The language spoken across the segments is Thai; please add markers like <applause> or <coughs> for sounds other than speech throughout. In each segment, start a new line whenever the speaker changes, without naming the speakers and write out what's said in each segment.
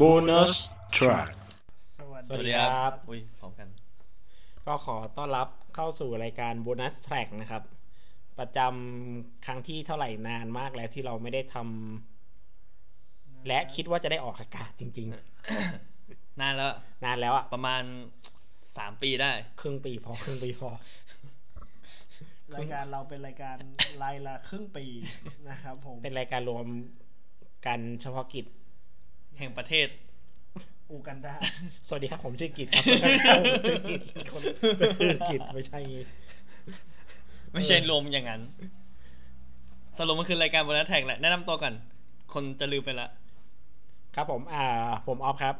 bonus track
สวัส
สวัส
ดี
ดี
ค
ค
รั
รับ บ อุ้ยพร้อมกัน
ก็ขอต้อนรับเข้าสู่รายการ Bonus Track นะครับ ประจำครั้งที่เท่าไหร่นานมากแล้วที่เราไม่ได้ทำและคิดว่าจะได้ออกอากาศจริง
นานแล้ว
ๆ นานแล้วอะ
ประมาณสามปีได้
ครึ่งปีพอครึ่งปีพอ
รายการเราเป็นรายการรายละครึ่งปี <laughs> นะครับผม
เป็นรายการรวมกันเฉพาะกิจ
แห่งประเทศ
อูกัน
<laughs>
ดา
สวัสดีครับ ผมชื่อกิจครับสวัสดีครับผมชื่อกิจคนชื่อกิจไม่ใช่งี้
ไม่ใช่รวมอย่างนั้น สรุปมันคือรายการบนแท็กแหละ แนะนำตัวก่อน คนจะลืมไปละ
ครับผมอ่า ผมออฟครับ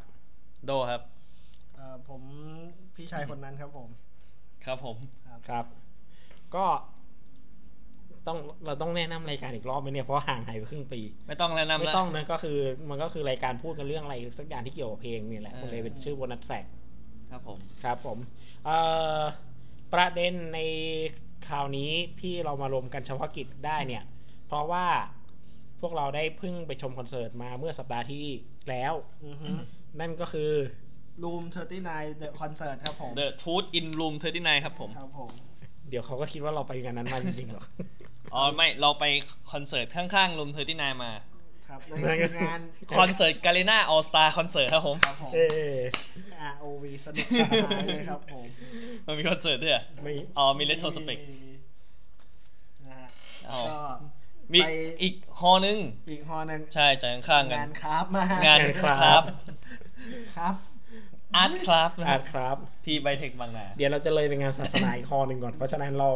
โดครับ
เอ่อผมพี่ชายคนนั้นครับผม
ครับผม
ครับ ก็ต้องเราต้องแนะนำรายการอีกรอบไหมเนี่ยเพราะห่างหายไปครึ่งปี
ไม่ต้องแนะนำ
ไม่
ละ
ต้องนะก็คือมันก็คือรายการพูดกันเรื่องอะไรสักอย่างที่เกี่ยวกับเพลงนี่แหละ
เออ
มันเลยเป็นชื่อ bonus track
ครับผม
ครับผมเอ่อประเด็นในคราวนี้ที่เรามารวมกันเฉพาะกิจได้เนี่ย เพราะว่าพวกเราได้เพิ่งไปชมคอนเสิร์ตมาเมื่อสัปดาห์ที่แล้ว นั่นก็คือ
รูมเทอร์ตี้นายเดอะคอนเสิร์ตครับผม
The Truth in Room 39 ครับผม
ครับผม
เดี๋ยวเขาก็คิดว่าเราไปงานนั้นมาจริงๆหรอก
อ๋อ ไม่ เราไปคอนเสิร์ตข้างๆ Room 39 มา <laughs>
ครับนั่นคืองาน
คอนเสิร์ตกาเลน่าออสตาคอนเสิร์ตครับผม
ครับผม
เออ
ROV สนุกสนานเลยครับผม
มันมีคอนเสิร์ตด้วยเหรอ
ไม่
อ๋อ มี <laughs> เลตโทสเปก
มีมีมีนะฮะ
เอา
ก็
มีอีกฮอลล์นึง
อีกฮอหนึง
ใช่จากข้างๆกั
งาน
น
ครับมาง
าง
าน
ครับ
ครับ
อาร์ตคราฟนะค
อา
รับ
จครับ
ที่ไบเทคบางนา
เดี๋ยวเราจะเลยเป็นงานศาสนาอีกคอหนึ่งก่อน เพราะฉะนั้นเรา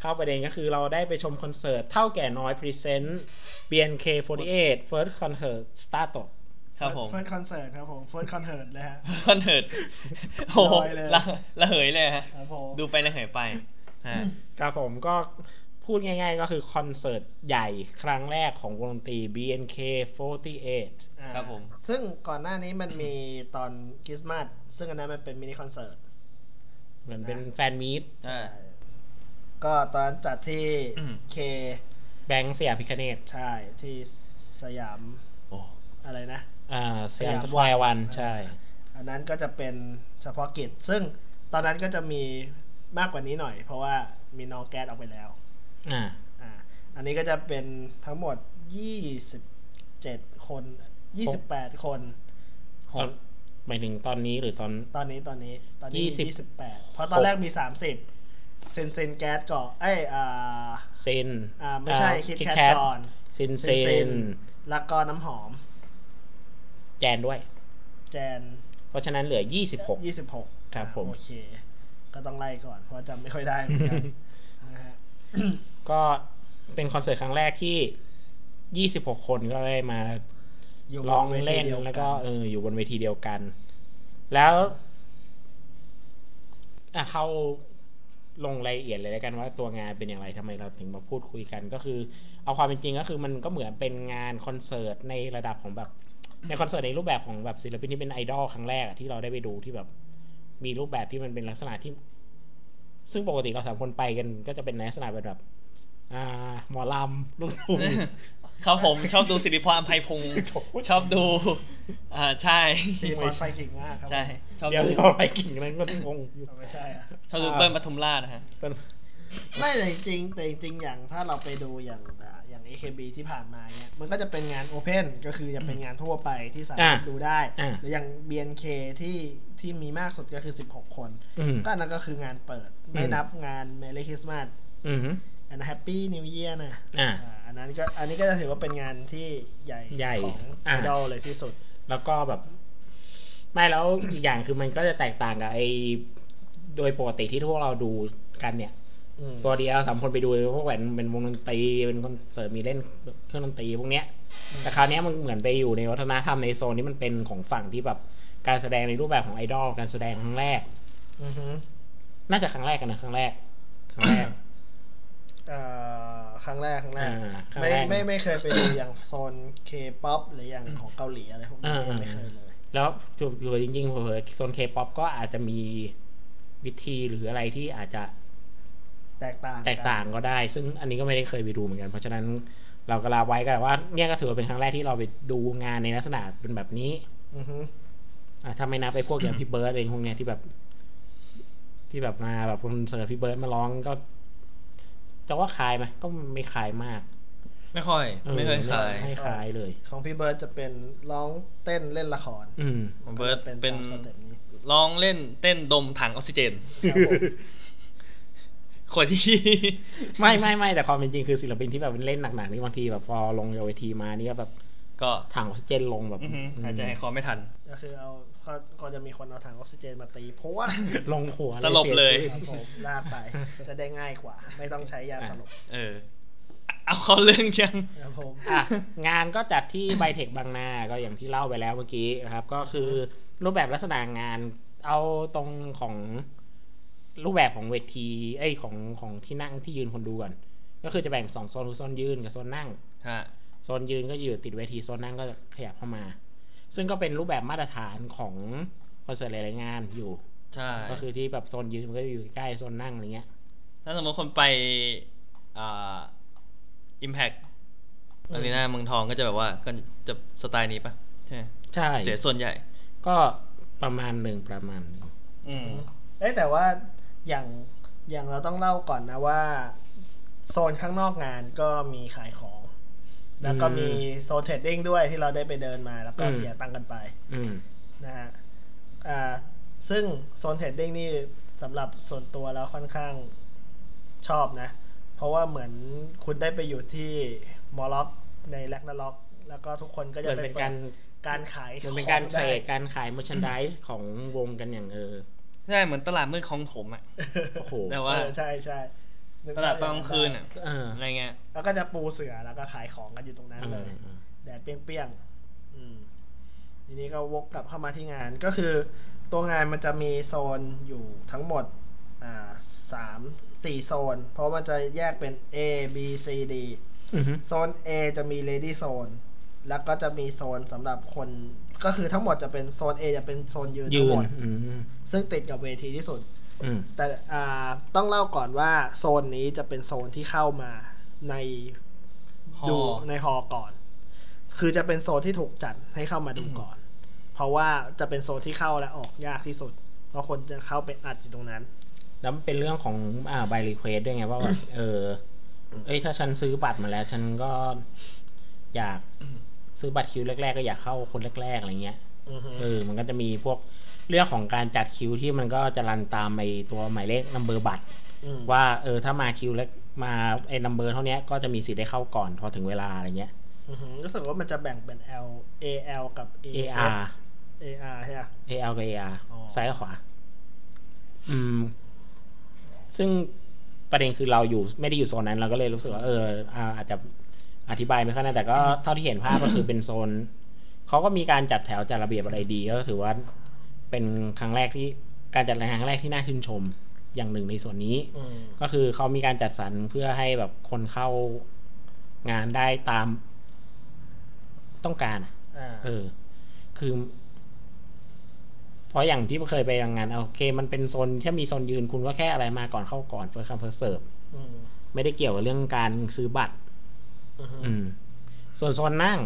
เข้าประเด็นก็คือเราได้ไปชมคอนเสิร์ตเท่าแก่น้อยพรีเซนต์ BNK48 First Concert Start
ครับผม
เฟิร์สคอนเสิร์ตครับผมเฟิร์สคอนเสิร์ตเลยฮะ
คอนเสิร์ตโอ้โห
ลอยเลย
ละละเหยเลยฮะ
ครับผม
ดูไปละเหยไปฮะ
ครับผมก็พูดง่ายๆก็คือคอนเสิร์ตใหญ่ครั้งแรกของวงดนตรี BNK48
อ่า
ครับผม
ซึ่งก่อนหน้านี้มันมี <coughs> ตอนคริสต์มาสซึ่งอันนั้นมันเป็นมินิคอนเสิร์ต
เหมือนเป็น
นะ
แฟนมีต
อ่า
ก็ตอนจัดที่
อืม
เค
แบงค์สยามพิคเนต
ใช่ที่สยาม
โอ้
อะไรนะ
อ่าสยาม
สยาม
สแควร์วันใช่
อันนั้นก็จะเป็นเฉพาะกิจ ซึ่งตอนนั้นก็จะมีมากกว่านี้หน่อย เพราะว่ามีน้องแก๊สออกไปแล้ว
อ่า
อ่าอันนี้ก็จะเป็นทั้งหมด 27 คน 28 คน
ตอนหมายถึงตอนนี้หรือตอน
ตอนนี้ตอนนี้ตอนนี้
ยี่สิบ
ยี่สิบแปดเพราะตอนแรกมีสามสิบเซนเซนแก๊สก่อนเอ้ยอ่า
เซน
อ่าไม่ใช่คิดแคทจอน
เซนเซน
แล้วก็น้ำหอม
แจนด้วย
แจน
เพราะฉะนั้นเหลือ 26
ยี่สิบหก
ครับผม
โอเค ก็ต้องไล่ก่อน เพราะจำไม่ค่อยได้เหมือน
<laughs>
กันนะฮะ
ก็เป็นคอนเสิร์ตครั้งแรกที่ 26 คนก็ได้มา
อยู่บ
ร้อง
วที
เล่น
ดีย
แล้วก็เอออยู่บนเวทีเดียวกัน แล้วอ่ะเข้าลงรายละเอียดเลยแล้วกันว่าตัวงานเป็นอย่างไรทำไมเราถึงมาพูดคุยกัน ก็คือ เอาความเป็นจริงก็คือมันก็เหมือนเป็นงานคอนเสิร์ตในระดับของแบบ ในคอนเสิร์ตในรูปแบบของแบบศิลปินที่เป็นไอดอลครั้งแรกอะที่เราได้ไปดูที่แบบ มีรูปแบบที่มันเป็นลักษณะที่ ซึ่งปกติเราสามคนไปกันก็จะเป็นในลักษณะแบบแบบอ่าหมอลำลูกทุ่ง
ครับผมชอบดูสิริพรอัมภัยพงศ์ <laughs> ชอบดู อ่าใช่
สีฟอนไฟกิ่งมากครั
ใช่ ชอบ
เดี๋ยว
ดู
จะเอาอะไรกิ่งนั้นก็งงอยู่
เอาไม่ใช่อะ
ชอบดูเปิ้ลปทุมราชนะฮะ
เป็น
ไม่แต่จริงๆแต่จริงๆอย่างถ้าเราไปดูอย่างอ่าอย่าง AKB ที่ผ่านมาเนี่ยมันก็จะเป็นงานโอเพนก็คือจะเป็นงานทั่วไปที่สามารถ
อ่ะ
ดูได้
อ่ะ
หรืออย่าง BNK ที่ที่มีมากสุดก็คือ 16 คน
อืม
ก็อันนั้นก็คืองานเปิด ไม่
อืม
นับงาน Merry Christmas
อืม
อันแฮปปี้นิวเยียนะ
อ่า
าอันนั้นก็อันนี้ก็จะถือว่าเป็นงานที่ใหญ่
ใหญ่
ของไอ
อ่า
ดอลเลยที่สุด
แล้วก็แบบ ไม่แล้วอีกอย่างคือมันก็จะแตกต่างกับไอโดยปกติที่พวกเราดูกันเนี่ย
อืม
ตัวเดียวสามคนไปดูพวกแหวนเป็นวงดนตรีเป็นคอนเสิร์ตมีเล่นเครื่องดนตรีพวกเนี้ยแต่คราวเนี้ยมันเหมือนไปอยู่ในวัฒนธรรมในโซนที่มันเป็นของฝั่งที่แบบการแสดงในรูปแบบของไอดอลการแสดงครั้งแรก
อือฮึ
น่าจะครั้งแรกกันนะครั้งแรกครั้งแรก
เอ่อครั้งแรกครั้งแรก
อ่าครั้ง
ไม่
แรก
ไม่ไม่เคยไปดูอย่างโซนเคป๊อปหรืออย่างของเกาหลีอะไรพวก
อ
นี้
่า
ไม่เคยเลย
แล้วถูกอยู่จริงๆเผลอๆโซนเคป๊อปก็อาจจะมีวิธีหรืออะไรที่อาจจะ
แตกต่างน
แตกต่างก็ได้ ซึ่งอันนี้ก็ไม่ได้เคยไปดูเหมือนกัน เพราะฉะนั้นเราก็ลาไว้กันว่าเนี่ยก็ถือว่าเป็นครั้งแรกที่เราไปดูงานในลักษณะเป็นแบบนี้
อ อือฮึ
อ่ะถ้าไม่นับไอ้พวกอย่าง พี่เบิร์ดเองพวกเนี้ยที่แบบ ที่แบบมาแบบคอนเสิร์ตพี่เบิร์ดมาร้องก็จะว่าขายไหมก็ไม่ขายมาก
ไม่ค่อย
ออ
ไม่เคยขาย
ไม่ขายเลย
ของพี่เบิร์ดจะเป็นร้องเต้นเล่นละคร
อืม <laughs>
ของเบิร์ต
มันก็จะ
เป็
เป็น นตามสเต็ปนี้
ร้องเล่นเต้นดมถังออกซิเจน
ครับผม
คนที่ <laughs>
ไม่ไม่ไม่แต่ความเป็นจริงคือศิลปินที่แบบเล่นหนักๆนี่บางทีแบบพอลงเวทีมานี่ก็แบบ
ก็
ถังออกซิเจนลงแบบ
อื้อหือหายใจ
อืม
หายคอไม่ทัน
ก็คือเอาก็ก็จะมีคนเอาถังออกซิเจนมาตีเพราะว่า
ลงหัว
สลบเลย
สี
ครับ
ชี
ผ
วิต
มลาดไปจะได้ง่ายกว่า ไม่ต้องใช้ยาสลบ
เออ เอาเขาเรื่องยัง
ครับผม
อ่ะงานก็จัดที่ไบเทคบางนาก็อย่างที่เล่าไปแล้วเมื่อกี้นะครับ ก็คือรูปแบบลักษณะงานเอาตรงของรูปแบบของเวทีไอยของของที่นั่งที่ยืนคนดูก่อนก็คือจะแบ่งเป็นสองโซนคือโซนยืนกับโซนนั่ง
ฮะ
โซนยืนก็อยู่ติดเวทีโซนนั่งก็ขยับเข้ามา ซึ่งก็เป็นรูปแบบมาตรฐานของคอนเสิร์ตหลายๆงานอยู่
ใช่
ก็คือที่แบบโซนยืนมันก็จะอยู่ใกล้โซนนั่งอะไรเงี้ย
ถ้าสมมติคนไปอ่า Impact
อืม
อารีนาเมืองทองก็จะแบบว่าก็จะสไตล์นี้ปะใช่ไหม
ใช่
เสียส่วนใหญ่
ก็ประมาณหนึ่งประมาณหนึ่ง
อืม
เอ้ยแต่ว่าอย่างอย่างเราต้องเล่าก่อนนะว่า โซนข้างนอกงานก็มีขายของ แล้วก็มีโซนเทรดดิ้งด้วยที่เราได้ไปเดินมาแล้วก็เสียตังค์กันไป
อืม
นะฮะ อ่า ซึ่งโซนเทรดดิ้งนี่สำหรับส่วนตัวแล้วค่อนข้างชอบนะ เพราะว่าเหมือนคุณได้ไปอยู่ที่มอล็อกในแลกนาล็อก แล้วก็ทุกคนก็จะ
มัน
ไป
เป็น
เปิด
การ
การขาย
มันเป็นการ
ของ
เทร
ได้
ดการขายม e ชันดิสของวงกันอย่างเออ
ใช่ เหมือนตลาดมืดคลองถมอ่ะ
โอ้โห
แต่ว่า
เออใช่ใช่นึ
ตลาดตอนกลางคืนอ่ะ
เออ
อะไรเงี้ย
แล้วก็จะปูเสือแล้วก็ขายของกันอยู่ตรงนั้น
เอ
เล
อย เออ
แดดเปรี้ยงๆอืมทีนี้ก็วกกลับเข้ามาที่งานก็คือ ตัวงานมันจะมีโซนอยู่ทั้งหมด อ่าสามสี่โซน เพราะมันจะแยกเป็น A B C D
อือฮึ
โซน A จะมี Lady Zone แล้วก็จะมีโซนสำหรับคน ก็คือทั้งหมดจะเป็นโซน A จะเป็นโซนยืน
ยื
ทั้งหม
น
ด
อืม
ซึ่งติดกับเวทีที่สุด
อืม
แต่อ่าต้องเล่าก่อนว่าโซนนี้จะเป็นโซนที่เข้ามาใน
ฮอ
ดูในฮอก่อน คือจะเป็นโซนที่ถูกจัดให้เข้ามาดูก่อน เพราะว่าจะเป็นโซนที่เข้าและออกยากที่สุด เพราะคนจะเข้าไปอัดอยู่ตรงนั้น
แล้วมันเป็นเรื่องของอ่าใบรีเควสด้วยไงว่าแบบเออเอ้ยถ้าฉันซื้อบัตรมาแล้ว ฉันก็อยากซื้อบัตรคิวแรก ๆ ก็อยากเข้าคนแรก ๆอะไรเงี้ย
อือฮึ
เออ มันก็จะมีพวกเรื่องของการจัดคิวที่มันก็จะรันตามไอตัวหมายเลขนัมเบอร์บัตร
ม
ว่าเออถ้ามาคิวแล้วมาไอ้นัมเบอร์เท่าเนี้ยก็จะมีสิทธิ์ได้เข้าก่อนพอถึงเวลาอะไรเงี้ย
อือฮึรู้สึกว่ามันจะแบ่งเป็น L A L กับ A
AR
R ใช่ปะ
AL กับ AR
อ๋อ
ซ้ายกับขวา อืม ซึ่งประเด็นคือเราอยู่ไม่ได้อยู่โซนนั้นเราก็เลยรู้สึกว่าเอออ่าอาจจะอธิบายไม่ค่อยแน่แต่ก็เท่าที่เห็นภาพก็คือเป็นโซนเขาก็มีการจัดแถวจัดระเบียบอะไรดีก็ถือว่าเป็นครั้งแรกที่การจัดงานครั้งแรกที่น่าชื่นชม อย่างหนึ่งในส่วนนี้
อืม
ก็คือเขามีการจัดสรรเพื่อให้แบบคนเข้างานได้ตามต้องการอะ
อ่า
เออ คือ เพราะอย่างที่เคยไปงานเอาโอเค มันเป็นโซนถ้ามีโซนยืนคุณก็แค่อะไรมาก่อนเข้าก่อนเฟิร์สคัมเฟิร์สเซิร์ฟ
อืม
ไม่ได้เกี่ยวกับเรื่องการซื้อบัตร
อือฮึ
อืม ส่วนโซนนั่ง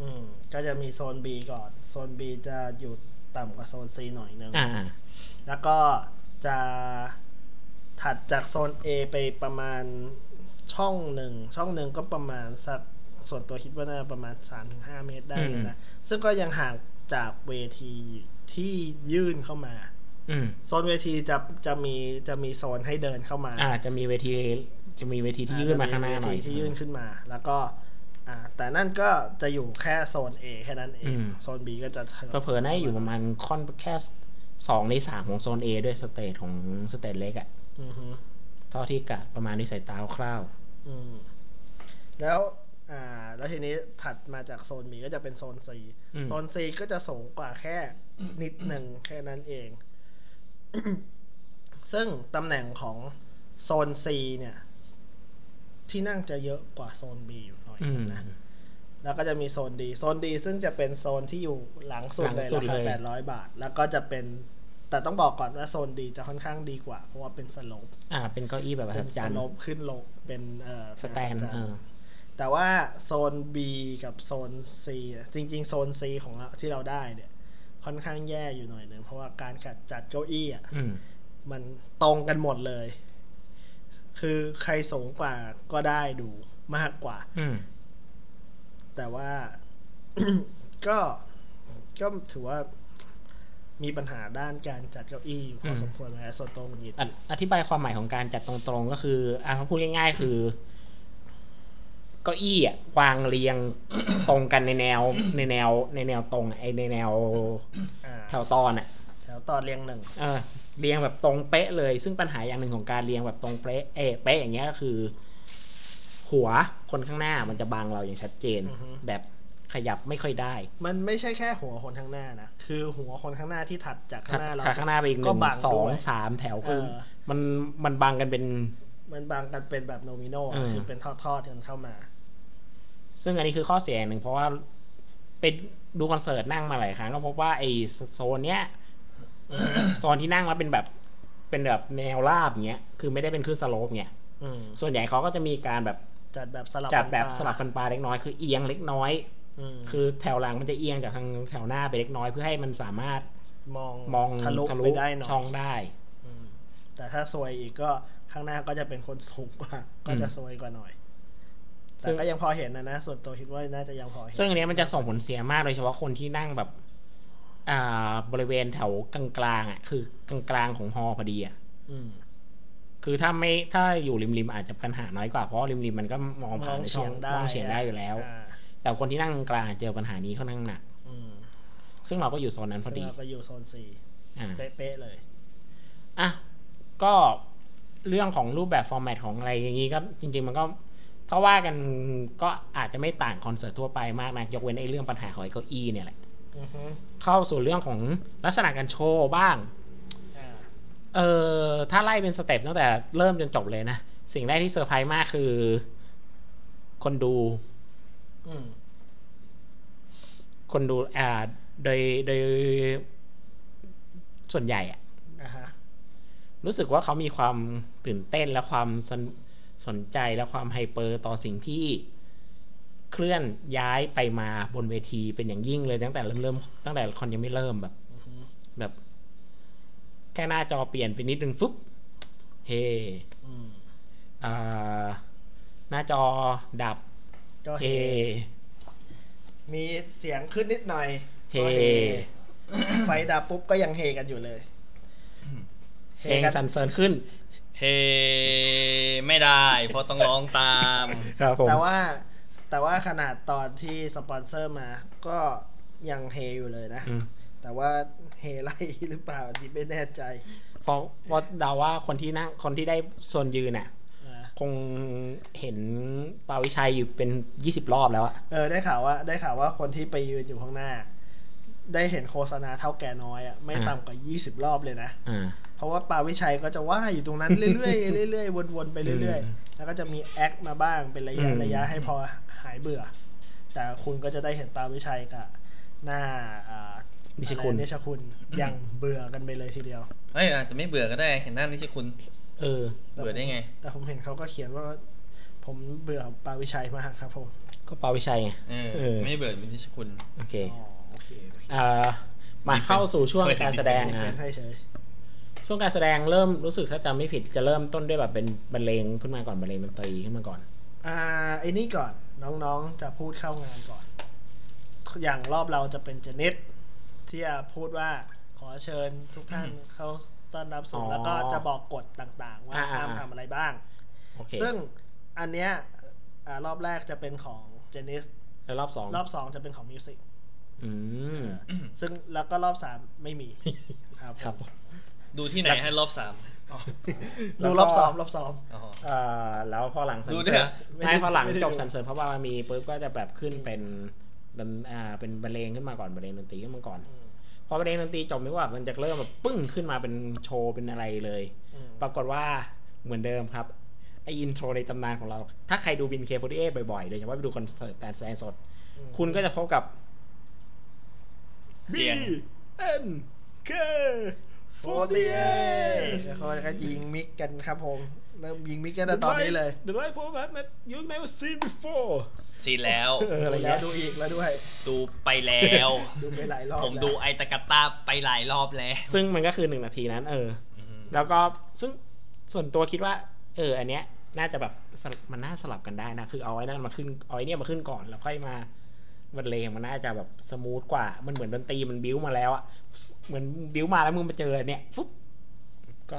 อืมก็จะมีโซน B ก่อน โซน B จะอยู่ต่ำกว่าโซน C หน่อยนึง
อ่า
แล้วก็จะถัดจากโซน A ไปประมาณช่องหนึ่ง ช่องหนึ่งก็ประมาณสักส่วนตัวคิดว่าน่าประมาณ 3-5 เมตรได้เลยนะ ซึ่งก็ยังห่างจากเวทีที่ยื่นเข้ามา
อืม
โซนเวทีจะจะมีจะมีโซนให้เดินเข้ามา
อ่า จะมีเวที จะมีเวทีที่ยื่นมาข้างหน้าหน่อย
เวทีที่ยื่นขึ้นมา แล้วก็อ่าแต่นั่นก็จะอยู่แค่โซน A แค่นั้นเอ
อื
ง
ม
โซน B ก็จะถิด
ก็เผลอๆน่าจะอยู่ประมาณค่อนแค่สองในสามของโซน A ด้วยสเตทของสเตทเล็กอะ
อือฮึ
เท่าที่กะประมาณในสายตาคร่าว
อืมแล้วอ่าแล้วทีนี้ถัดมาจากโซนบีก็จะเป็นโซนซี
ๆอืม
โซนซีก็จะสูงกว่าแค่นิดหนึ่งแค่นั้นเอง <coughs> ซึ่งตำแหน่งของโซนซีเนี่ย ที่นั่งจะเยอะกว่าโซนบีอยู่หน่อย
อืม
นะแล้วก็จะมีโซนดีโซนดีซึ่งจะเป็นโซนที่อยู่หลังสุดเลย
หลังสุด
ราคา
เลย
แปดร้อยบาท แล้วก็จะเป็น แต่ต้องบอกก่อนว่าโซนดีจะค่อนข้างดีกว่า เพราะว่าเป็นสโลป
อ่า เป็นเก้าอี้แบบอั
เป็
ศ
น
จ
ส
รรย์
โลปขึ้นลงเป็นเอ่อ
สแตนเออ
แต่ว่าโซน B กับโซน C อะจริง ๆ โซน C ของเราที่เราได้เนี่ย ค่อนข้างแย่อยู่หน่อยหนึ่งเพราะว่าการจัดจัดเก้าอี้อ่ะ
อืม
มันตรงกันหมดเลย คือใครสูงกว่าก็ได้ดูมากกว่า
อืม
แต่ว่า <coughs> ก็ก็ถือว่ามีปัญหาด้านการจัดเก้าอี้อยู่พอ
ม
สมควรเลยส่วนตรงนี้
อธิอธิบายความหมายของการจัดตรงๆก็คืออ่ะพูดง่ายๆคือเก้าอี้อ่ะวางเรียง <coughs> ตรงกันในแนว ในแนว ในแนวตรงไอในแนว
อ่า
แถวตอนอ่ะ
แถวตอนเรียงหนึ่ง
เออเรียงแบบตรงเป๊ะเลย ซึ่งปัญหาอย่างหนึ่งของการเรียงแบบตรงเป๊ะเอะเป๊ะอย่างเงี้ยก็คือ หัวคนข้างหน้ามันจะบังเราอย่างชัดเจน
อือฮึ
แบบขยับไม่ค่อยได้
มันไม่ใช่แค่หัวคนข้างหน้านะ คือหัวคนข้างหน้าที่ถัดจากข้างหน้าเรา
ขาข้างหน้าไปอีกห
ก็
นึ่ง
บัง
สอ
ด้
ง
วย
สามแถว
เอ
คือ
อ
มันมันบังกันเป็น
มันบางกันเป็นแบบโนมิโนอะ
เออ
คือเป็นทอดๆกันเข้ามา
ซึ่งอันนี้คือข้อเสียอย่างหนึ่งเพราะว่าไปดูคอนเสิร์ตนั่งมาหลายครั้งก็พบว่าไอ้โซนเนี้ย <coughs> โซนที่นั่งแล้วเป็นแบบเป็นแบบแนวราบเงี้ยคือไม่ได้เป็นขึ้นสโลปเงี้ย
อืม
ส่วนใหญ่เขาก็จะมีการแบบ
จัดแบบสลับ
จัดแบบ
ฟันปลา
สลับฟันปลาเล็กน้อยคือเอียงเล็กน้อย
อืม
คือแถวหลังมันจะเอียงจากทางแถวหน้าไปเล็กน้อยเพื่อให้มันสามารถ
มอง
มอง
ทะลุไปได้หน่อย
ช่องได้
อืมแต่ถ้าซวยอีกก็ข้างหน้าก็จะเป็นคนสูงกว่า ก็จะซวยกว่าหน่อย
ซึ่
แต่
ง
ก็ยังพอเห็นนะนะ ส่วนตัวคิดว่าน่าจะยังพอเห็น
ซึ่งอันเนี้ยมันจะส่งผลเสียมากโดยเฉพาะคนที่นั่งแบบ อ่าบริเวณแถวกลางๆอ่ะคือกลางๆของฮอพอดีอ่ะ
อืม
คือถ้าไม่ถ้าอยู่ริมริมๆอาจจะปัญหาน้อยกว่าเพราะริมริมๆมันก็มองผ่านเฉียงมองเฉียงได้อยู่แล้ว
า
แต่คนที่นั่งกลางเจอปัญหานี้ค่อนข้างหนัก
อืม
ซึ่งเราก็อยู่โซนนั้นพ
ซึ่
อง ดี
เราก็อยู่โซนสี่
อ่า
เป๊ะๆเลย
อ่ะก็เรื่องของรูปแบบฟอร์แมตของอะไรอย่างนี้ก็จริง ๆ มันก็ถ้าว่ากันก็อาจจะไม่ต่างคอนเสิร์ตทั่วไปมากนะยกเว้นไอ้เรื่องปัญหาของไอ้เก้าอี้เนี่ยแหละ
อือฮึ
เข้าสู่เรื่องของลักษณะการโชว์บ้าง
อ่า
เออถ้าไล่เป็นสเต็ปตั้งแต่เริ่มจนจบเลยนะสิ่งแรกที่เซอร์ไพรส์มากคือ คนดู
อืม
คนดูอ่าโดย โดย ส่วนใหญ่อะ
อ่าฮะ
รู้สึกว่าเขามีความตื่นเต้นและความสนสนใจและความไฮเปอร์ต่อสิ่งที่เคลื่อนย้ายไปมาบนเวทีเป็นอย่างยิ่งเลยตั้งแต่เริ่มเริ่มตั้งแต่คอนยังไม่เริ่มแบบ
อือฮึ
แบบ แค่หน้าจอเปลี่ยนไปนิดนึงฟึบเฮ
อืม
อ่าหน้าจอดับ
ก็
เฮ
เฮมีเสียงขึ้นนิดหน่อย
เฮ
ก็ไฟดับปุ๊บก็ยังเฮกันอยู่เลย
เพลงสันเซินขึ้น
เฮไม่ได้เพราะต้องร้องตาม
ครับผม
แต่ว่าแต่ว่าขนาดตอนที่สปอนเซอร์มาก็ยังเฮอยู่เลยนะ
อืม
แต่ว่าเฮไล่หรือเปล่าอันนี้ไม่แน่ใจ
เพราะว่าเดาว่าคนที่นั่งคนที่ได้ส่วนยืนน่ะ
อ่า
คงเห็นปาวิชัยอยู่เป็นยี่สิบรอบแล้วอะ
เออได้ข่าวว่าได้ข่าวว่าคนที่ไปยืนอยู่ข้างหน้า ได้เห็นโฆษณาเท่าแก่น้อยอ่ะไม่ต่ำกว่า 20 รอบเลยนะ
อ่า
เพราะว่าปาวิชัยก็จะว่าอยู่ตรงนั้นเรื่
<laughs>
อยๆเรื่อยๆวนๆไปเรื่อย
อืม
ๆ แล้วก็จะมีแอคมาบ้างเป็นระยะ
อืม
ระยะให้พอหายเบื่อ แต่คุณก็จะได้เห็นปาวิชัยกับหน้าอ่า
นิชคุณ
อะไรนิชคุณยังเบื่อกันไปเลยทีเดียว
เอ้ยอาจจะไม่เบื่อก็ได้เห็นหน้านี่ชิคุณ
เออ
เบื่อได้ไง
แต่ผมเห็นเขาก็เขียนว่า ผมเบื่อปาวิชัยมากครับผม
ก็ปาวิชัยไง
เออ
เออ
ไม่เบื่อเป็นนิชิคุณ <coughs>
โอเค
อ๋อโอเคโอเค
อ่ามาเข้าสู่ช่วงการแสดง
เขีย
อ่ะ
นให้เฉย
ช่วงการแสดงเริ่มรู้สึกถ้าจำไม่ผิดจะเริ่มต้นด้วยแบบเป็นบรรเลงขึ้นมาก่อนบรรเลงดนตรีขึ้นมาก่อน
อ่าไอ้นี่ก่อนน้องๆจะพูดเข้างานก่อน อย่างรอบเราจะเป็นเจนิสที่จะพูดว่าขอเชิญทุกท่านเข้าต้อนรับสู่
อ๋อ
แล้วก็จะบอกกฎต่างๆ ว่า
อ่าๆ
ห้ามทำอะไรบ้าง
โอเค
ซึ่งอันเนี้ยอ่ารอบแรกจะเป็นของเจนิส
แล้วรอบสอง
รอบสองจะเป็นของมิวสิก
อืม
ซึ่งแล้วก็รอบสามไม่มีครับ
ครับ
ผม
ดูที่ไหนให้รอบสาม
ดูรอบสองรอบสอง
อ๋อ
เอ่อแล้วพอหลังสัน
ดูด้ว
เส
ย
ริ
เห
ญ
รอ
ไม่พอหลัง
ไม่ได้ดู
จบสันเสริญเพราะว่ามีปุ๊บก็จะแบบขึ้นเป็นดนอ่าเป็นบรรเลงขึ้นมาก่อนบรรเลงดนตรีขึ้นมาก่อน
อืม
พอบรรเลงดนตรีจบนึกว่ามันจะเริ่มแบบปึ้งขึ้นมาเป็นโชว์เป็นอะไรเลย
อืม
ปรากฏว่าเหมือนเดิมครับไออินโทรในตำนานของเรา ถ้าใครดูบินเคฟดีเอบ่อยๆโดยเฉพาะไปดูคอนเสิร์ตการแสดงสด คุณก็จะพบกับ
เสียง
B N K
โฟเตียแล้วเขาก็ยิงมิกกันครับผม เริ่มยิงมิกกันแต่ตอนนี้เลย
The life of Batman you never seen before
ซีแล้ว
เอออะไรแล้วดูอีกแล้วด้วย
ดูไปแล้ว
ดูไปหลายรอบ
ผมดูไอตะกะตาไปหลายรอบแล้ว
ซึ่งมันก็คือหนึ่งนาทีนั้น เออ แล้วก็ซึ่งส่วนตัวคิดว่า เออ อันเนี้ย น่าจะแบบสลับมันน่าสลับกันได้นะ คือเอาไอ้นั่นมาขึ้นเอาไอ้เนี่ยมาขึ้นก่อนแล้วค่อยมาบรรเลงมันน่าจะแบบสมูทกว่า มันเหมือนดนตรีมันบิ้วมาแล้วอะเหมือนบิ้วมาแล้วมึงมาเจอเนี่ยฟุ๊บก็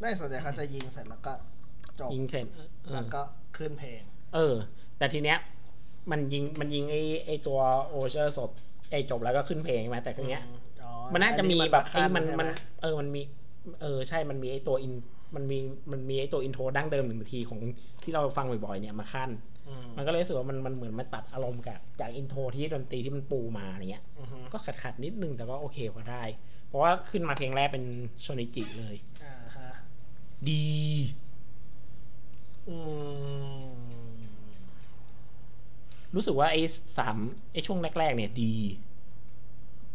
ไม่ส่วนใหญ่เขาจะยิงเสร็จแล้วก็จบ
ยิงเสร็จเออ
แล้วก็ขึ้นเพลง
เออ แต่ทีเนี้ย มันยิงมันยิงไอไอตัวโอเชอร์ศพไอจบแล้วก็ขึ้นเพลงใช่ไหมแต่ทีเนี้ย
อ๋อ
มันน่าจะมี
อั
แบบไอ้
ขั้
มัน
ใช่ไห
มัน เออมันมี เออใช่มันมีไอตัวอินมันมีมันมีไอตัวอินโทรดั้งเดิมหนึ่งนาทีของที่เราฟังบ่อยๆเนี่ยมาขั้น
อืม
มันก็เลยรู้สึกว่ามันมันเหมือนมันตัดอารมณ์กับจากอินโทรที่ดนตรีที่มันปูมาอะไรเงี้ย
อือฮึ
ก็ขัดขัดๆนิดนึงแต่ก็โอเคพอได้ เพราะว่าขึ้นมาเพลงแรกเป็นโชนิจิเลย
อ่าฮะ
ดี
อืม
รู้สึกว่าไอ้สามไอ้ช่วงแรก ๆ เนี่ยดี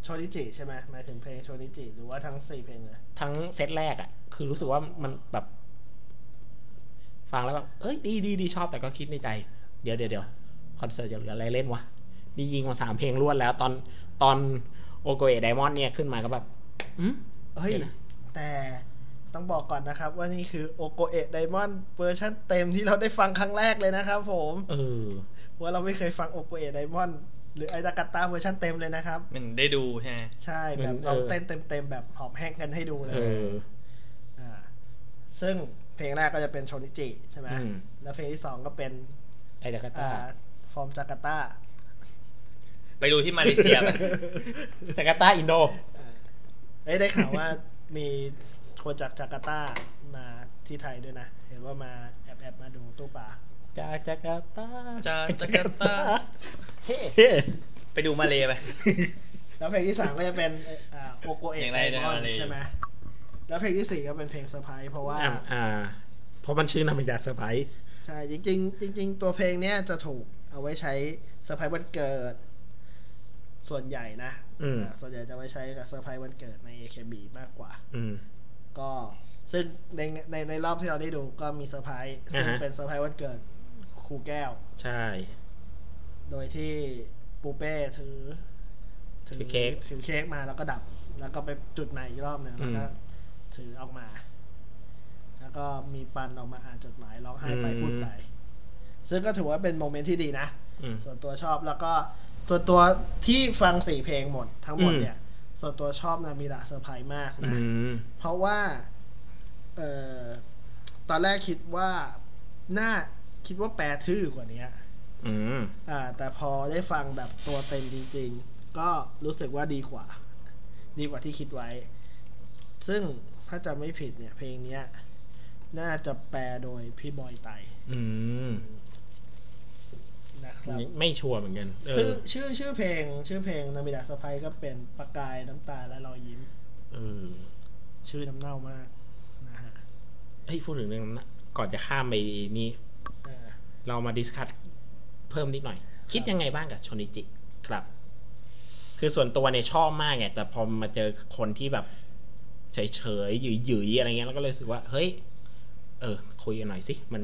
โชนิจิใช่ไหมหมายถึงเพลงโชนิจิหรือว่าทั้งสี่เพลงเลย
ทั้งเซตแรกอะ่ะ คือรู้สึกว่ามันแบบ ฟังแล้วแบบเอ้ยดีดีดีชอบแต่ก็คิดในใจ เดี๋ยวเดี๋ยวเดี๋ยวคอนเสิร์ตจะเหลืออะไรเล่นวะนี่ยิงมาสามเพลงรวดแล้ว ตอนตอนโอโกเอไดมอนเนี่ยขึ้นมาก็แบบอืม
เฮ้ย
เดี๋ยวนะ
แต่ต้องบอกก่อนนะครับ ว่านี่คือโอโกเอะไดมอนด์เวอร์ชันเต็มที่เราได้ฟังครั้งแรกเลยนะครับผม
เออ
เพราะว่าเราไม่เคยฟังโอโกเอะไดมอนด์หรือไอตากาตาเวอร์ชันเต็มเลยนะครับ
มันได้ดูใช่ไหม
ใช่แบ
มั
บ
น
ลอง
เออ
เต้นเต็มๆแบบหอบแห้งกันให้ดูเล
เอย อ
อ่าซึ่งเพลงแรกก็จะเป็นโชนิจิใช่ไหม
อืม
แล้วเพลงที่สองก็เป็น
ไอเดอะกาตา
อ่าฟอร์มจาการ์ตา
ไปดูที่มาเลเซียไป
เดอะกาตาอินโด
เอ้ยได้ข่าวว่า มีคนจากจาการ์ตามาที่ไทยด้วยนะ เห็นว่ามาแอบแอบๆมาดูตู้ปลา
จากจากาตา
จะจาการ์ตา
เฮ้
ไปดูมาเลไป
แล้วเพลงที่สามก็จะเป็นอ่าโอโกเอะ
อย่าง
ได
ไรนะ
มอน
อะไร
ใช่ไหมแล้วเพลงที่สี่ก็เป็นเพลงเซอร์ไพรส์เพราะว่า
อ่าอ่าเพราะมันชื่อนามิดาเซอร์ไพรส์
ใช่จริงๆจริง ๆ ตัวเพลงเนี้ยจะถูกเอาไว้ใช้เซอร์ไพรส์วันเกิด ส่วนใหญ่นะ
อืม
อ่าส่วนใหญ่จะไว้ใช้กับเซอร์ไพรส์วันเกิดใน AKB มากกว่า
อืม
ก็ซึ่งในในในรอบที่เราได้ดูก็มีเซอร์ไพรส์ซึ่ง
อ่าฮะ
เป็นเซอร์ไพรส์วันเกิดครูแก้ว
ใช่
โดยที่ปูเป้ถือ
ถือเค้ก
ถือเค้กมาแล้วก็ดับ แล้วก็ไปจุดใหม่อีกรอบหนึ่ง
อื
แล้ว
ม
ก็ถือออกมา แล้วก็มีปันออกมาอ่านจดหมายร้องไห้ไป
อืม
พูดไป ซึ่งก็ถือว่าเป็นโมเมนต์ที่ดีนะ
อืม
ส่วนตัวชอบแล้วก็ส่วนตัวที่ฟังสี่เพลงหมดทั้งหมด
อืม
เนี่ย ส่วนตัวชอบนามิดะเซอร์ไพรส์มากนะ
อืม
เพราะว่าเอ่อตอนแรกคิดว่าน่าคิดว่าแปลทื่อกว่านี้
อืม
อ่า แต่พอได้ฟังแบบตัวเต็มจริง ๆ ก็รู้สึกว่าดีกว่า ดีกว่าที่คิดไว้ ซึ่งถ้าจำไม่ผิดเนี่ย เพลงเนี้ย น่าจะแปลโดยพี่บอยไต
อืม
นะครับ
ไม่ชัวร์เหมือนกัน เอ
ซึ่ง
อ
ชื่อชื่อเพลง ชื่อเพลงนามิดาสไปก็เป็นประกายน้ำตาและรอยยิ้ม
เออ
ชื่อน้ำเน่ามากนะฮะ
เฮ้ยพูดถึงเรื่องนั้นนะก่อนจะข้ามไปนี่
อ่า
เรามาดิสคัตเพิ่มนิดหน่อย คิดยังไงบ้างกับโชนิจิ ครับ คือส่วนตัวเนี่ยชอบมากไงแต่พอมาเจอคนที่แบบ เฉยๆหยืยๆอะไรเงี้ยแล้วก็เลยรู้สึกว่า เฮ้ย เออ คุยกันหน่อยสิ มัน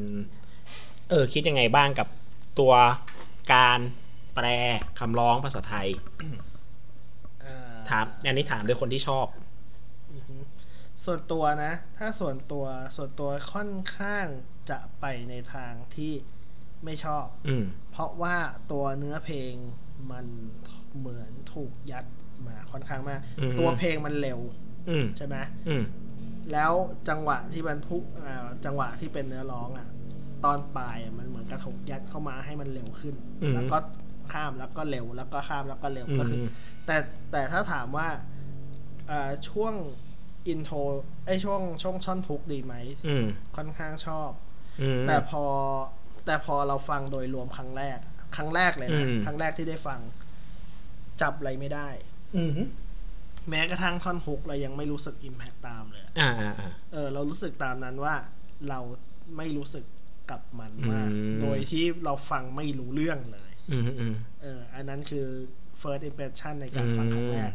เออ คิดยังไงบ้างกับตัวการแปลคำร้องภาษาไทย
อ่
ถาม อันนี้ถามโดยคนที่ชอบ
อือฮึส่วนตัวนะ ถ้าส่วนตัวส่วนตัวค่อนข้างจะไปในทางที่ไม่ชอบ
อืม
เพราะว่าตัวเนื้อเพลงมันเหมือนถูกยัดมาค่อนข้างมาก
อืม
ตัวเพลงมันเร็ว
อืม
ใช่ไหม
อืม
แล้วจังหวะที่มันพุอ่าจังหวะที่เป็นเนื้อร้องอ่ะ ตอนปลายอ่ะมันเหมือนกระถูกยัดเข้ามาให้มันเร็วขึ้น
อืม
แล้วก็ข้ามแล้วก็เร็วแล้วก็ข้ามแล้วก็เร็ว
อื
ก็คือ
ม
แต่แต่ถ้าถามว่าเอ่อช่วงอินโทรไอยช่วงช่วงช่อนทุกดีไหม
อืม
ค่อนข้างชอบ
อืม
แต่พอแต่พอเราฟังโดยรวมครั้งแรก ครั้งแรกเลยนะ
อืม
ครั้งแรกที่ได้ฟัง จับอะไรไม่ได้
อืม
แม้กระทั่งท่อนฮุกเรายังไม่รู้สึกอิมแพคตามเลย
อ่าอ่าอ่า
เออเรารู้สึกตามนั้นว่าเราไม่รู้สึกกับมันมาก
อืม
โดยที่เราฟังไม่รู้เรื่องเลย
อืมอืม
เอออันนั้นคือ first impression ในการฟังครั้งแรก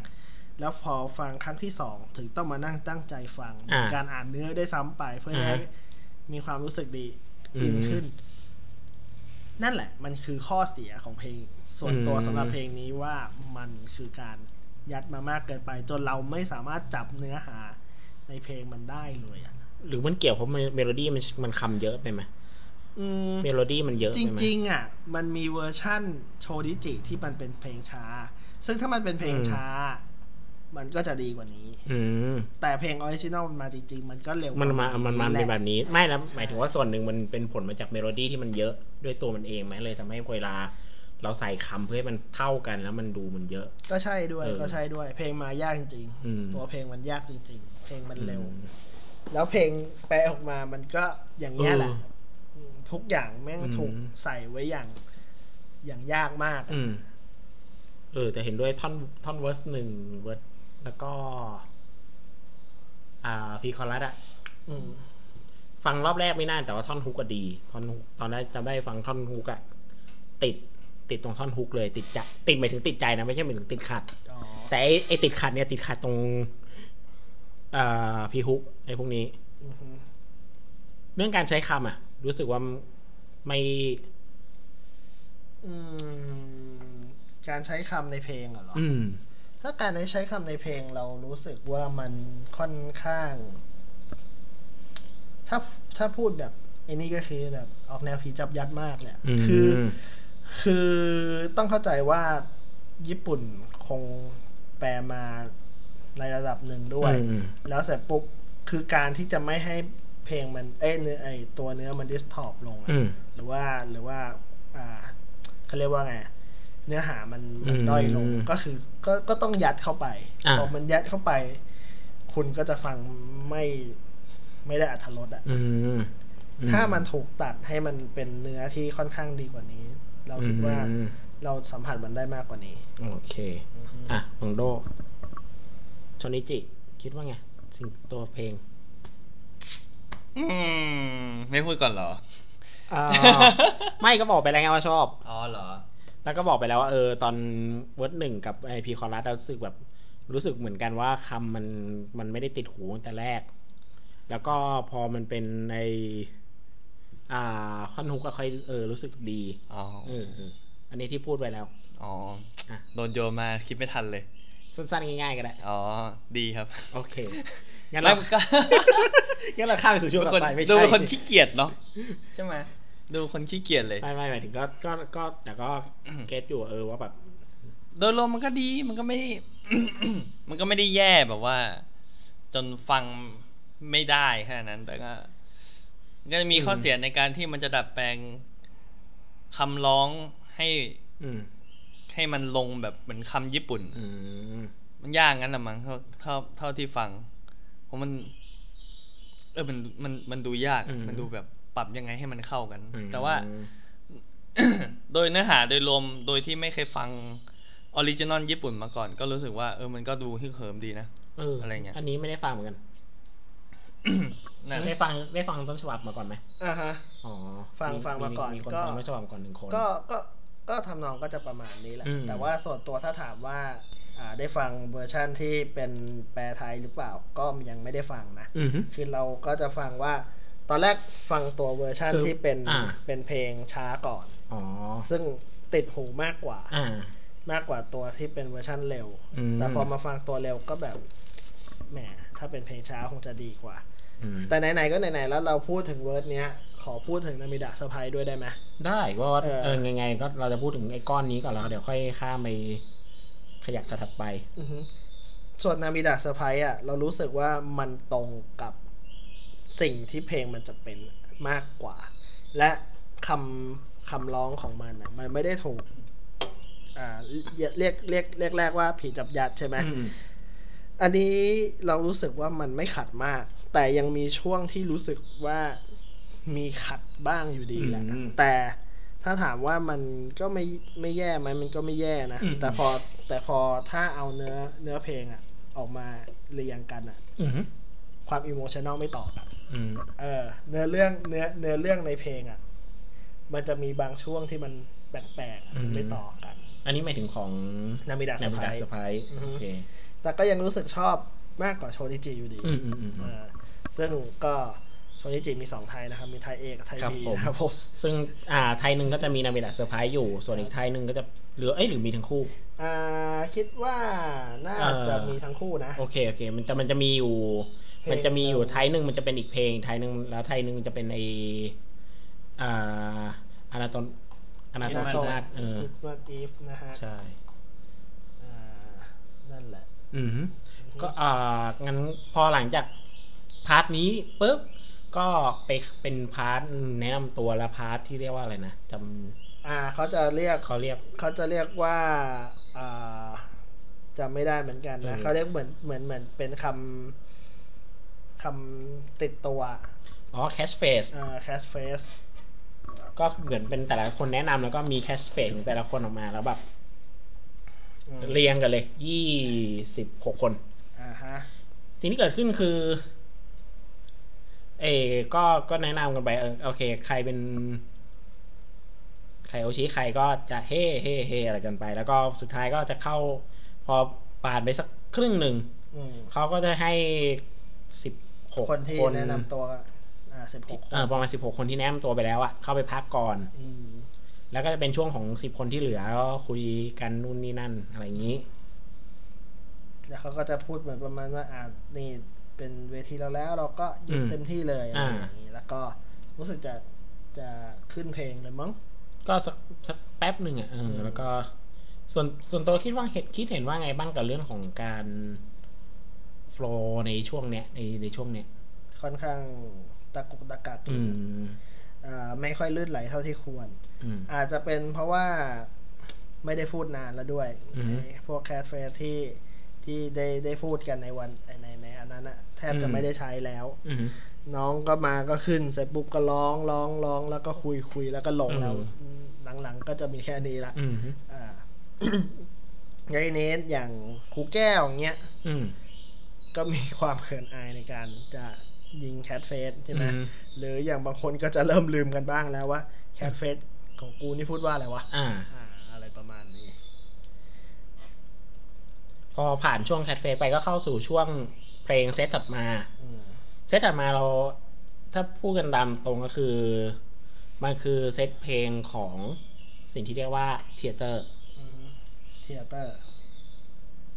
แล้วพอฟังครั้งที่สองถึงต้องมานั่งตั้งใจฟัง
อ่า
การอ่านเนื้อได้วยซ้ำไปเพื่อให้
อ่าฮะ
มีความรู้สึกดี
อื
ยิ่
ม
งขึ้น นั่นแหละ มันคือข้อเสียของเพลง ส่วนตัว
อืม
สำหรับเพลงนี้ว่ามันคือการยัดมามากเกินไป จนเราไม่สามารถจับเนื้อหาในเพลงมันได้เลยอ่ะ
หรือมันเกี่ยวเพราะเมโลดี้มันมันคำเยอะไปไหม
อืม
เมโลดี้มันเยอะ
จ
ไปไหม
ริงๆอ่ะมันมีเวอร์ชั่นโชดิจิที่มันเป็นเพลงช้า ซึ่งถ้ามันเป็นเพลง
อืม
ช้า มันก็จะดีกว่านี้
อืม
แต่เพลงออริจินอลมันมาจริง ๆ มันก็เร็วกว่
มันมามันมันเป็น
แห
แบ
ละ
บนี้ ไม่แล้ว
ใช่
หมายถึงว่าส่วนหนึ่งมันเป็นผลมาจากเมโลดี้ที่มันเยอะด้วยตัวมันเองไหมเลยทำให้เวลา เราใส่คำเพื่อให้มันเท่ากันแล้วมันดูมันเยอะ
ก็ใช่ด้วย
เออ
ก็ใช่ด้วย เพลงมายากจริง
อืม
ๆตัวเพลงมันยากจริง ๆ เพลงมันเร็ว
อืม
แล้วเพลงแปลออกมามันก็อย่างเงี้ยแหละ
เออ
อืมทุกอย่างแม่ง
อืม
ถูกใส่ไว้อย่าง อย่างยากมากอะ
อืม เออ แต่เห็นด้วยท่อนท่อนเวอร์สหนึ่งเวอร์สแล้วก็ อ่าพีคอรัสอะ
อืม
ฟังรอบแรกไม่น่าแต่ว่าท่อนฮุกก็ดีท่อนฮุกตอนแรกจำได้ฟังท่อนฮุกอะติดติดตรงท่อนฮุกเลยติดใจติดหมายถึงติดใจนะไม่ใช่หมายถึงติดขัด
อ๋อ
แต่ไอไอติดขัดเนี่ยติดขัดตรงเอ่อพีฮุกไอพวกนี้
อือฮึ
เรื่องการใช้คำอ่ะ รู้สึกว่าไม่
อืมการใช้คำในเพลงอะเหรอ
อืม
ถ้าการได้ใช้คำในเพลงเรารู้สึกว่ามันค่อนข้าง ถ้าถ้าพูดแบบไอ้นี่ก็คือแบบ ออกแนวผีจับยัดมากเลยอะคือ คือต้องเข้าใจว่าญี่ปุ่นคงแปลมาในระดับหนึ่งด้วย แล้วเสร็จปุ๊บคือการที่จะไม่ให้เพลงมันเอ้ยเนื้อไอตัวเนื้อมันดิสทอปลงอะ
อืม
หรือว่าหรือว่า อ่าเขาเรียกว่าไงอะเนื้อหามันมัน
อืม
ด้อยลงก็คือ ก็ก็ต้องยัดเข้าไป
อ่า
พอมันยัดเข้าไป คุณก็จะฟังไม่ไม่ได้อัธรสอะ
อืม
ถ้ามันถูกตัดให้มันเป็นเนื้อที่ค่อนข้างดีกว่านี้ เราคิดว่า
อืม
เราสัมผัสมันได้มากกว่านี้
โอเค อ่ะของโดชนิจิ คิดว่าไง สิ่งตัวเพลง
อืมไม่พูดก่อนเหรอ
อ่า
<laughs>
ไม่ก็บอกไปแล้วไงว่าชอบ
อ๋อเหรอ
แล้วก็บอกไปแล้วว่าเออตอนเวิร์ดหนึ่งกับไอพีคอรัสเรารู้สึกแบบรู้สึกเหมือนกันว่าคำมันมันไม่ได้ติดหูตั้งแต่แรก แล้วก็พอมันเป็นในอ่าค่อนฮุกก็ค่อยเออรู้สึกดี
อ๋อ
เออเอออันนี้ที่พูดไปแล้ว
อ๋อ
อ่ะ
โดนโยนมาคิดไม่ทันเลย
สั้นๆง่ายๆก็ได้
อ๋อ ดีครับ
โอเค งั้นเรา
ก็
งั้นเราข้ามไปสู่ช่วง
เป็น
ต่
ค
อน ไปไม่
ดู
ใช่
เป็นคนขี้เกียจเนาะใช่ไหมดูคนขี้เกียจเลย
ไม่ไม่หมายถึงก็ก็ก็แต่ก็เก็ตอยู่เออว่าแบบ
โดยรวมมันก็ดีมันก็ไม่ <coughs> ได้ มันก็ไม่ได้แย่แบบว่า จนฟังไม่ได้ขนาดนั้น แต่ก็มันก็จะมีข้อ
อืม
เสียในการที่มันจะดัดแปลงคำร้องให้
อืม
ให้มันลงแบบเหมือนคำญี่ปุ่น
อืม
มันยากงั้นละมั้งเท่าเท่าเท่าที่ฟัง เพราะมัน เออมันมันมันดูยากมันดูแบบปรับยังไงให้มันเข้ากัน
อืม
แต่ว่า <coughs> โดยเนื้อหาโดยรวมโดยที่ไม่เคยฟังออริจินอลญี่ปุ่นมาก่อน ก็รู้สึกว่าเออมันก็ดูฮึกเหิมดีนะ
เอออะไร
เงี้ย
อันนี้ไม่ได้ฟังเหมือนกัน
นะ
ได้ฟังได้ฟังต้นฉบับมาก่อนไหม
อ่าฮะ
อ๋อ
ฟังฟังมาก่อน
มีคน
ก็
ฟังต้นฉบับมาก่อนหนึ่งคน
ก็ก็ก็ทำนองก็จะประมาณนี้แหละ
อืม
แต่ว่าส่วนตัวถ้าถามว่า อ่าได้ฟังเวอร์ชั่นที่เป็นแปลไทยหรือเปล่า ก็ยังไม่ได้ฟังนะ
อือฮึ
คือเราก็จะฟังว่า ตอนแรกฟังตัวเวอร์ชั่น
คือ
ที่เป็น
อ่า
เป็นเพลงช้าก่อน
อ๋อ
ซึ่งติดหูมากกว่า
อ่า
มากกว่าตัวที่เป็นเวอร์ชั่นเร็ว
อืม
แต่พอมาฟังตัวเร็วก็แบบแหมถ้าเป็นเพลงช้าคงจะดีกว่า
อืม
แต่ไหนๆก็ไหนๆแล้วเราพูดถึงเวิร์ดเนี้ย ขอพูดถึงนามิดะสะพายด้วยได้ไหม
ได้ว่า
เออ
เออยังไงก็เราจะพูดถึงไอ้ก้อนนี้ก่อนแล้วเดี๋ยวค่อยข้ามไปขยักถัดๆไป
อือฮึส่วนนามิดะเซอร์ไพรส์อ่ะ เรารู้สึกว่ามันตรงกับสิ่งที่เพลงมันจะเป็นมากกว่า และคำคำร้องของมันอ่ะ มันไม่ได้ถูก อ่าเรียกเรียกเรียกเรียกแรกว่าผีจับยัดใช่ไหม
อืม
อันนี้เรารู้สึกว่ามันไม่ขัดมาก แต่ยังมีช่วงที่รู้สึกว่ามีขัดบ้างอยู่ดีแหละ
อืม
แต่ถ้าถามว่ามันก็ไม่ไม่แย่ไหมมันก็ไม่แย่นะ
อืม
แต่พอแต่พอถ้าเอาเนื้อเนื้อเพลงอะออกมาเรียงกันอะ
อือฮึ
ความอิโมชัน a ลไม่ต่อกัน
อืม
เออ เนื้อเรื่องเนื้อเนื้อเรื่องในเพลงอะมันจะมีบางช่วงที่มันแปลกๆอะมันไม่ต่อกัน
อันนี้หมายถึงของ
นามิดาส
นามิดา
ไพาย
สไป
อือฮึ
โอเค
แต่ก็ยังรู้สึกชอบมากกว่าโชติจิอยู่ดี
อืมอืมอืมอืม
อ่าซึ่งก็โชติจิมีสองไทยนะครับ มีไทยเอกับไทย
ครับ
บี
ผม
นะครับผม
ซึ่งอ่าไทยหนึ่งก็จะมีนามิดาเซอร์ไพรส์อยู่ ส่วนอีกไทยหนึ่งก็จะเหลือเอ้ยหรือมีทั้งคู่
อ่าคิดว่าน่าจะ
เอ่อ
มีทั้งคู่นะ
โอเคโอเค มันจะมันจะมีอยู่
เพลง
มันจะมีอยู่ไทยหนึ่งมันจะเป็นอีกเพลงไทยหนึ่งแล้วไทยหนึ่งจะเป็นไออ่าอนาตอนอนาตอน
คิดว่า
ชนาดเออ
คิดว่าอีฟนะฮะ
ใช่
อ่านั่นแหละ
อืมก็อ่างั้นพอหลังจากพาร์ทนี้ปุ๊บก็ไปเป็นพาร์ทแนะนำตัวและพาร์ทที่เรียกว่าอะไรนะจำ
อ่าเขาจะเรียก
เขาเรียก
เขาจะเรียกว่าอ่าจำไม่ได้เหมือนกันนะ
เออ
เขาเรียกเหมือนเหมือนเหมือนเป็นคำคำติดตัว
อ๋อแคชเฟส
อ่าแคชเฟส
ก็เหมือนเป็นแต่ละคนแนะนำแล้วก็มีแคชเฟสของแต่ละคนออกมาแล้วแบบเรียงกันเลยยี่สิบหกคน
อ่าฮะ
สิ่งที่เกิดขึ้นคือ เออก็ก็แนะนำกันไปเออโอเค ใครเป็นใครโอชิใครก็จะเฮ่เฮ่เฮ่อะไรกันไป แล้วก็สุดท้ายก็จะเข้า พอผ่านไปสักครึ่งหนึ่ง
อืม
เขาก็จะให้สิบหก
คนที่แนะนำตัวก็อ่าสิบหกคน
เออประมาณสิบหกคนที่แนะนำตัวไปแล้วอะเข้าไปพักก่อน
อืม
แล้วก็จะเป็นช่วงของสิบคนที่เหลือก็คุยกันนู่นนี่นั่นอะไรอย่างนี้
แล้วเขาก็จะพูดเหมือนประมาณว่าอ่านี่เป็นเวทีเราแล้ว เราก็ยึด
อืม
เต็มที่เลยอะไร
อ่า
อย่างนี้แล้วก็รู้สึกจะจะขึ้นเพลงเลยมั้ง
ก็สักสักแป๊บหนึ่งอ่ะเออ
ม
แล้วก็ส่วนส่วนตัวคิดว่าเห็นคิดเห็นว่าไงบ้างกับเรื่องของการโฟลในช่วงเนี้ยในในช่วงเนี้ย
ค่อนข้างตะกุกตะกัก
อืม
อ่าไม่ค่อยลื่นไหลเท่าที่ควร
อืม
อาจจะเป็นเพราะว่าไม่ได้พูดนานแล้วด้วย
อือฮึ
ไอ้พวกแคสเฟสที่ที่ได้ได้พูดกันในวันในในในอันนั้นอะแทบจะ
อืม
ไม่ได้ใช้แล้ว
อืม
น้องก็มาก็ขึ้นเสร็จปุ๊บก็ร้องร้องร้องแล้วก็คุยคุยแล้วก็ลง
อืม
แล้วหลังๆก็จะมีแค่นี้ละ
อืม
อ่า <coughs> แล้วทีนี้อย่างครูแก้วอย่างเงี้ย
อืม
ก็มีความเขินอายในการจะยิงแคทเฟสใช่ไหม
อื
หรืออย่างบางคนก็จะเริ่มลืมกันบ้างแล้วว่าแคทเฟสของกูนี่พูดว่าอะไรวะ
อ่า
อ่า อะไรประมาณนี้
พอผ่านช่วงแคทเฟสไปก็เข้าสู่ช่วงเพลงเซตถัดมา
อืม
เซตถัดมาเราถ้าพูดกันตามตรงก็คือ มันคือเซตเพลงของสิ่งที่เรียกว่าเทเตอร์
เทียเตอร์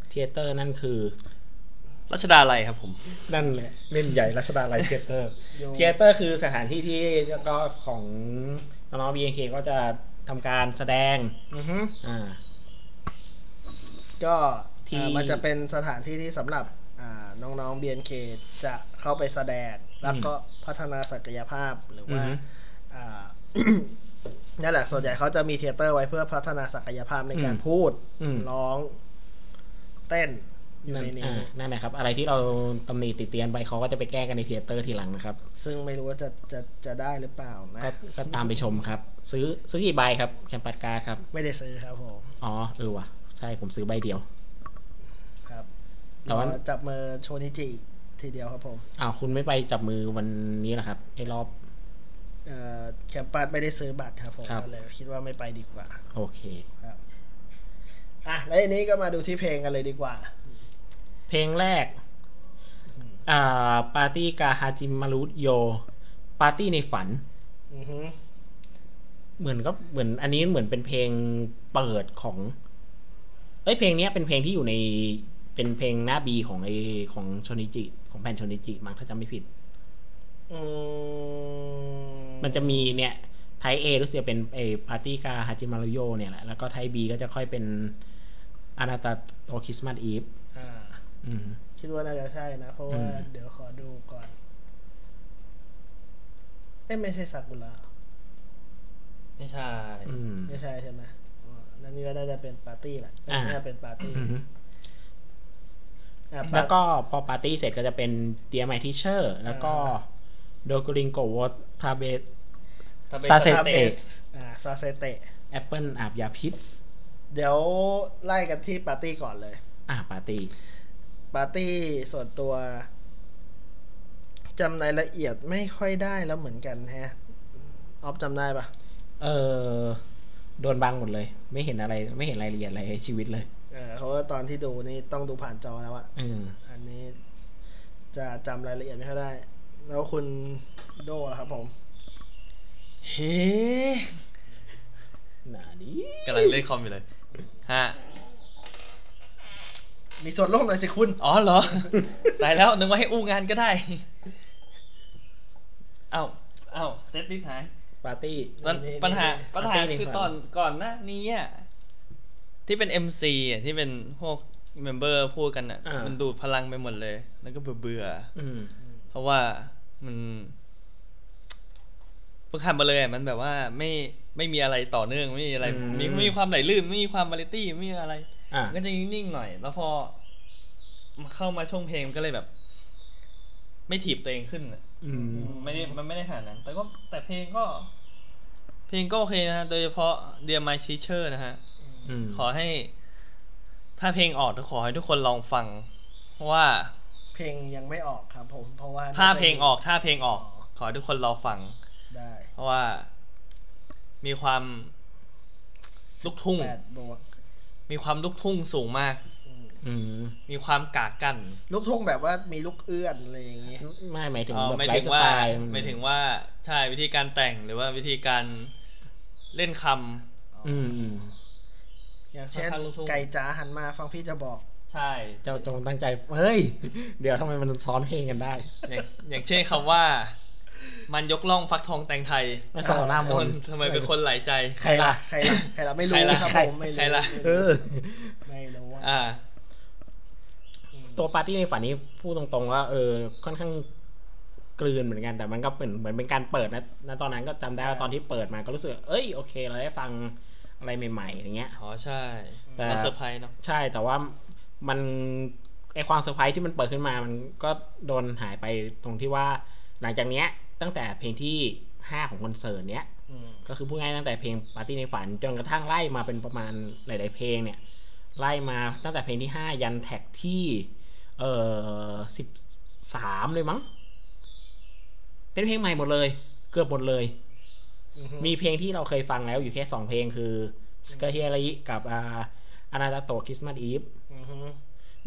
เทเตอร์นั่นคือ
รัชดาอะไรครับผม
นั่นแหละเล่นใหญ่รัชดาลัยเทเตอร์
โย
เทเตอร์คือสถานที่ที่แล้วก็ของน้องๆ BNK ก็จะทำการแสดง
อือฮึ
อ่า
ก็
ที่
อ่ามันจะเป็นสถานที่ที่สำหรับอ่าน้องๆ BNK จะเข้าไปแสดง แล้วก็พัฒนาศักยภาพหรือว่าอ่า <coughs> นั่นแหละ ส่วนใหญ่เขาจะมีเทยเตอร์ไว้เพื่อพัฒนาศักยภาพในการ
อืม
พูด
อืม
ร้อง เต้นอยู่
นั่น
ในนี้
อ่านั่นแหละครับ อะไรที่เราตำหนิติเตียนไปเขาก็จะไปแก้กันในเทเตอร์ทีหลังนะครับ
ซึ่งไม่รู้ว่าจะจะจะได้หรือเปล่านะ
ก็ก็ตามไปชมครับ ซื้อซื้อกี่ใบครับ แคมปัสการ์ดครับ
ไม่ได้ซื้อครับผม
อ๋อ เออว่ะ ใช่ผมซื้อใบเดียว
ครับ
แต่ว่า
เดี๋ยวจับมือโชนิจิทีเดียวครับผม
อ้าวคุณไม่ไปจับมือวันนี้เหรอครับไอ้รอบ
เอ่อแคมปัสไม่ได้ซื้อบัตรครับผม
ครับ
ก็เลยคิดว่าไม่ไปดีกว่า
โอเค
อ่ะแล้วอันนี้ก็มาดูที่เพลงกันเลยดีกว่า
เพลงแรก
อืม
อ่า ปาร์ตี้กาฮาจิมารุโย ปาร์ตี้ในฝัน
อือฮึ
เหมือนก็เหมือนอันนี้เหมือนเป็นเพลงเปิดของ เอ้ยเพลงเนี้ยเป็นเพลงที่อยู่ในเป็นเพลงหน้าบีของไอของชนิจิ ของแผ่นชนิจิมั้งถ้าจำไม่ผิด
อืม
มันจะมีเนี่ยไทยเอรู้สึกจะเป็นไอปาร์ตี้กาฮาจิมารุโยเนี่ยแหละแล้วก็ไทยบีก็จะค่อยเป็นอนาตาโตคริสต์มาสอีฟ
อ่า
อืม
คิดว่าน่าจะใช่นะ เพราะว่า
อืม
เดี๋ยวขอดูก่อน เอ้ยไม่ใช่ซากุระ
ไม่ใช่
อืม
ไม่ใช่ใช่ไหมอ๋อนั่นนี่ก็น่าจะเป็นปาร์ตี้แหละ
อ่า
น่าจะเป็นปาร์ตี้
อืม
อ่ะปาร์
แล้วก็พอปาร์ตี้เสร็จก็จะเป็นเดียมายทิเชอร์แล้วก็โดกุริงโกวอทาเบ ซาเซเตะ
อ่าซาเซเตะ
แอปเปิลอาบยาพิษ
เดี๋ยวไล่กันที่ปาร์ตี้ก่อนเลย
อ่าปาร์ตี้
ปาร์ตี้ส่วนตัวจำรายละเอียดไม่ค่อยได้แล้วเหมือนกันแฮะออฟจำได้ปะ
เออ โดนบังหมดเลย ไม่เห็นอะไร ไม่เห็นรายละเอียดอะไรในชีวิตเลย
เออเพราะว่าตอนที่ดูนี่ต้องดูผ่านจอแล้วอะ
เออ
อันนี้จะจำรายละเอียดไม่ค่อยได้ แล้วคุณโดล่ะครับผม
เฮ้
หนาดี
กำลังเล่นคอมอยู่เลยฮะ
มีส่วนร่วมหน่อยสิคุณ
อ๋อเหรอ <laughs> ตายแล้วนึกว่าให้อู้งานก็ได้ <laughs> เอ้าเอ้าเซตลิสต์หาย
ปาร์ตี้
ปัญ
นี่
ปัญหา
นี่
ปัญหา
ปาร์ตี้
คื
ห
อ
นึ่ง
ต
ก่
อ
อน น
ก่อนหน้านี้อะที่เป็น MC อ่ะที่เป็นพวกเมมเบอร์พูดกันอ่ะ
อ่ามั
มันดูดพลังไปหมดเลย แล้วก็เบื่อเบื่อ
อืม
ๆเพราะว่ามันเพิ่งทำมาเลยอะมันแบบว่าไม่ไม่มีอะไรต่อเนื่องไม่มีอะไร
อืม
มีไม่มีความไหลลื่นไม่มีความบาลิตี้ไม่มีอะไร
อ่ะ
ก็จะนิ่งๆหน่อย แล้วพอมาเข้ามาช่วงเพลงก็เลยแบบ ไม่ถีบตัวเองขึ้นอะ
อืม
ไม่ได้มันไม่ได้ขนาดนั้น แต่ก็แต่เพลงก็ เพลงก็โอเคนะ โดยเฉพาะ Dear My Teacher นะฮะ
อืม
ขอให้ ถ้าเพลงออกก็ขอให้ทุกคนลองฟัง เพราะว่า
เพลงยังไม่ออกครับผม เพราะว่า
ถ้าเพลงออกถ้าเพลงออก ขอให้ทุกคนรอฟัง
ได้
เพราะว่า มีความลูกทุ่ง
แปดบวก
มีความลูกทุ่งสูงมาก
อืม
อืม
มีความกากัน
ลูกทุ่งแบบว่ามีลูกเอื้อนอะไรอย่างงี้
ไม่หมายถึง
เอ่อ
แบบ
ไม่
ไล
ถึ
ฟ์
ง
ส
ว่า
ไตล์น
ไม่ถึงว่าใช่วิธีการแต่งหรือว่าวิธีการเล่นคำ
อืมอืม
อย่างเช่น
ค่อนข้างลูกทุ่ง
ไก่จ๋าหันมาฟังพี่จะบอก
ใช่
เจ้าจงตั้งใจ เฮ้ย เดี๋ยวทำไมมันซ้อนเพลงกันได้
อย่างอย่างเช่นคำว่า มันยกล่องฟักทองแตงไทย
มันสองหน้าม
คน น
ต์
ทำไมเป็นคนหลายใจ
ใครล่ะ
ใครล่ะใครล่ะไม่รู้
ใครล่ะ
ครับผมไม่รู้
ใครล่ะ
เออ
ไม่รู้ว่า
อ่า
ตัวปาร์ตี้ในฝันนี้พูดตรงๆว่าเออค่อนข้างกลืนเหมือนกันแต่มันก็เป็นเหมือนเป็นการเปิดนะณตอนนั้นก็จำได้ว่าตอนที่เปิดมาก็รู้สึกเอ้ยโอเค เราได้ฟังอะไรใหม่ๆอย่างเงี้ย
อ๋อใช่
แต่
แล้วเซอร์ไพรส์เนาะ
ใช่แต่ว่ามันไอความเซอร์ไพรส์ที่มันเปิดขึ้นมา มันก็โดนหายไปตรงที่ว่า หลังจากเนี้ยตั้งแต่เพลงที่ห้าของคอนเสิร์ตเนี้ย
อืม
ก็คือพูดง่ายๆตั้งแต่เพลงปาร์ตี้ในฝันจนกระทั่งไล่มาเป็นประมาณหลาย ๆ เพลงเนี่ยไล่มาตั้งแต่เพลงที่ 5 ยันแท็กที่เอ่อสิบสามเลยมั้ง เป็นเพลงใหม่หมดเลย เกือบหมดเลย
อือฮึ
มีเพลงที่เราเคยฟังแล้วอยู่แค่ 2 เพลงคือสเกเฮียริกับอาอนาตโตคริสต์มาสอีฟ
อือฮึ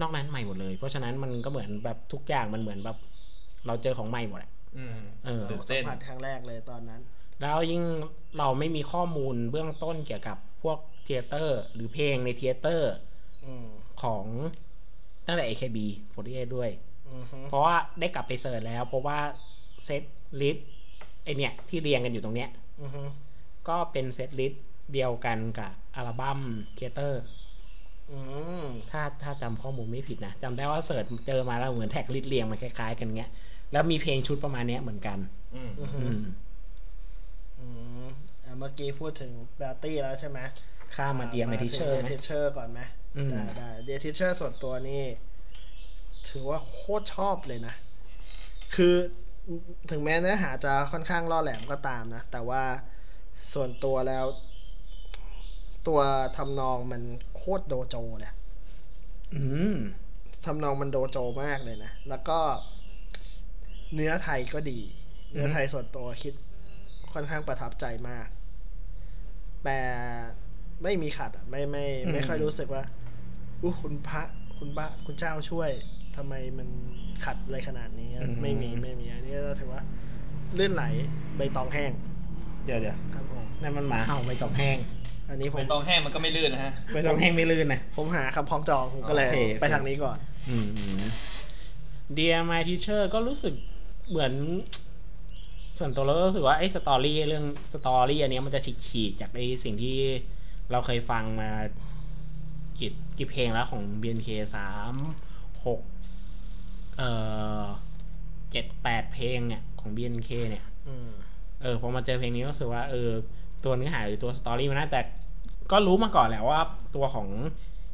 นอกนั้นใหม่หมดเลย เพราะฉะนั้นมันก็เหมือนแบบทุกอย่างมันเหมือนแบบ เราเจอของใหม่หมดอะ
อืม
เออ
ตื่น
สั
เต้
ม
น
ผัสครั้งแรกเลยตอนนั้น
แล้วยิ่งเราไม่มีข้อมูลเบื้องต้นเกี่ยวกับพวกเทยเตอร์ หรือเพลงในเทยเตอร์
อืม
ของตั้งแต่ AKB48 ด้วย
อือฮึ
เพราะว่าได้กลับไปเสิร์ชแล้ว เพราะว่าเซตลิสต์ไอเนี่ยที่เรียงกันอยู่ตรงเนี้ย
อือฮึ
ก็เป็นเซตลิสต์เดียวกันกับอัลบั้มเทยเตอร์
อืม
ถ้าถ้าจำข้อมูลไม่ผิดนะจำได้ว่าเสิร์ชเจอมาแล้วเหมือนแท็กลิสต์เรียงมันคล้ายๆ กันเงี้ย แล้วมีเพลงชุดประมาณเนี้ยเหมือนกัน
อืม
อือฮึ
อืม
อืมอ่ะเมื่อกี้พูดถึงปาร์ตี้แล้วใช่ไหม
ข้ามมาเดียมาทิเชอร์
เดทิเชอร์ก่อนไหม
อืม
ได้ได้เดทิเชอร์ส่วนตัวนี่ ถือว่าโคตรชอบเลยนะ คือถึงแม้เนื้อหาจะค่อนข้างล่อแหลมก็ตามนะ แต่ว่าส่วนตัวแล้ว ตัวทำนองมันโคตรโดโจเลย
อืม
ทำนองมันโดโจมากเลยนะ แล้วก็เนื้อไทยก็ดี เนื้อไทยส่วนตัวคิดค่อนข้างประทับใจมาก แต่ไม่มีขัดอะไม่ไม่ไม่ค่อยรู้สึกว่าอู้คุณพระคุณบะคุณเจ้าช่วยทำไมมันขัดอะไรขนาดนี้อะไม่มีไม่มีอันนี้ก็ถือว่าลื่นไหลใบตองแห้ง
เดี๋ยวเดี๋ยว
ครับผม
นั่นมันหมาเห่าไปตองแห้ง
อันนี้ผ
ไม่
ม
ต้องแห้งมันก็ไม่ลื่นนะฮะ
ไปตองแห้งไม่ลื่นนะ
ผมหาคำพ้องจองผมก็เลย
โอเคโอเค
ไปทางนี้ก่อน
เดียมาทีเชอร์ก็รู้สึกเหมือน ส่วนตัวเราก็รู้สึกว่าไอ้สตอรี่เรื่องสตอรี่อันเนี้ยมันจะฉีกฉีกๆจากไอ้สิ่งที่เราเคยฟังมากี่กี่เพลงแล้วของ BNK สามหกเอ่อเจ็ดแปดเพลงเนี่ยของ BNK เนี่ย
อืม
เออพอมาเจอเพลงนี้ก็รู้สึกว่าเออตัวเนื้อหาหรือตัวสตอรี่มันน่าแต่ก็รู้มาก่อนแหละว่าตัวของ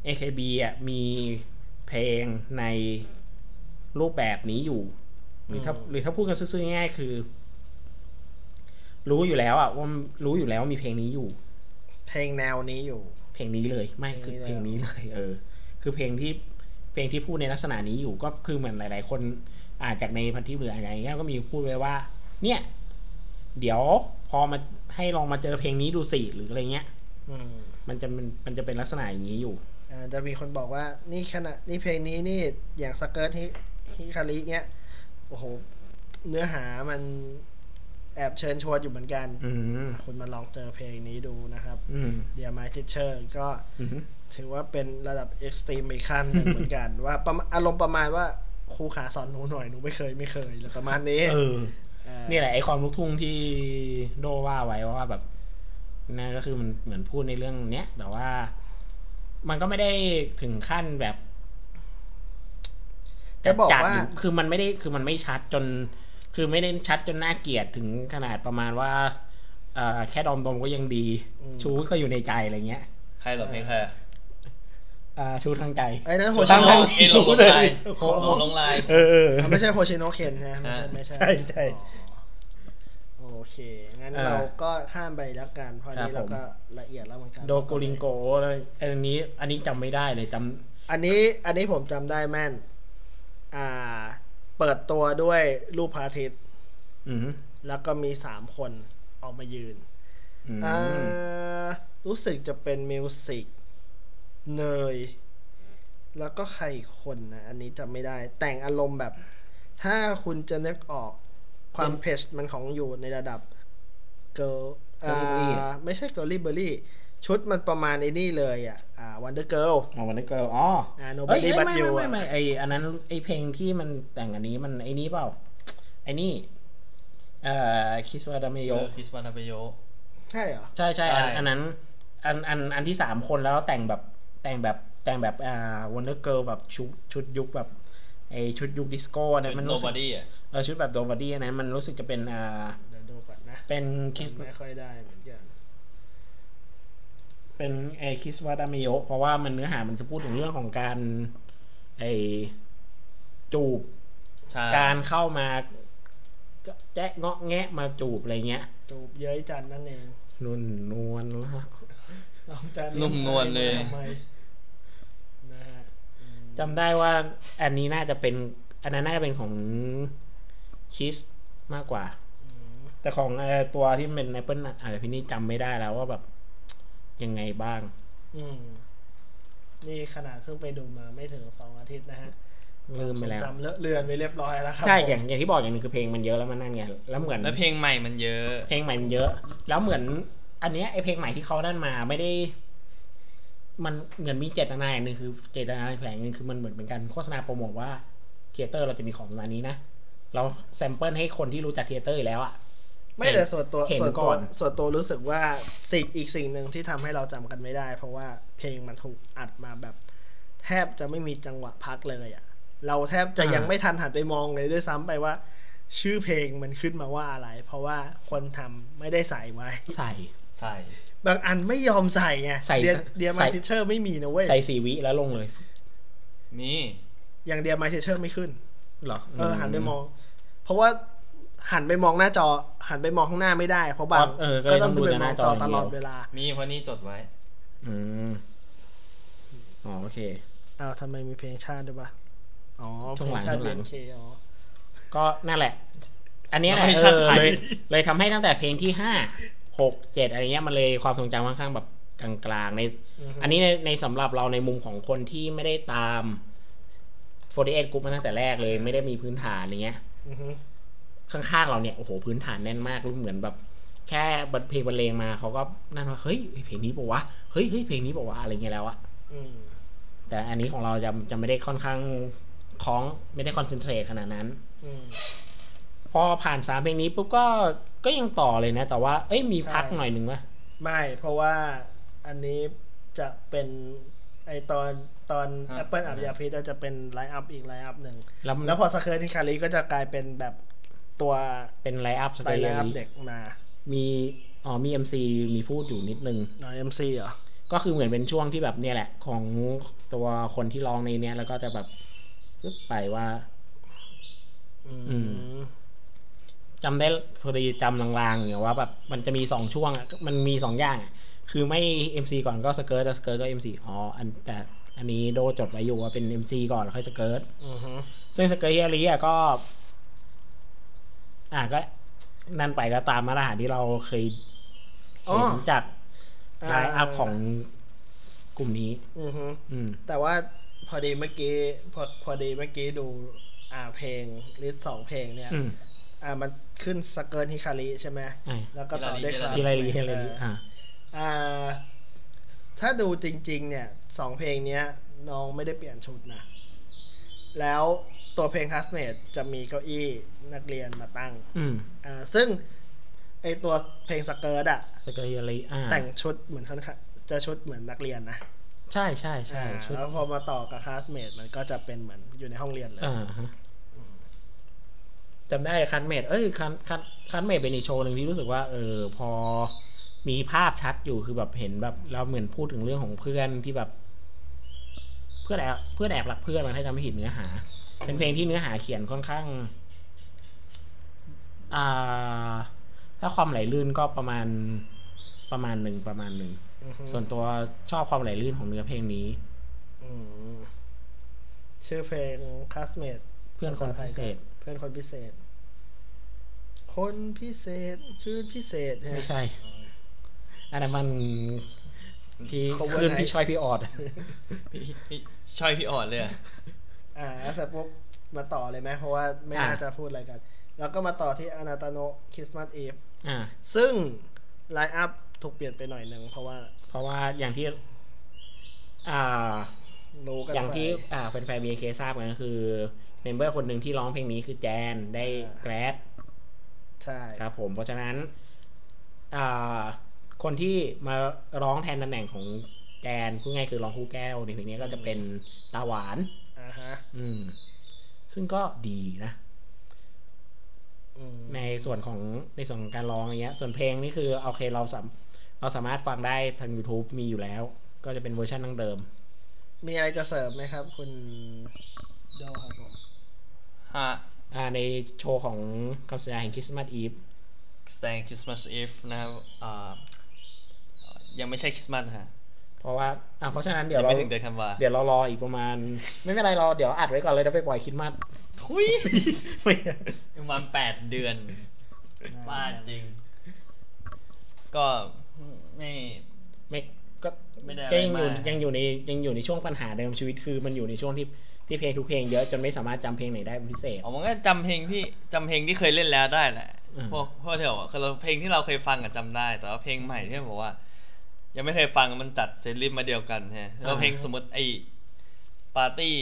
AKB อ่ะมีเพลงในรูปแบบนี้อยู่ หรือถ้า
อืม
หรือถ้าพูดกันซื่อๆง่ายๆคือ รู้อยู่แล้วอ่ะว่ารู้อยู่แล้วว่ามีเพลงนี้อยู่
เพลงแนวนี้อยู่
เพลงนี้เลยไม่คือ
เพ
เพ
ล
ล
ง
ง
นี้
นี้
เล
เลย ย เออ คือเพลงที่เพลงที่พูดในลักษณะนี้อยู่ก็คือเหมือนหลาย ๆ คนอาจจากในพันทิปหรืออะไรอย่างเงี้ยก็มีพูดไว้ว่า เนี่ย เดี๋ยวพอมาให้ลองมาเจอเพลงนี้ดูสิหรืออะไรเงี้ย
อืม
มันจะมันมันจะเป็นลักษณะอย่างนี้อยู่
อ่าจะมีคนบอกว่านี่ขณะนี่เพลงนี้นี่อย่างสเกิร์ตฮิฮิคาริเนี้ยโอ้โห เนื้อหามันแอบเชิญชวนอยู่เหมือนกัน
อืม
คุณมาลองเจอเพลงนี้ดูนะครับ
อืม
Dear My Teacher ก็
อืม
ถือว่าเป็นระดับเอ็กซ์ตรีมอีกขั้นหนึ่งเหมือนกัน ว่าประมาณอารมณ์ประมาณว่าครูขาสอนหนูหน่อยหนูไม่เคยไม่เคยอะไรประมาณนี้
เออ
เออ
นี่แหละไอความลูกทุ่งที่โดว่าไว้ว่าแบบนั่นก็คือมันเหมือนพูดในเรื่องเนี้ยแต่ว่า มันก็ไม่ได้ถึงขั้นแบบ
จะบอก
จัด
ว่า
หรืคือมันไม่ได้คือมันไม่ชัดจน คือไม่ได้ชัดจนน่าเกลียดถึงขนาดประมาณว่าเอ่อแค่ดอมดมก็ยังดี
อืม
ชูก็อยู่ในใจอะไรเงี้ย
ใครหรอไม่ใครอะ
อ่าชูทางใจ
ไอ้นั่นโฮ
โจ
ชิ
โล
โนะ
งเอยหลงลงลาย
โอ้โห
หลงลงลาย
เออเออ
<laughs>
<laughs>
มันไม่ใช่โฮชิโนะเคนนะไม่ใช่
อ่า
ไม่
ใช่
ใช่
ใช่
อ๋อโอเค งั้น
เออ
เราก็ข้ามไปแล้วกันเพราะอันนี้
ครับ
เรา
ผม
ก็ละเอียดแล้วเหมือนกัน
โดโกลิงโกอะไรอันนี้ อันนี้จำไม่ได้เลยจำ
อันนี้อันนี้ผมจำได้แม่น อ่า เปิดตัวด้วยรูปพระอาทิตย์
อืม
แล้วก็มีสามคนออกมายืน
อืม
อ่ารู้สึกจะเป็นมิวสิกเนย แล้วก็ใครอีกคนนะ อันนี้จำไม่ได้ แต่งอารมณ์แบบ ถ้าคุณจะนึกออกความเพชมันของอยู่ในระดับเกิร์ลอ่าไม่ใช่เกิร์ลี่เบอร์รี่ ชุดมันประมาณไอ้นี่เลยอ่ะอ่าวันเดอร์เกิล
อ๋อวันนี้เกิลอ๋อ
อ่าโนบ
เอ้ย
ดี้
ไม่
บัต
ไม่
ยู
ไม่ไม่ไออันนั้นไอเพลงที่มันแต่งอันนี้มันไอนี้เปล่าไอนี่เอ่อคิสวาดามโย
เออคริสวานาเปโย
ใช่เหรอ
ใช่ใช่อัน
ใช่
อันนั้นอันอันอันที่สามคนแล้วแต่งแบบแต่งแบบแต่งแบบอ่าวันเดอร์เกิลแบบชุดชุดยุคแบบไอชุดยุคดิสโก้อันนั้นมัน
โน
รู้สึ
บ
ก
อดี้อ่ะ
เออชุดแบบโดบอดี้อันนั้นมันรู้สึกจะเป็นอ่า
เดี๋ยวดูก่อนนะ
เป็นคิส
จำไม่ค่อยได้เหมือนกัน
เป็นไอคิสวาดามโยเพราะว่ามันเนื้อหามันจะพูดถึงเรื่องของการไอจูบ
ใช่
การเข้ามาแจ๊ะเงาะแงะมาจูบอะไรเงี้ย
จูบเย้ยจันทร์นั่นเอง
นุ่นนวลละ
น้องจันทร์
นุ่มนวลเลย
ทำไมนะฮะอืม
จำได้ว่าอันนี้น่าจะเป็น อันนั้นน่าจะเป็นของคิสมากกว่า แต่ของเอ่อตัวที่เป็น a อ p เปิลอะไรพี่นี่จำไม่ได้แล้วว่าแบบยังไงบ้าง
อืม นี่ขนาดเพิ่งไปดูมาไม่ถึงสองอาทิตย์นะฮะ
ลืมไปแล้ว
จำเลอะเลือนไปเรียบร้อยแล้วครับ
ใช่
ผม
อย่างอย่างที่บอกอย่างหนึงคือเพลงมันเยอะแล้วมันนั่นไงแล้วเหมือน
แล้วเพลงใหม่มันเยอะ
เพลงใหม่มันเยอะ แล้วเหมือน อันเนี้ยไอเพลงใหม่ที่เขาด้านมาไม่ได้ มันเหมือนมีเจตนาอย่างหนึ่งคือเจตนาอีกแฝงหนึ่งคือมันเหมือนเป็นการโฆษณาโปรโมทว่าเทเตอร์เราจะมีของประมาณนี้นะ เราแซมเปิลให้คนที่รู้จักเทเตอร์อยู่แล้วอะ
ไม่แต่ส่วนตัว
เห็น
ส่วน
ก่
ตัว
อน
ส่วนตัวรู้สึกว่าสิ่งอีกสิ่งหนึ่งที่ทำให้เราจำกันไม่ได้ เพราะว่าเพลงมันถูกอัดมาแบบ แทบจะไม่มีจังหวะพักเลยอะ่ะ เราแทบจะยังไม่ทันหันไปมองเลยด้วยซ้ำไปว่า ชื่อเพลงมันขึ้นมาว่าอะไร เพราะว่าคนทำไม่ได้ใส่ไว้
ใส่
ใช่
บางอันไม่ยอมใส่ไง
ใส่
เดียเดีย
ใส่
มาทิเชอร์ไม่มีนะเว้ย
ใส่สีวิแล้วลงเลย
นี่
อย่างเดียมาทิเชอร์ไม่ขึ้น
เหรอ
เออหันไปมอง เพราะว่าหันไปมองหน้าจอ หันไปมองข้างหน้าไม่ได้ เพราะบาง
เออก็เลยต้องดู
ไป
แต่ห
มอ
น้าง จ
จ
ออ
อ
ย่าง
ต
เดียว
ลอดเวลา
มีเพราะนี่จดไว้
อืมอ๋อโอเค
อ้าวทำไมมีเพลงชาติด้วยปะอ๋อ
ช่วง
เพลง
หลัง
ชาติ
ช่วงห
เบ
ลัง
นเคอ๋อ
ก็นั่นแหละ อันเนี้ยแหละ
ไม่
เอ
ใช่
อ
ไทย
เลยเลยทำให้ตั้งแต่เพลงที่ห้าหกเจ็ดอะไรเงี้ยมันเลยความทรงจำค่อนข้างแบบกลางๆใน
ม
อันนี้ในในสำหรับเราในมุมของคนที่ไม่ได้ตาม48 Group มาตั้งแต่แรกเลย ไม่ได้มีพื้นฐานอะไรเงี้ย
อือฮึ
ข้างๆเราเนี่ย โอ้โห พื้นฐานแน่นมากรู้เหมือนแบบ แค่บทเพลงบรรเลงมาเขาก็นั่นว่า เฮ้ยเพลงนี้ปะวะ เฮ้ยเฮ้ยเพลงนี้ปะวะ อะไรเงี้ยแล้วอะ
อืม
แต่อันนี้ของเราจะจะไม่ได้ค่อนข้างคล้องไม่ได้คอนเซนเทรตขนาดนั้น
อืม
พอผ่านสามเพลงนี้ปุ๊บก็ก็ยังต่อเลยนะ แต่ว่าเอ้ยมีพัก
ใช่
หน่อยหนึ่งวะ
ไม่เพราะว่าอันนี้จะเป็นไอตอนตอน
ฮะ
แอปเปิลอัพยาพิษจะเป็นไลน์อัพอีกไลน์อัพหนึ่ง
แล้วมัน
แล้วพอสเคอร์ที่คาริก็จะกลายเป็นแบบตัว
เป็นไลอัพส
ไล
เตย์
น์อัพเด็กมา
มีอ๋อมี MC มีพูดอยู่นิดนึง
อ๋อเอ็มซีเหรอ
ก็คือเหมือนเป็นช่วงที่แบบเนี่ยแหละ ของตัวคนที่ร้องในเนี้ยแล้วก็จะแบบปึ๊บไปว่า
อืม
อื จำได้พอดีจำลางๆอย่างว่าแบบมันจะมีสองช่วงอะมันมีสองอย่างอะคือไม่ MC ก่อนก็สเกิร์ตแล้วสเกิร์ตก็ MC อ๋ออันแต่อันนี้โดจดไว้อยู่ว่าเป็น MC ก่อนแล้วค่อยสเกิร์ต
อือฮึ
ซึ่งสเกิร์ตเฮียรีอ่ะก็ อ่ะก็นั่นไปก็ตามมาตรฐานที่เราเคย
อ๋อ
เห็นจาก
า
ไลน์อัพของกลุ่มนี้
อือฮึ
อืม
แต่ว่าพอดีเมื่อกี้พอพอดีเมื่อกี้ดูอ่าเพลงลิสต์สองเพลงเนี่ย
อืม
อ่ามันขึ้นสเกิร์ตฮิคาริใช่ไหม
อ่ะ
แล้วก็ต่อด้วยคลาส
ฮิลารีฮิลารีอ่า
อ่า ถ้าดูจริง ๆ เนี่ยสองเพลงเนี้ย น้องไม่ได้เปลี่ยนชุดนะ แล้วตัวเพลง classmate จะมีเก้าอี้นักเรียนมาตั้ง
อืม
อ่าซึ่งไอตัวเพลงสเกิร์ตอะ
สเกอร์ฮิลารีอ่า
แต่งชุดเหมือนค่อนข้างจะชุดเหมือนนักเรียนนะ
ใช่ใช่ใช่
อ่า
ชุด
แล้วพอมาต่อกับคลาสเมทมันก็จะเป็นเหมือนอยู่ในห้องเรียนเลย
อ่าฮะจำได้คันเมดเอ้ยคันคันคันเมดเป็นอีกโชว์หนึ่งที่รู้สึกว่า เออ พอมีภาพชัดอยู่คือแบบเห็นแบบเราเหมือนพูดถึงเรื่องของเพื่อนที่แบบ เพื่อนแอบเพื่อนแอบรักเพื่อนมันถ้าจำไม่ผิดเนื้อหา เป็นเพลงที่เนื้อหาเขียนค่อนข้าง อ่า ถ้าความไหลลื่นก็ประมาณประมาณหนึ่งประมาณหนึ่ง
อือฮึ
ส่วนตัวชอบความไหลลื่นของเนื้อเพลงนี้
อืมชื่อเพลงคลาสเมท
เพื่อนคนพิเศษ
เพื่อนคนพิเศษ คนพิเศษชื่อพิเศษใช่ไหม
ไม่ใช่ อันนั้นมันพี่
Cover
คืน
Night
พี่ชอยพี่ออด <laughs>
พี่พี่ช่อยพี่อ่อนเลยอะ
อ่าแล้วเสร็จปุ๊บมาต่อเลยไหมเพราะว่าไม่น่า
อ่ะ
จะพูดอะไรกัน แล้วก็มาต่อที่อนาตาโนคริสต์มาสอีฟ
อ่า
ซึ่งไลน์อัพถูกเปลี่ยนไปหน่อยหนึ่งเพราะว่า
เพราะว่าอย่างที่ อ่า
รู้กัน
อย่างที่
ไป
อ่าแฟนๆ BK ทราบกันก็คือ เมมเบอร์คนหนึ่งที่ร้องเพลงนี้คือแจนได้
อ่า
แกรด
ใช่
ครับผม เพราะฉะนั้น อ่า คนที่มาร้องแทนตำแหน่งของแจนพูดง่ายๆคือร้องคู่แก้วในเพลงนี้ก็จะเป็นตาหวาน
อ่าฮะ
อืม ซึ่งก็ดีนะ
อืม
ในส่วนของในส่วนของการร้องอย่างเงี้ย ส่วนเพลงนี่คือโอเคเราสามเราสามารถฟังได้ทาง YouTube มีอยู่แล้ว ก็จะเป็นเวอร์ชันดั้งเดิม
มีอะไรจะเสริมไหมครับ คุณโดครับผม
ฮะ
อ่าในโชว์ของคำสัญญาแห่งคริสต์มาสอีฟ
แสดงคริสต์มาสอีฟนะครับอ่ายังไม่ใช่คริสต์มาสฮะ
เพราะว่าอ่าเพราะฉะนั้นเดี๋ยว
ยัง
เรา
ไม่ถึงเดือนธันวา
เดี๋ยวเรารออีกประมาณ ไม่เป็นไรรอเดี๋ยวอัดไว้ก่อนเลยแล้วไปปล่อยคริสต์มาส <laughs>
ทุยประมาณแปดเดือนบ้าจริง ก็ไม่
ไม่ก็
ไม่ได้อะไร
ก็ยังอยู่
มาก
ยังอยู่ในยังอยู่ในช่วงปัญหาเดิมชีวิตคือมันอยู่ในช่วงที่ที่เพลงทุกเพลงเยอะจนไม่สามารถจำเพลงไหนได้เป็นพิเศษ
อ๋อมันก็จำเพลงที่จำเพลงที่เคยเล่นแล้วได้แหละ
อืม
พวกพวกเถวอะคือเราเพลงที่เราเคยฟังอะจำได้ แต่ว่าเพลงใหม่ที่บอกว่า ยังไม่เคยฟังมันจัดเซตลิมมาเดียวกันฮะแล้วเพลงสมมติไอปาร์ตี้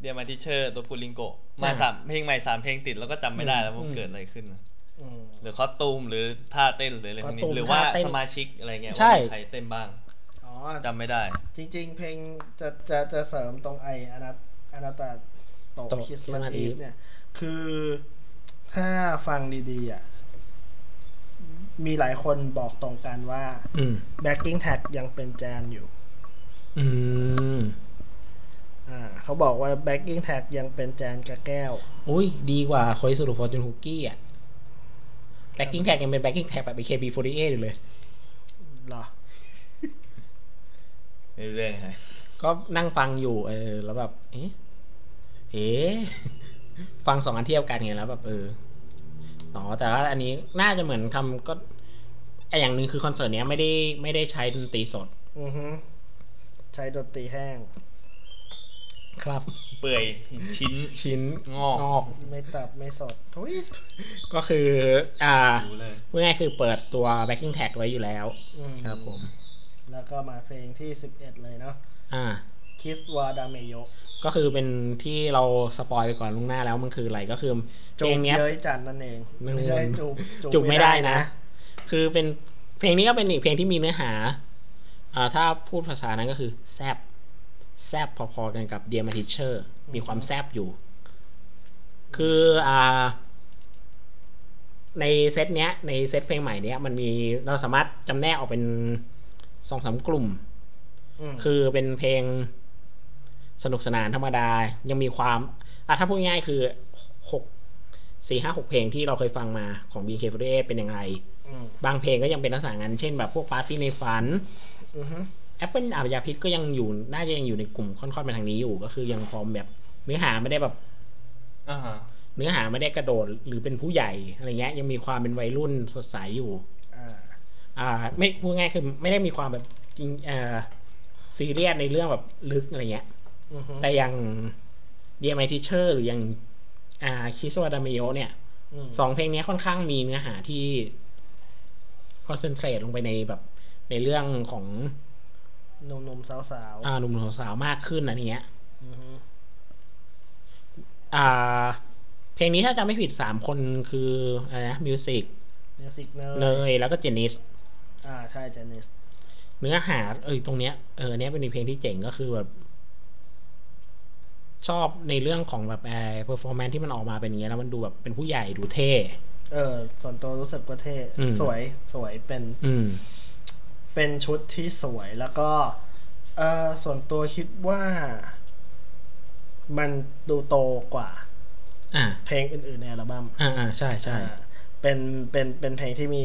เดียมาทิเชอร์ตัวกูลิงโกมาสามเพลงใหม่สามเพลงติดแล้วก็จำไม่ได้แล้วว่ามันเกิดอะไรขึ้นนะ
อืม
หรือคอสตูมหรือท่าเต้นหรืออะไรพว
ค
ก
อสตูม
นี้หรือว่า
ท่าเต้น
สมาชิกอะไรเงี้ย
ใช่
ว่ามีใครเต้นบ้าง
อ๋อ
จำไม่ได้
จริง ๆ เพลงจะจะจะเสริมตรงไออนาอนาตาโต
โต
คิส
Christmas
มา
Eve
อีฟเนี่ย คือถ้าฟังดีๆอ่ะ มีหลายคนบอกตรงกันว่า
อืม
แบ็กกิ้งแท็กยังเป็นแจนอยู่
อืม
อ่า เขาบอกว่าแบ็กกิ้งแท็กยังเป็นแจนกับแก้ว
อุ้ยดีกว่าคอยสรุปฟอร์จูนฮุกกี้อ่ะแบ็กกิ้งแท็กยังเป็นแบ็กกิ้งแท็กแบบ AKB48 อยู่เลย
เหรอ
ไม่รู้เรื่องไง
ก็นั่งฟังอยู่ เออ แล้วแบบ เอ๊ะเอ๊ะ <laughs> ฟังสองอันเทียบกันไงแล้วแบบเอออ๋อแต่ว่าอันนี้น่าจะเหมือนทำก็ไออย่างหนึ่งคือคอนเสิร์ตเนี้ยไม่ได้ไม่ได้ใช้ดนตรีสด
อือฮึใช้ดนตรีแห้ง
ครับ
เปื่อยชิ้น
ชิ้น
งอก
งอก
ไม่ตับไม่สดทุย
ก็คือ อ่า
รู้เลย
พูดง่ายๆคือเปิดตัวแบ็กกิ้งแท็กไว้อยู่แล้ว
อื
ครับผม
แล้วก็มาเพลงที่ 11 เลยเนาะ
อ่า
คิสวาดาเมโย
ก็คือเป็นที่เราสปอยไปก่อนล่วงหน้าแล้วมันคืออะไรก็คือเพ
จู
ล
บ
งเนี้ย
เย้ยจันทร์นั่นเอง
ไม่รู้
ไม่ใช่จูบ
จูบไม่ได้นะ คือเป็นเพลงนี้ก็เป็นอีกเพลงที่มีเนื้อหา อ่าถ้าพูดภาษานั้นก็คือแซบแซบพอๆกันกับ Dear My Teacher มีความแซบอยู่ คืออ่า ในเซตเนี้ย ในเซตเพลงใหม่เนี้ยมันมีเราสามารถจำแนกออกเป็นสองสามกลุ่ม
คือ
คือเป็นเพลงสนุกสนานธรรมดา ยังมีความอ่ะถ้าพูดง่ายๆคือหกสี่ห้าหกเพลงที่เราเคยฟังมาของ BK48 เป็นยังไง
ม
บางเพลงก็ยังเป็นลักษณะนั้นเช่นแบบพวกปาร์ตี้ในฝัน
อือฮึ
Apple อาบยาพิษก็ยังอยู่ น่าจะยังอยู่ในกลุ่มค่อนๆไปทางนี้อยู่ ก็คือยังพร้อมแบบเนื้อหาไม่ได้แบบ
อ่าฮะ
เนื้อหาไม่ได้กระโดดหรือเป็นผู้ใหญ่อะไรเงี้ยยังมีความเป็นวัยรุ่นสดใสอยู่
อ่า
อ่า ไม่พูดง่ายคือไม่ได้มีความแบบจริงอ่าซีเรียสในเรื่องแบบลึกอะไรเงี้ย
อือฮึ
แต่อย่าง DMI Teacher หรืออย่างอ่าคิสวาดามโยเนี่ย
ม
สองเพลงเนี้ยค่อนข้างมีเนื้อหาที่คอนเซนเทรตลงไปในแบบในเรื่องของ
หนุ่มหนุ่มสาวสาวๆ
อ่าหนุ่มๆสาวๆมากขึ้นอะไรเงี้ย
อือฮึ
อ่า เพลงนี้ถ้าจำไม่ผิดสามคนคืออะไรนะมิวสิก
เนสิกเนอ
เน
ร์
ยแล้วก็เจนิส
อ่าใช่เจนิส
เนื้อหา เอยตรงเนี้ยเอออนเนี้ยเป็นอีกเพลงที่เจ๋งก็คือแบบ ชอบในเรื่องของแบบแอร์เพอร์ฟอร์แมนที่มันออกมาเป็นอย่างเงี้ยแล้วมันดูแบบเป็นผู้ใหญ่ดูเท่
เออ ส่วนตัวรู้สึกว่าเท่
อืม
สวยสวยเป็น
อืม
เป็นชุดที่สวยแล้วก็เออส่วนตัวคิดว่า มันดูโตกว่า
อ่า
เพลงอื่น ๆ ในอัลบั้ม
อ่าอ่าใช่ใช่
อ่าเป็นเป็นเป็นเพลงที่มี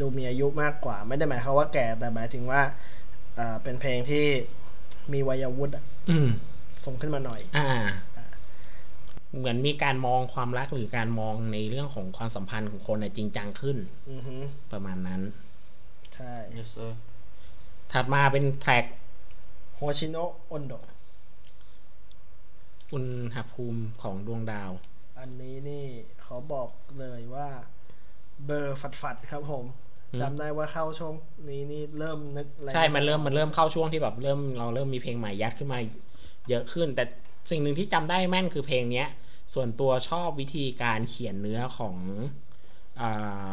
ดูมีอายุมากกว่า ไม่ได้หมายความว่าแก่แต่หมายถึงว่าเอ่อเป็นเพลงที่มีวัยวุฒิอะ
อืม
สูงขึ้นมาหน่อย
อ่า เหมือนมีการมองความรักหรือการมองในเรื่องของความสัมพันธ์ของคนน่ะจริงจังขึ้น
อือฮึ
ประมาณนั้น
ใช่
yes sir
ถัดมาเป็นแทร็ก
โฮชิโนะออนโดะ
อุณหภูมิของดวงดาว
อันนี้นี่เขาบอกเลยว่า เบอร์ฝัดฝัดๆครับผม
อืม
จำได้ว่าเข้าช่วงนี้นี่เริ่มนึกอะไร
ใช่ มันเริ่ม มันเริ่มเข้าช่วงที่แบบเริ่มเราเริ่มมีเพลงใหม่ยัดขึ้นมาเยอะขึ้น แต่สิ่งหนึ่งที่จำได้แม่นคือเพลงเนี้ย ส่วนตัวชอบวิธีการเขียนเนื้อของอ่า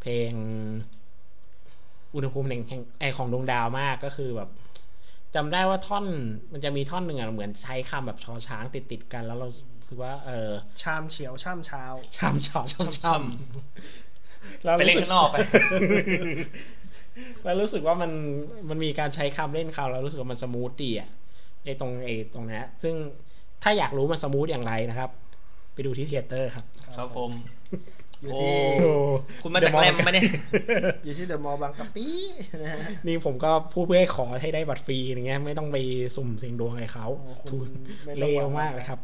เพลง อุณหภูมิแห่งแห่งไอของดวงดาวมากก็คือแบบจำได้ว่าท่อนมันจะมีท่อนหนึ่งอะเหมือนใช้คำแบบชอช้างติดติดๆกันแล้วเรารู้สึกว่าเออ
ชามเฉียวชามเช้า
ช้ำชอช้ำช้ำเรา
ไปเล่น
รู้สึก
ข้างนอกไป
แล้วรู้สึกว่ามันมันมีการใช้คำเล่นคำแล้วรู้สึกว่ามันสมูทดีอะไอตรงไอตรงเนี้ยซึ่งถ้าอยากรู้มันสมูทอย่างไรนะครับ ไปดูที่เทเตอร์ครับ
ครับผม
อยู่ที่
โอ้ คุณมาจากแรมไหมเนี่ย
อยู่ที่เดอะมอลล์บางกะปิ <laughs> นะฮะ
<laughs> นี่ผมก็พูดเพื่อให้ขอให้ได้บัตรฟรีอย่างเงี้ยไม่ต้องไปสุ่มเสิงดวงอะไรเขา
โอ้
ถู
คุ
ก
ณไม่
เล
ต้อ
ว
งหง
มากเลยครับ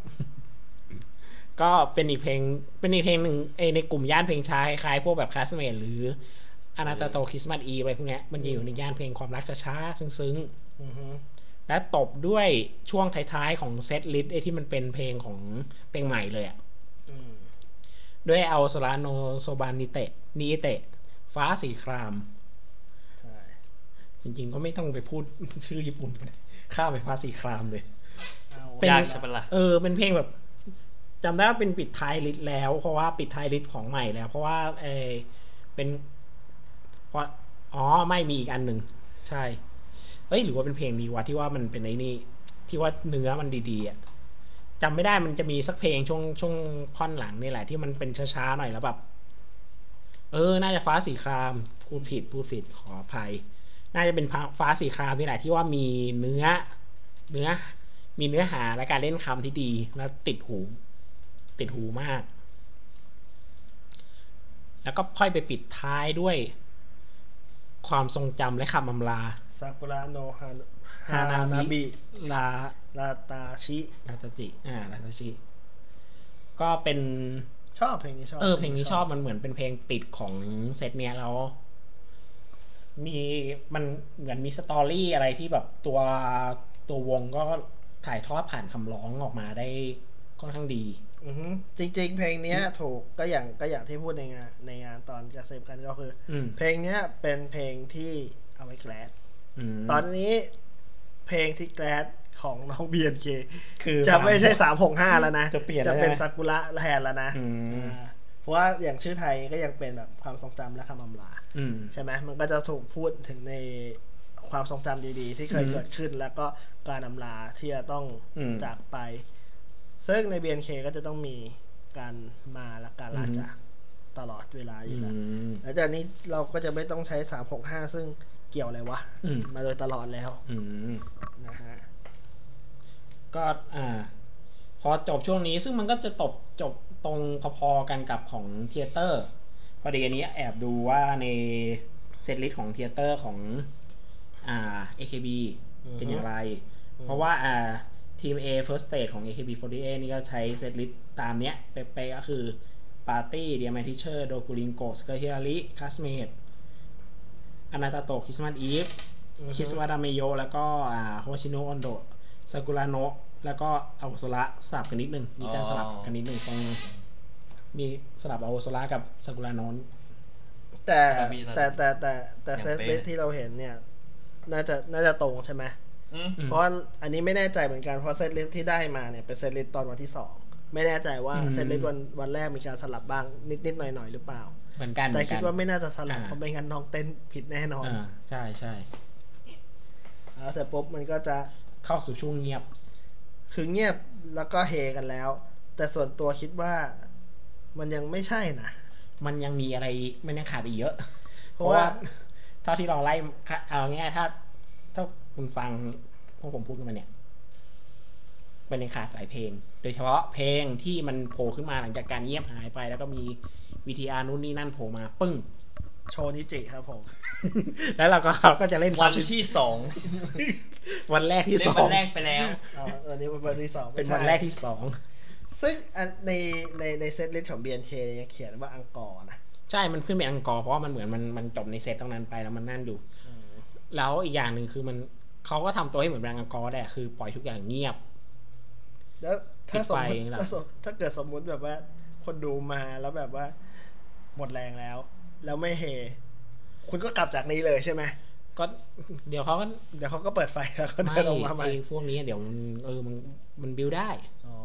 ก็เป็นอีกเพลง เป็นอีกเพลงหนึ่งไอในกลุ่มย่านเพลงช้าคล้ายๆพวกแบบคลาสเมทหรืออนาตาโตคริสต์มาสอีอะไรพวกเนี้ยมันจะอยู่ในย่านเพลงความรักช้าๆซึ้งๆ
อือฮึ
และตบด้วยช่วงท้ายๆของเซตลิสต์ไอ้ที่มันเป็นเพลงของเพลงใหม่เลยอะ
อืม
ด้วยเอาสลาโนโซบานิเตะนีเตะ ฟ้าสีคราม
ใช่
จริงๆก็ไม่ต้องไปพูด ชื่อญี่ปุ่นก็ได้ข้ามไปฟ้าสีครามเลย
เอา
เป็น
ยากใช่ปะล่ะ
เออ เป็นเพลงแบบจำได้ว่าเป็นปิดท้ายลิสต์แล้ว เพราะว่าปิดท้ายลิสต์ของใหม่แล้ว เพราะว่าเออเป็นเพราะอ๋อไม่มีอีกอันหนึ่งใช่เอ้ยหรือว่าเป็นเพลงนี้วะที่ว่ามันเป็นไอ้นี่ ที่ว่าเนื้อมันดีๆอะจำไม่ได้มันจะมีสักเพลงช่วงช่วงค่อนหลังนี่แหละ ที่มันเป็นช้าๆหน่อยแล้วแบบเออ น่าจะฟ้าสีคราม พูดผิดพูดผิดขออภัย น่าจะเป็นฟ้าฟ้าสีครามนี่แหละที่ว่ามีเนื้อเนื้อ มีเนื้อหาและการเล่นคำที่ดีและติดหู ติดหูมาก แล้วก็ค่อยไปปิดท้ายด้วย ความทรงจำและคำอำลา
ซากุระโนฮา
ฮา
ฮา
นามิ
นาบิ
ลา
ราตาชิ
ลาตาจิ อ่าลาตาจิ ก็เป็น
ชอบเพลงนี้ชอบ
เออ เพลงนี้ชอบมันเหมือนเป็นเพลงปิดของเซตเนี้ยแล้ว มีมันเหมือนมีสตอรี่อะไรที่แบบตัวตัววงก็ถ่ายทอดผ่านคำร้องออกมาได้ค่อนข้างดี
อือฮึจริง ๆ เพลงเนี้ยถูกก็อย่างก็อย่างที่พูดในงานในงานตอนกระเซบกันก็คือ
อืม
เพลงเนี้ยเป็นเพลงที่เอาไว้แกลด
ม
ตอนนี้เพลงที่แกลดของน้อง B&K
คือ
จะไม่ใช่
สา
สามหกห้าแล้วนะ
จะเปลี่ยนแล้ว
จะเป็น
ใช่ไหม
ซากุระแทนแล้วนะ
อืม
อ่าเพราะว่าอย่างชื่อไทยก็ยังเป็นแบบความทรงจำและคำอำลา
อืม
ใช่ไหมมันก็จะถูกพูดถึงในความทรงจำดีๆ ที่เคย
อืม
เกิดขึ้น แล้วก็การอำลาที่จะต้อง
อืม
จากไป ซึ่งใน BNK ก็จะต้องมีการมาและการลาจากตลอดเวลาอ
อื
ยู่แล้ว
ม
แล้วจากนี้เราก็จะไม่ต้องใช้สามหกห้าซึ่งเกี่ยวอะไรวะ
อืม
มาโดยตลอดแล้ว
อืม
นะฮะ
ก็อ่า พอจบช่วงนี้ซึ่งมันก็จะตบจบตรงพอๆกันกับของเทยเตอร์ พอดีอันนี้แอบดูว่าในเซตลิสต์ของเทยเตอร์ของอ่า AKB เป็นอย่างไร เพราะว่าอ่าทีม A First Stage ของ AKB48 นี่ก็ใช้เซตลิสต์ตามเนี้ยเป๊ะๆก็คือ Party d e a r My Teacher d o k u r i n g o s k e r h i r a r i c a s m a t e อนาตาโตคริสต์มาสอีฟ
อือฮึ
คริสต์มาสาเมโยแล้วก็อ่าโฮชิโนะออนโดะซากุระโนะแล้วก็อาโอโซระสลับกันนิดนึงมีการ
อ๋อ
สลับกันนิดนึงตรงมีสลับอาโอโซระกับซากุระโนะ
แต่
แต่มี
แต่แต่แต่แต่
อย่าง
เซต
เป๊ะ
ลิสต์ที่เราเห็นเนี่ย น่าจะน่าจะตรงใช่ไหม
อืม
อืม
เพราะอันนี้ไม่แน่ใจเหมือนกันเพราะเซตลิสต์ที่ได้มาเนี่ยเป็นเซตลิสต์ตอนวันที่สองไม่แน่ใจว่า
อืม
เซตลิสต์วันวันแรกมีการสลับบ้างนิดนิดหน่อยหน่อยๆหรือเปล่า
เหมือนกัน
แต่
เห
คิ
มื
ด
อนกัน
ว่าไม่น่าจะสลับ
อ่า
เพราะไม่งั้นน้องเต้นผิดแน่นอน
อ่าใช่ใช่
แล้วเสร็จปุ๊บมันก็จะ
เข้าสู่ช่วงเงียบ
คือเงียบแล้วก็เฮกันแล้ว แต่ส่วนตัวคิดว่ามันยังไม่ใช่นะ
มันยังมีอะไรมันยังขาดอีกเยอะ เพ
เพ
ราะ
ราะ
ว่า
ว่า
เท่าที่เราไล่เอาง่ายๆถ้า ถ้าคุณฟังพวกผมพูดกันมาเนี่ยมันยังขาดหลายเพลง โดยเฉพาะเพลงที่มันโผล่ขึ้นมาหลังจากการเงียบหายไป แล้วก็มีวิทีอานู่นนี่นั่นโผล่มาปึ้ง <laughs>
โชนิจิครับผม
แล้วเราก็เขาก็จะเล่น
วัน
ซ้ำ
ที่สอง
วันแรกที่
เล่
ส
น
อ
วั
ง
นแรกไปแล้ว
อ๋ออันนี้เป็นวันที่สอง
เป็น
ไม่ใช่
วันแรกที่สอง
ซึ่งอันในในในเซตลิสต์ของ BNK ยังเขียนว่าอังกอร์นะ
ใช่มันขึ้นเป็นอังกอร์เพราะว่ามันเหมือนมันมันจบในเซตตรงนั้นไปแล้วมันนั่นอยู่ แล้วอีกอย่างหนึ่งคือมันเขาก็ทำตัวให้เหมือนแบรนด์อังกอร์แหละคือปล่อยทุกอย่างเงียบ
แล้วถ้าสมม
ปิด
ติ
ไฟนะ
ถ้าสมถ้าเกิดสมมุติแบบว่าคนดูมาแล้วแบบว่า หมดแรงแล้ว แล้วไม่เฮ คุณก็กลับจากนี้เลยใช่ไหม
ก็เดี๋ยวเขาก็
เดี๋ยวเขาก็เปิดไฟแล้วก็
ไม่
เดินออกมาใหม่
ไอ้พวกนี้เดี๋ยวมันเออมันมันบิวได้
อ๋อ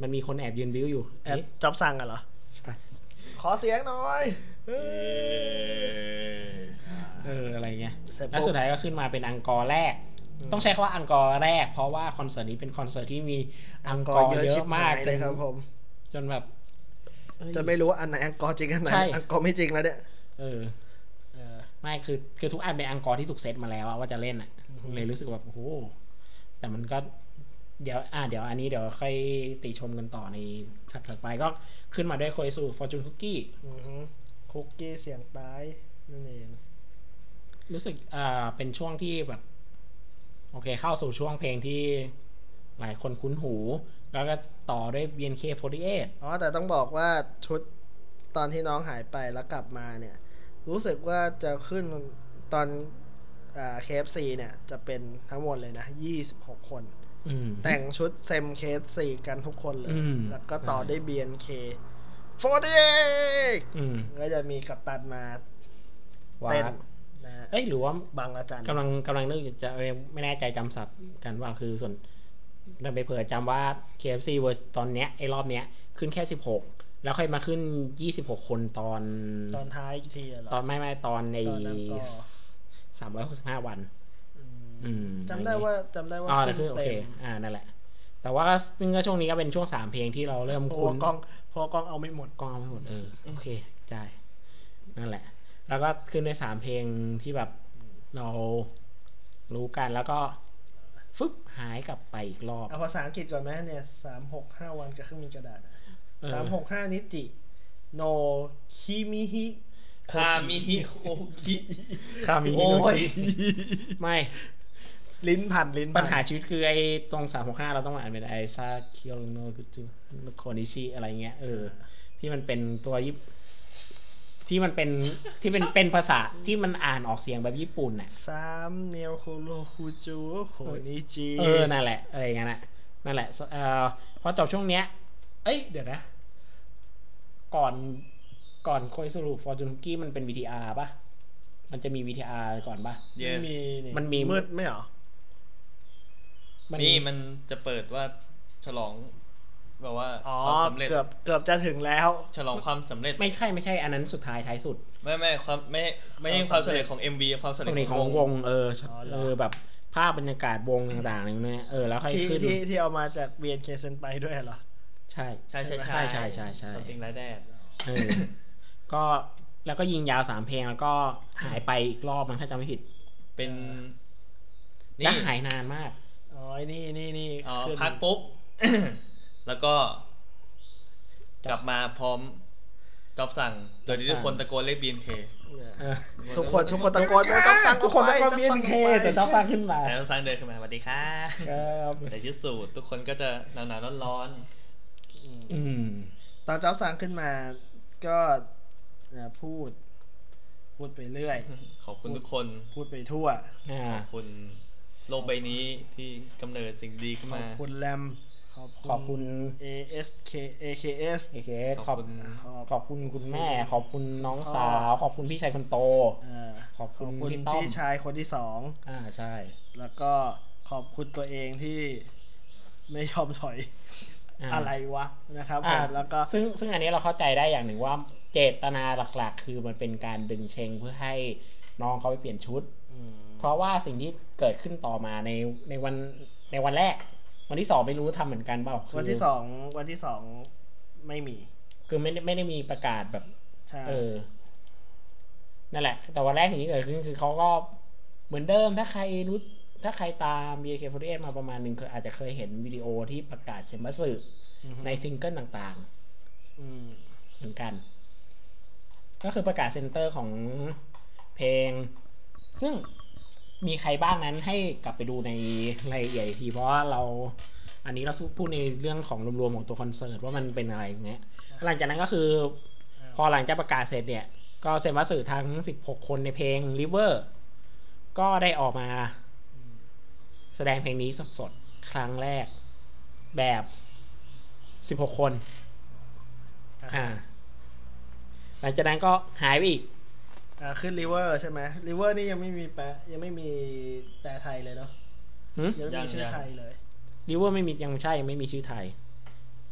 มันมีคนแอบยืนบิวอยู่
แอบ
นี่
จับสั่งกันเหรอ
ใช่
ขอเสียงหน่อย
เอออะไรเงี้ย
เสร็จ
แล้ว
ปุ๊บ
สุดท้ายก็ขึ้นมาเป็นอังกอร์แรก ต้องใช้คำว่าอังกอร์แรก เพราะว่าคอนเสิร์ตนี้เป็นคอนเสิร์ตที่มีอังกอร์เย
ชิ
อะ
บ
มาก
ห
จ
เล
น
ยครับผม
จนแบบเอ้ย
จะไม่รู้ว่าอันไหนอังกอร์จริงอันไหน
ใช่
อังกอร์ไม่จริงแล้วเนี่ย
เออไม่คือคือทุกอันเป็นอังกอร์ที่ถูกเซตมาแล้วอะว่าจะเล่นอะ
อือฮึ
เลยรู้สึกแบบโอ้โหแต่มันก็เดี๋ยวอ่ะเดี๋ยวอันนี้เดี๋ยวค่อยติชมกันต่อในถัดถัดไปก็ขึ้นมาด้วยโคยสูฟอร์จูนคุกกี้
อือฮึคุกกี้เสียงตายนั่นเอง
รู้สึกอ่าเป็นช่วงที่แบบ โอเคเข้าสู่ช่วงเพลงที่หลายคนคุ้นหู แล้วก็ต่อด้วย BNK48
อ๋อแต่ต้องบอกว่าชุดตอนที่น้องหายไปแล้วกลับมาเนี่ย รู้สึกว่าจะขึ้นตอนอ่า KFC เนี่ย จะเป็นทั้งหมดเลยนะ 26 คน
อืม
แต่งชุดเซม KFC กันทุกคนเลย
อืม
แล้วก็ต่อด้วย BNK 48
อืม
ก็จะมีกัปตันมา
ว่า
เต้นนะฮะ
เอ้ยหรือว่า
บางระจัน
กำลังกำลังนึกอยู่จะไม่แน่ใจจำศัพท์กันว่าคือส่วนเราไปเผื่อจำว่า KFC เวอร์ตอนเนี้ยไอ้รอบเนี้ยขึ้นแค่ 16 แล้วค่อยมาขึ้น 26 คนตอน
ตอนท้ายอีกทีอะเหรอ
ตอนไม่ไม่ตอนใน
ตอนนั้นก็
สามร้อยหกสิบห้าวัน
อืม
อืม
จำได้ว่าจำได้ว่า
อ๋อ
ขึ้
นั่นคือน โอ
เต็
เค
ม
อ่า นั่นแหละ แต่ว่าซึ่งก็ช่วงนี้ก็เป็นช่วงสามเพลงที่เราเริ่ม
เพราะ
คุ้
ว่านกล้องเพราะว่ากล้องเอาไม่หมด
กล้องเอาไม่หมด เออ โอเคใช่นั่นแหละ แล้วก็ขึ้นในสามเพลงที่แบบเรารู้กันแล้วก็ฟึบหายกลับไปอีกรอบ
เอาภาษาอังกฤษก่อนไหมเนี่ยสามหกห้าวันกับเครื่องบินกระดาษอะ
เออ
สามหกห้านิจิ โนคิมิฮิ
คามิฮิโคกิ
คามิฮิ
โอ้
โนะ
ย
ไม่
<laughs> ลิ้นพันลิ้น
ปั
พั
ญ
น
หาชีวิตคือไอ้ตรงสามหกห้าเราต้องมาอ่านเป็นไอซาเคียวโนกุจุโคนิชิอะไรเงี้ย เออ ที่มันเป็นตัวยิปที่มันเป็นที่เป็นเป็นภาษาที่มันอ่านออกเสียงแบบญี่ปุ่นน่ะ
สามเนียวโคโลคูจูโคนิจิ
เออ นั่นแหละ อะไรอย่างนั้นน่ะนั่นแหละสเอ่อพอจบช่วงเนี้ย เอ้ย เดี๋ยวนะ ก่อน ก่อนคอยสรุปฟอร์จูนกี้มันเป็น VTR ป่ะ มันจะมี VTR ก่อนป่ะ
yes
มี
มันมี
มืดไม่เหรอ
นี่มันจะเปิดว่าฉลอง แบบว่า
อ๋อ
ความสำเร็จ
เกือบเกือบจะถึงแล้ว
ฉลองความสำเร็จ
ไม่ใช่ ไม่ใช่ อันนั้นสุดท้าย ท้ายสุด
ไม่ไม่ความไม่ไม่ใช่ค
คาว
วาม ม
สำ
สำ
เร็
เร็
จ
จของ MV ความ
ต
สำ
ร
เร็จ
งนี้
ข
ข
อ
อง ง
ว
ว
ง
ง เออ
อ๋อเหรอ
เออ แบบภาพบรรยากาศวงต่างๆอะไรพวกเนี้ยเออ แล้วค่อย
ที่
ขึ้น
ที่ที่เอามาจากเบียนเคเซนไปด้วยเหรอ
ใช่
ใช่ใช่
ใช่ใช่ใช่ใช่
something like that
เออ ก็แล้วก็ยิงยาวสามเพลงแล้วก็หายไปอีกรอบมั้งถ้าจำไม่ผิด
เป็น
และ
นี่
หายนานมาก
อ๋อไอ้นี่นี่นี่
อ๋อ
ขึ้น
พักปุ๊บ <coughs> แล้วก็ กลับมาพร้อมจอบสั่ง โดยที่
จอบสั่ง
ทุกคนตะโกนเรียก BNK
เนี่ย
เออ
ทุกคนทุกคนตะโกนว่าจับสั่ง
ทุกคน
อ
ต้
อ
อง
ไป
ก็เบียนเคแต่เจ้าสร้างขึ้นมา
แต่จอบสั่งเดินขึ้นมาสวัสดีค่ะ
ครับ
แต่ยืดสูตรทุกคนก็จะหนาวหนาวร้อนร้อน
อืม
อืม
ตอนจ๊อบสั่งขึ้นมาก็เอ่อพูด พูดไปเรื่อย
ขอบคุณทุกคน
พูดไปทั่ว
อ่า
ขอบคุณโลกใบนี้ที่กำเนิดสิ่งดีขึ้น
ขอ
มา
บคุณแรม
ขอบคุณ
ASK AKS
โอเคข
ข
อ
อ
บบ
คุณ
ขอบคุณคุณแม่ ขอบคุณน้องสาว ขอบคุณพี่ชายคนโต
เอ่อ
ขอบ
ข
คุ
อบ
ณ
คุณ
พี่ต้อม
พี่ชายคนที่สอง
อ่าใช่
แล้วก็ขอบคุณตัวเองที่ไม่ยอมถอย
อ่า
อะไรวะนะครับผ
อ่าม
แล้วก็
ซึ่งซึ่งอันนี้เราเข้าใจได้อย่างหนึ่งว่าเจตนาหลักๆ คือมันเป็นการดึงเชงเพื่อให้น้องเขาไปเปลี่ยนชุด
อืม
เพราะว่าสิ่งที่เกิดขึ้นต่อมาในในวันในวันแรก วันที่สองไม่รู้ทำเหมือนกันเปล่าคื
วันที่สองวันที่สองไม่มี
คือไม่ได้ไม่ได้มีประกาศแบบ
ใช่
เออ นั่นแหละ แต่วันแรกสิ่งที่เกิดขึ้นคือเขาก็เหมือนเดิมถ้าใครรู้ถ้าใครตาม BK48 มาประมาณหนึ่งคืออาจจะเคยเห็นวิดีโอที่ประกาศเซมบัสสึ
อือฮึ
ในซิงเกิลต่างๆ
อืม
เหมือนกัน ก็คือประกาศเซนเตอร์ของเพลง ซึ่งมีใครบ้างนั้นให้กลับไปดูในรายละเอียดอีกที เพราะว่าเรา อันนี้เราพูดในเรื่องของรวมๆของตัวคอนเสิร์ตว่ามันเป็นอะไรอย่างเงี้ย หลังจากนั้นก็คือ พอหลังจากประกาศเสร็จเนี่ย ก็เซนวัสสื่อทั้ง 16 คนในเพลง River ก็ได้ออกมา แสดงเพลงนี้สดๆ ครั้งแรกแบบ 16 คน อ่า หลังจากนั้นก็หายไปอีก
อ่าขึ้นริเวอร์ใช่ไหมริเวอร์นี่ยังไม่มีแปลยังไม่มีแปลไทยเลยเนาะยังไม่
ยั
มี
ง
ชื่อ
ยัง
ไทยเลย
ริเวอร์ไม่มียังใช่ยังไม่มีชื่อไทย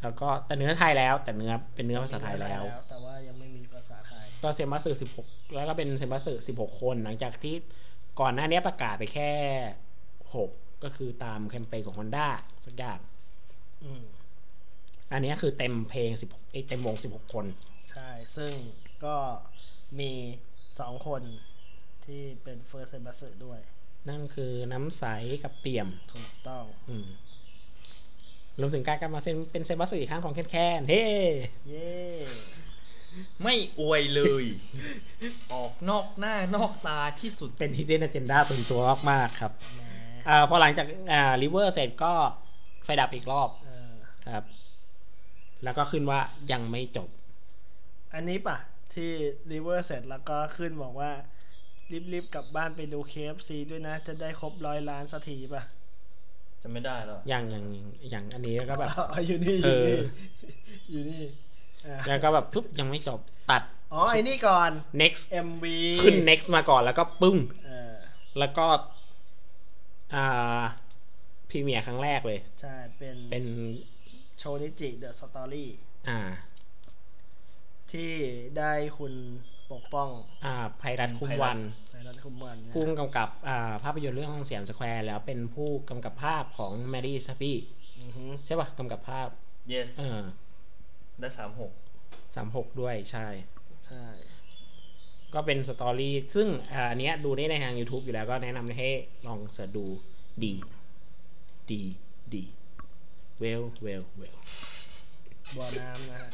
แล้วก็แต่เนื้อไทยแล้ว แต่เนื้อเป็นเนื้อภาษาไทยแล้ว
แต่ว่ายังไม่มีภาษาไทย
ก็เซมบัสสึสิบหกแล้วก็เป็นเซมบัสสึสิบหกคนหลังจากที่ก่อนหน้านี้ประกาศไปแค่หกก็คือตามแคมเปญของฮอนด้าสักอย่าง
อืม
อันนี้คือเต็มเพลงสิบเอ้ยเต็มวงสิบหกคน
ใช่ ซึ่งก็มีสองคนที่เป็นเฟิร์สเซมบัสด้วย
นั่นคือน้ำใสกับเปี่ยม
ถูกต้อง
อืมรวมถึงการกลับมาเซ็นเป็นเซมบัสสึอีกครั้งของแคนแคนเฮ้
เย้
ไม่อวยเลย <laughs> ออกนอกหน้านอกตาที่สุด
เป็น hidden agenda ส่วนตัวมากๆครับ
แหม
อ่าพอหลังจากอ่าริเวอร์เสร็จก็ไฟดับอีกรอบ
เออ
ครับ แล้วก็ขึ้นว่ายังไม่จบ
อันนี้ป่ะ ที่รีเวอร์เสร็จแล้วก็ขึ้นบอกว่า รีบๆกลับบ้านไปดู KFC ด้วยนะ จะได้ครบร้อยล้านสักทีป่ะ
จะไม่ได้แล้ว
ยังยังยังอันนี้แล้วก็แบบ
อ๋ออยู่นี่อ
เอยู่
นี่
อ
อยู่นี่อ่ะ
แล้วก็แบบปุ๊บยังไม่จบตัด
อ๋อไอ้นี่ก่อน
next
MV
ขึ้น next มาก่อนแล้วก็ปึ้ง
เออ
แล้วก็ อ่าพรีเมียร์ครั้งแรกเลย
ใช่ เป็น
เป็น
โชนิจิเดอะสตอรี่
อ่า
ที่ได้คุณปกป้อง
อ่าไพรัต
อืม
คุ้ม
ไพ
วั
รัต
น
ในรัฐคุมวันเนี่ย
ผู้กำกับอ่าภาพยนตร์เรื่องห้องเสียมสแควร์แล้วเป็นผู้กำกับภาพของแมรี่ซาฟี่
อือหือ
ใช่ป่ะกำกับภาพ
yes
เออ
ได้สามหก
สามหกด้วยใช่
ใช่
ก็เป็นสตอรี่ซึ่งอาอันเนี้ยดูได้ในทาง YouTube อยู่แล้วก็แนะนำให้ลองเสิร์ชดูดี ดีดีเวลเวลเวล
บัวน้ำนะ
<laughs>
ฮะ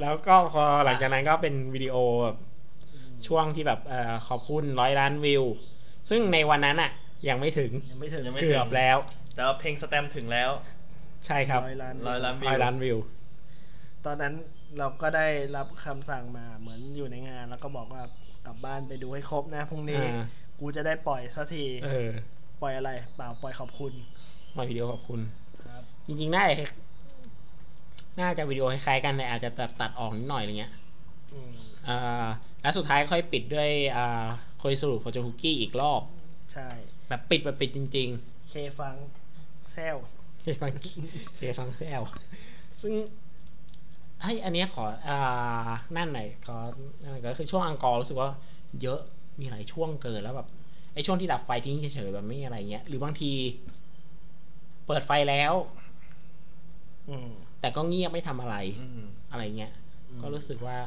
แล้วก็พอหลังจากนั้นก็เป็นวิดีโอแบบ
อืม
ช่วงที่แบบเออขอบคุณร้อยล้านวิว ซึ่งในวันนั้นอะยังไม่ถึง
ยังไม่ถึง
ยังไม่ถึง
เกือบแล้ว
แต่ว่าเพลงสแตมป์ถึงแล้ว
ใช่ครับ
ร้อยล้าน
ร้อยล้านวิว
ร้อยล้านวิว
ตอนนั้นเราก็ได้รับคำสั่งมาเหมือนอยู่ในงาน แล้วก็บอกว่ากลับบ้านไปดูให้ครบนะพรุ่งนี้
อ่า
กูจะได้ปล่อยสักที
เออ
ปล่อยอะไร เปล่าปล่อยขอบคุณ
มาวิดีโอขอบคุณ
ครับ
จริงๆน่าจะน่าจะวิดีโอคล้ายๆกันแต่อาจจะตัดตัดออกนิดหน่อยอะไรเงี้ย
อืม
อ่าและสุดท้ายค่อยปิดด้วยอ่าโคอยสรุปฟอร์จูนคุกกี้อีกรอบ
ใช่
แบบปิดแบบปิดจริง
เคฟังแซว
ๆเฟังเสียฟังแซวซึ่งไอยอันเนี้ยขออ่านั่นหน่อยขอนั่นหน่อยก็คือช่วงอังกอร์รู้สึกว่าเยอะมีหลายช่วงเกินแล้วแบบไอช่วงที่ดับไฟทิ้งเฉยๆแบบไม่มีอะไรเงี้ย หรือบางที เปิดไฟแล้ว
อืม
แต่ก็เงียบไม่ทำอะไร
อืม
อะไรเงี้ย
อืม
ก็รู้สึกว่า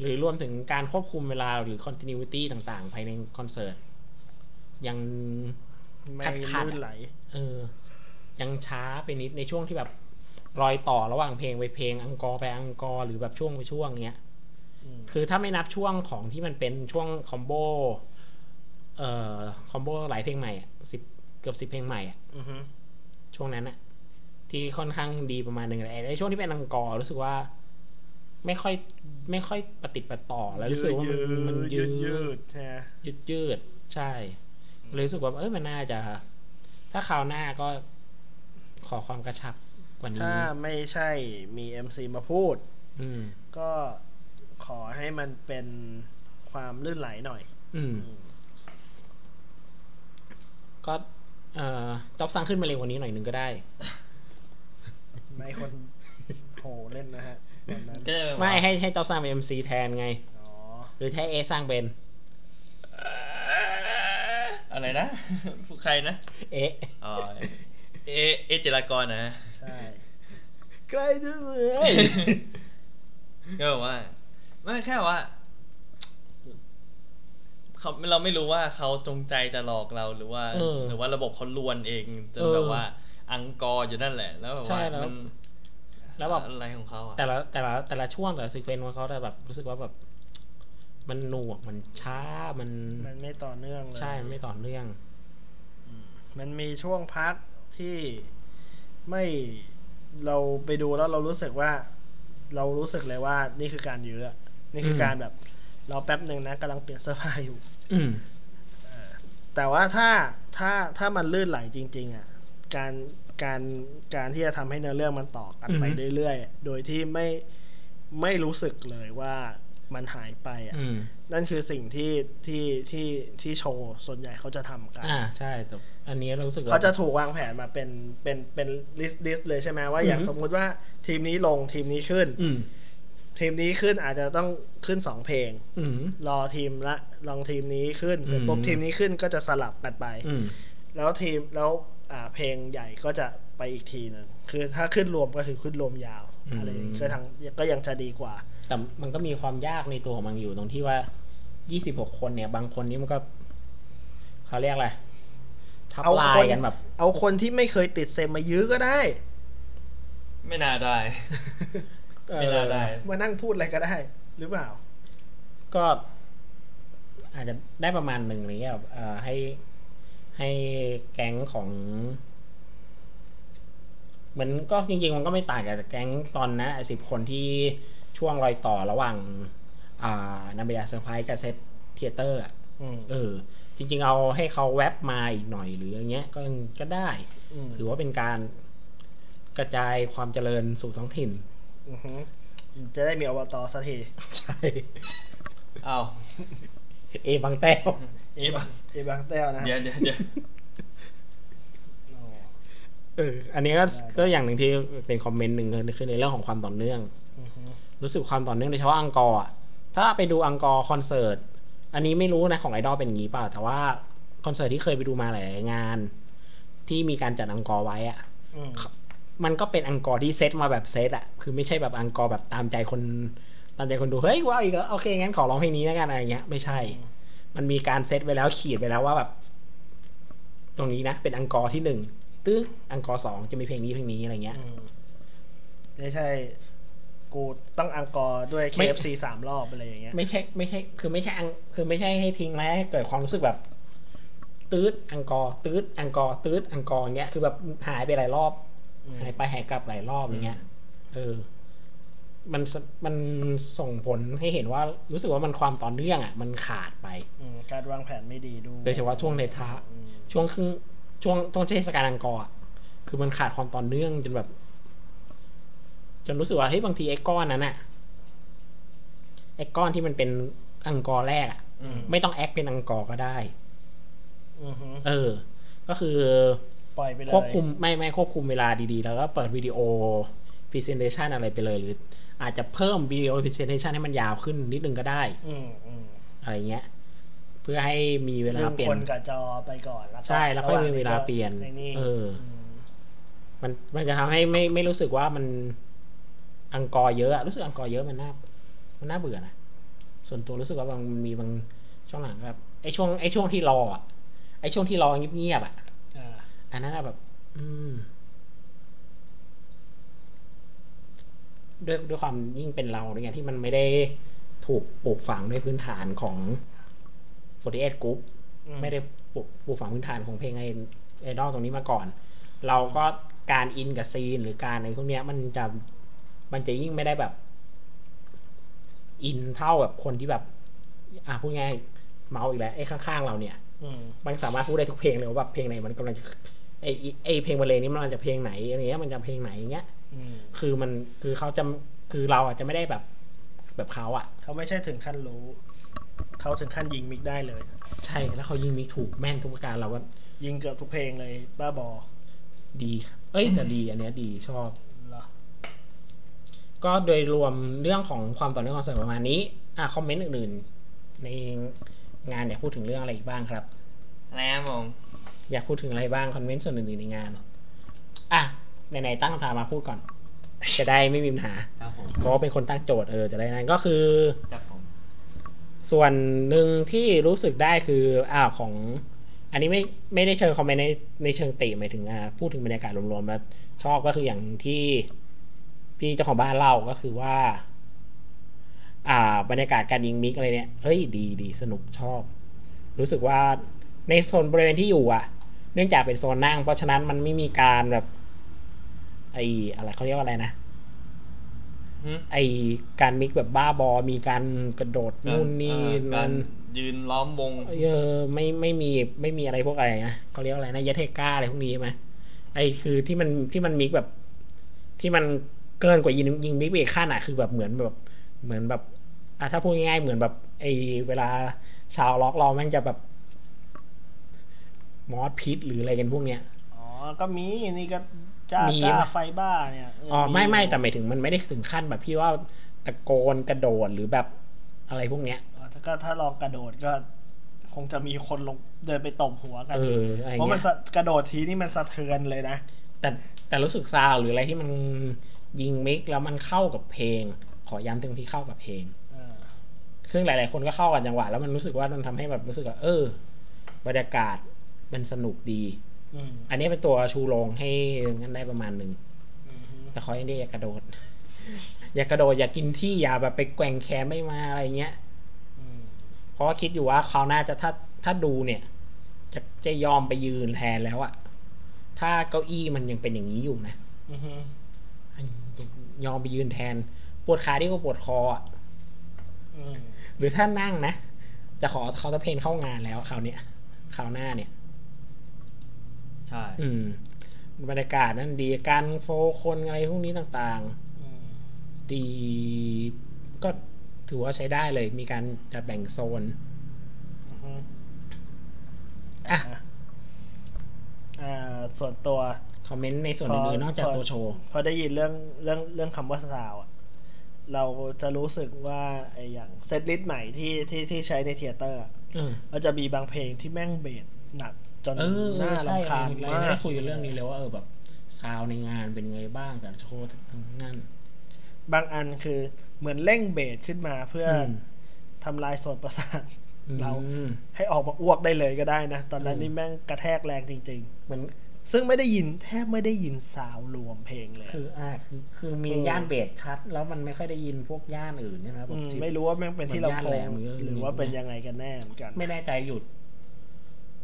หรือรวมถึงการควบคุมเวลาหรือ continuity ต่างๆ ภายในคอนเสิร์ต ยัง
ไม่
ขัดขัด
ลื่นไหล
เออ ยังช้าไปนิดในช่วงที่แบบ รอยต่อระหว่างเพลงไปเพลงอังกอร์ไปอังกอร์หรือแบบช่วงไปช่วงเนี้ย
อืม
คือถ้าไม่นับช่วงของที่มันเป็นช่วงคอมโบเอ่อคอมโบหลายเพลงใหม่อะสิบเกือบสิบเพลงใหม่อะ
อือฮึ
ช่วงนั้นอะที่ค่อนข้างดีประมาณหนึ่งแต่ไอ้ช่วงที่เป็นอังกอร์รู้สึกว่า ไม่ค่อยไม่ค่อยประติดประต่อแล้วรู้สึกว่ามันมัน
ยื
ยื
ด
ด
ยืดใช่ไหม
ยืดยืดใช่เลยรู้สึกว่าเอ้ยมันน่าจะ ถ้าคราวหน้าก็ขอความกระชับกว่านี้
ถ้าไม่ใช่มีเอ็มซีมาพูด
อืม
ก็ขอให้มันเป็นความลื่นไหลหน่อย
อืม
อืม
ก็เอ่อจ็อบสร้างขึ้นมาเร็วกว่านี้หน่อยหนึงก็ได้
ไม่คนโหเล่นนะฮะวันนั้น
ก็จะเป็น
ไม่ให้ให้จ็อบสร้างเป็น MC แทนไง
อ๋อ
หรือให้เอสร้างเป็น
อะไรนะ ผู้ใครนะ
เอ
อ๋อเอเอเจรากรนะ
ใช่
<laughs> ใกล้จะเหมือ <laughs>
ก็แบบว่าไม่แค่ว่าเขาเราไม่รู้ว่าเขาจงใจจะหลอกเราหรือว่า
เออ
หรือว่าระบบเขาลวนเองจน
เออ
แบบว่าอังกอร์อยู่นั่นแหละ แล้วแบบ
ใช่
ว่า
แล้ว
มัน
แล้วแบบ
อะไรของเขาอะ
แต่ละแต่ละแต่ละช่วงแต่ละซีเควนต์ของเขาแต่แบบรู้สึกว่าแบบ มันหน่วงมันช้ามัน
มันไม่ต่อเนื่องเลย
ใช่มันไม่ต่อเนื่อง
มันมีช่วงพักที่ไม่เราไปดูแล้วเรารู้สึกว่า เรารู้สึกเลยว่า นี่คือการยื้ออะนี่คือ
ม
การแบบ เราแป๊บหนึ่งนะกำลังเปลี่ยนเสื้อผ้าอยู่
อืม
แต่ว่าถ้าถ้าถ้ามันลื่นไหลจริง ๆ อ่ะ การการการที่จะทำให้เนื้อเรื่องมันต่อกันไป
อือฮึ
เรื่อยๆ โดยที่ไม่ไม่รู้สึกเลยว่ามันหายไปอ่ะ
อืม
นั่นคือสิ่งที่ที่ที่ที่โชว์ส่วนใหญ่เขาจะทำกัน
อ่าใช่แต่อันนี้เรารู้สึกว่
เขาจะถูกวางแผนมาเป็นเป็นเป็นลิสต์ลิสต์เลยใช่ไหมว่าอย่าง
อือฮึ
สมมุติว่าทีมนี้ลงทีมนี้ขึ้น
อืม
ทีมนี้ขึ้นอาจจะต้องขึ้นสองเพลง
อืม
รอทีมละลองทีมนี้ขึ้นเสร็จ
อืม
ปุ๊บทีมนี้ขึ้นก็จะสลับกันไป
อืม
แล้วทีมแล้วอ่าเพลงใหญ่ก็จะไปอีกทีหนึ่งคือถ้าขึ้นรวมก็คือขึ้นรวมยาว
อืม
อะไรอย่างงี้ก็ทางก็ยังจะดีกว่า
แต่มันก็มีความยากในตัวของมันอยู่ตรงที่ว่า 26 คนเนี่ย บางคนนี่มันก็เขาเรียกอะไร ทับ
เอา
ลา
ค
ย
น
กันแบบ
เอาคนที่ไม่เคยติดเซมมายื้อก็ได้
ไม่น่าได้
เอ่อ
ไม่น่าได้
มานั่งพูดอะไรก็ได้ หรือเปล่า
ก็ อาจจะได้ประมาณหนึ่งอะไรเงี้ยแบบเอ่อให้ให้แก๊งของเหมือนก็จริง ๆ มันก็ไม่ต่างกับแก๊งตอนนะสิบคนที่ช่วงรอยต่อระหว่าง อ่านาเบียเซอร์ไพรส์กับเซฟเทเตอร์อะ
อืม
เออจริงๆเอาให้เขาแวบมาอีกหน่อยหรืออย่างเงี้ยก็ก็ได้
อืม
ถือว่าเป็นการกระจายความเจริญสู่ท้องถิ่น <laughs>
อือฮึจะได้มีอบตสักที
ใช่
เอา
เอบางแต้ว
เอ๊ะ
เอบางแต้วนะ
เดี๋ยวเดี๋ยวเดี๋ยว
โอ้
เอออันนี้ก็ก็อย่างหนึ่งที่เป็นคอมเมนต์หนึ่งคือคือในเรื่องของความต่อเนื่อง
อือฮึ
รู้สึกความต่อเนื่องโดยเฉพาะอังกอร์อะถ้าไปดูอังกอร์คอนเสิร์ต อันนี้ไม่รู้นะของไอดอลเป็นอย่างงี้เปล่า แต่ว่าคอนเสิร์ตที่เคยไปดูมาหลายๆงาน ที่มีการจัดอังกอร์ไว้อะ
อืม
มันก็เป็นอังกอร์ที่เซตมาแบบเซตอะคือไม่ใช่แบบอังกอร์แบบตามใจคนตามใจคนดู เฮ้ยว้าวอีกแล้วโอเค งั้นขอร้องเพลงนี้แล้วกันอะไรเงี้ย ไม่ใช่ มันมีการเซตไว้แล้วขีดไว้แล้วว่าแบบ ตรงนี้นะ เป็นอังกอร์ที่หนึ่งตึ๊กอังกอร์สองจะมีเพลงนี้เพลงนี้อะไรเงี้ย
อืมไม่ใช่ กูต้องอังกอร์ด้วย
ไม่
KFC สามรอบอะไรอย่างเงี้ย
ไม่ใช่ไม่ใช่ คือไม่ใช่อังคือไม่ใช่ให้ทิ้งไว้ให้เกิดความรู้สึกแบบ ตืดอังกอร์ตืดอังกอร์ตืดอังกอร์เงี้ยคือแบบหายไปหลายรอบ
อืม
หายไปหายกลับหลายรอบอย่างเงี้ย เออ มันสมันส่งผลให้เห็นว่ารู้สึกว่ามันความต่อเนื่องอ่ะ มันขาดไป
อืมการวางแผนไม่ดีด้วย
โดยเฉพาะช่วงในท้า
อืม
ช่วงครึ่งช่วงต้องเทศกาลอังกอร์อะคือมันขาดความต่อเนื่องจนแบบ จนรู้สึกว่าเฮ้ยบางทีไอ้ก้อนนั้นอ่ะไอ้ก้อนที่มันเป็นอังกอร์แรกอ่ะ
อืม
ไม่ต้องแอคเป็นอังกอร์ก็ได้
อือฮึ
เออ ก็คือ
ปล่อยไปเลย
ควบคุมไม่ไม่ควบคุมเวลาดีๆ แล้วก็เปิดวิดีโอ presentation อะไรไปเลย หรืออาจจะเพิ่มวิดีโอ presentation ให้มันยาวขึ้นนิดนึงก็ได้
อืมอืม
อะไรเงี้ย เพื่อให้มีเวลา
ดึง
เปลี่ย
คน
น
กับจอไปก่อนแล้วก็
ใช่แล้วค่อยมีเวลาเปลี่ยน
ไอ้นี่
เออ
ม
มันมันจะทำให้ไม่ไม่รู้สึกว่ามันอังกอร์เยอะอะรู้สึกอังกอร์เยอะมันน่ามันน่าเบื่อนะส่วนตัวรู้สึกว่าบางมันมีบางช่วงหลังแบบไอช่วงไอช่วงที่รออะไอช่วงที่รอเงียบๆอะ
อ่า
อันนั้นอะแบบ อืมด้วยด้วยความยิ่งเป็นเราด้วยไงที่มันไม่ได้ถูกปลูกฝังด้วยพื้นฐานของ48 Group
อื
ไม่ได้ปลูกปลูกฝังพื้นฐานของเพลงไอไอดอลตรงนี้มาก่อน เราก็การอินกับซีนหรือการอะไรพวกเนี้ย มันจะมันจะยิ่งไม่ได้แบบ อินเท่าแบบคนที่แบบ อ่ะพูดง่ายเมาส์อีกแล้วไอ้ข้างๆเราเนี่ย
อืม
มันสามารถพูดได้ทุกเพลงเลยว่าแบบเพลงไหนมันกำลังจะไอ้ไอ้ไอ้เพลงบรรเลงนี้มันจะเพลงไหนอะไรเงี้ยมันจะเพลงไหนอย่างเงี้ย
อืม
คือมันคือเขาจะคือเราอาจจะไม่ได้แบบแบบเขาอ่ะ
เขาไม่ใช่ถึงขั้นรู้ เขาถึงขั้นยิงมิกได้เลย
ใช่แล้วเขายิงมีถูกแม่นทุกประการเราก็
ยิงเกือบทุกเพลงเลยบ้าบอ
ดี เอ้ยแต่ดีอันเนี้ยดีชอบ
เหรอ
ก็โดยรวมเรื่องของความต่อเนื่องคอนเสิร์ตประมาณนี้ อ่ะคอมเมนต์อื่นๆ ในงานอยากพูดถึงเรื่องอะไรอีกบ้างครับ
นะครับผม
อยากพูดถึงอะไรบ้างคอมเมนต์ส่วนอื่นๆในงาน อ่ะไหนๆตั้งคำถามมาพูดก่อน จะได้ไม่มีปัญหา
ครับผม
เพราะว่าเป็นคนตั้งโจทย์เออจะได้นั่นก็คือ
ครับผม
ส่วนหนึ่งที่รู้สึกได้คืออ่าของ อันนี้ไม่ไม่ได้เชิงคอมเมนต์ในในเชิงติหมายถึงอ่าพูดถึงบรรยากาศรวมๆแล้วชอบก็คืออย่างที่พี่เจ้าของบ้านเล่าก็คือว่า อ่า บรรยากาศการยิงมิกอะไรเนี่ยเฮ้ยดีดีสนุกชอบ รู้สึกว่าในโซนบริเวณที่อยู่อ่ะ เนื่องจากเป็นโซนนั่ง เพราะฉะนั้นมันไม่มีการแบบ ไออะไรเขาเรียกว่าอะไรนะ
หึ
ไอการมิกแบบบ้าบอ มีการกระโดดนู่นนี่
กา
นั่
ร
น
ยืนล้อมวง
เออไม่ไม่มีไม่มีอะไรพวกอะไรนะเขาเรียกว่าอะไรนะยะเทก้าอะไรพวกนี้ใช่ไหมไอคือที่มันที่มันมิกแบบ ที่มันเกินกว่ายิงยิงมิกไปอีกขั้นอ่ะคือแบบเหมือนแบบเหมือนแบบอ่ะถ้าพูดง่ายๆเหมือนแบบไอเวลาชาวล็อกเราแม่งจะแบบมอสพิษหรืออะไรกันพวกเนี้ย
อ๋อ ก็มีนี่ก็จ้า
มี
จ้า
ปะ
ไฟบ้าเนี่ยเ
อ๋อไม่ไม่แต่หมายถึงมันไม่ได้ถึงขั้นแบบที่ว่าตะโกนกระโดดหรือแบบอะไรพวกเนี้ย
อ๋อถ้าก็ถ้าลองกระโดดก็ คงจะมีคนลงเดินไปตบหัวกัน
เอออะไร
เพราะมั
เงี้
น
ย
สะกระโดดทีนี่มันสะเทือนเลยนะ
แต่แต่รู้สึกซาวด์หรืออะไรที่มันยิงมิกแล้วมันเข้ากับเพลง ขอย้ำตรงที่เข้ากับเพลง
เออ
ซึ่งหลาย ๆ คนก็เข้ากับจังหวะแล้วมันรู้สึกว่ามันทำให้แบบรู้สึกว่าเออบรรยากาศมันสนุกดี
อืม
อันนี้เป็นตัวชูโรงให้งั้นได้ประมาณหนึ่ง
อืมฮึ
แต่ขออย่างเดียวอย่ากระโดด <laughs> อย่ากระโดดอย่ากินที่อย่าแบบไปแกว่งแขนไม่มาอะไรเงี้ย
อืม
เพราะว่าคิดอยู่ว่าคราวหน้าจะถ้าถ้าดูเนี่ย จะจะยอมไปยืนแทนแล้วอะถ้าเก้าอี้มันยังเป็นอย่างนี้อยู่นะ
อืมฮึ
ยอมไปยืนแทน ปวดขาดีกว่าปวดคออะ
อืม
หรือถ้านั่งนะ จะขอเขาจะเพนเข้างานแล้วคราวเนี้ยคราวหน้าเนี่ย
ใช่
อืม บรรยากาศนั่นดีการโฟล์คนอะไรพวกนี้ต่าง
อืม
ๆ ดีก็ถือว่าใช้ได้เลยมีการจัดแบ่งโซน
อืมฮึ
อ่ะ
อ่า ส่วนตัว
คอมเมนต์ในส่วนอื่นๆนอกจากตัวโชว์
พอได้ยินเรื่องเรื่องเรื่องคำว่าซาวอะเราจะรู้สึกว่าไออย่างเซตลิสต์ใหม่ที่ที่ที่ใช้ในเทยเตอร์อะ
อืม
มันจะมีบางเพลงที่แม่งเบสหนักจน
เออ
น่า
ใช่
รำคาญ
เรา
มา
ไม่
ก
ได้คุยกันเรื่องนี้เลยว่าเออแบบซาวด์ในงานเป็นไงบ้างกับโชว์ทั้งนั้น
บางอันคือเหมือนเร่งเบสขึ้นมาเพื่ออ
ม
ทำลายส่วนประสาท เรา
อืม
ให้ออกมาอ้วกได้เลยก็ได้นะ ตอนนั้น
อืม
นี่แม่งกระแทกแรงจริง
เหมือน
ๆ ซึ่งไม่ได้ยินแทบไม่ได้ยินซาวด์รวมเพลงเลย
คืออ่าคือคือมี
เออ
ย่านเบสชัด แล้วมันไม่ค่อยได้ยินพวกย่านอื่นใช่ไหมครับ
อืม
ที่
ไม่รู้ว่าแม่งเป็นที่ลำ
มัน
โพง
ย่านแรงมันเยอะ
หรือว่าเป็นยังไงกันแน่เหมือนกัน
ไม่แน่ใจหยุด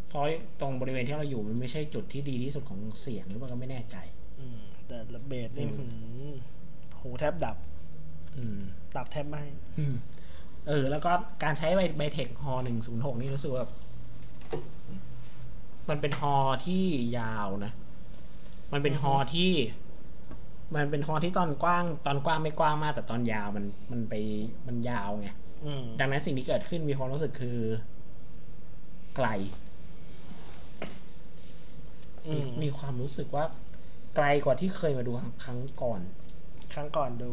เพราะตรงบริเวณที่เราอยู่มันไม่ใช่จุดที่ดีที่สุดของเสียงหรือเปล่าก็ไม่แน่ใจ
อืมแต่ระเบิดนี่
อืม
หืมหูแทบดับ
อืม
ตับแทบไหม
อืมเออ แล้วก็การใช้ไบไบเทคฮอหนึ่งศูนย์หกนี่รู้สึกว่าแบบมันเป็นฮอที่ยาวนะ มันเป็นฮอที่ มันเป็นฮอที่ตอนกว้าง ตอนกว้างไม่กว้างมาก แต่ตอนยาวมันมันไปมันยาวไง
อืม
ดังนั้นสิ่งที่เกิดขึ้นมีความรู้สึกคือ ไกล
อืม
มีความรู้สึกว่า ไกลกว่าที่เคยมาดูครั้งก่อน
ครั้งก่อนดู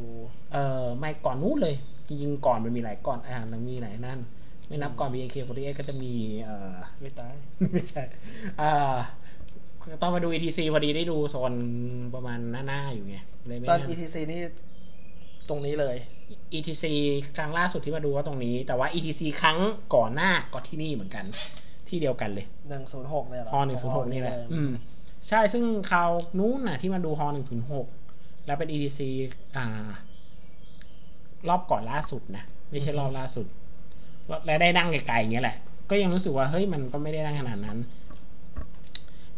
เออไม่ก่อนนู้นเลย จริงๆก่อนมันมีหลายก่อนอ่ามันมีหลายนั่น ไม่นับก่อน BAK48 ก็จะมีเออ <laughs>
ไม่ตาย
ไม่ใช่อ่าตอนมาดู ETC พอดีได้ดูโซนประมาณหน้าๆอยู่ไงเลยไม่
ตอน
นาน
ETC นี่ตรงนี้เลย
ETC ครั้งล่าสุดที่มาดูก็ตรงนี้ แต่ว่า ETC ครั้งก่อนหน้าก็ที่นี่เหมือนกัน ที่เดียวกันเลย
หนึ่งศูนย์หกเลยเหรอ
ฮอหนึ่งศูนย์หกนี่แหละ
เลย
อืม ใช่ ซึ่งคราวนู้นน่ะที่มาดูฮอหนึ่งศูนย์หก แล้วเป็น EDC อ่า รอบก่อนล่าสุดนะ ไม่ใช่รอบล่าสุด และได้นั่งไกลๆอย่างเงี้ยแหละ ก็ยังรู้สึกว่าเฮ้ยมันก็ไม่ได้นั่งขนาดนั้น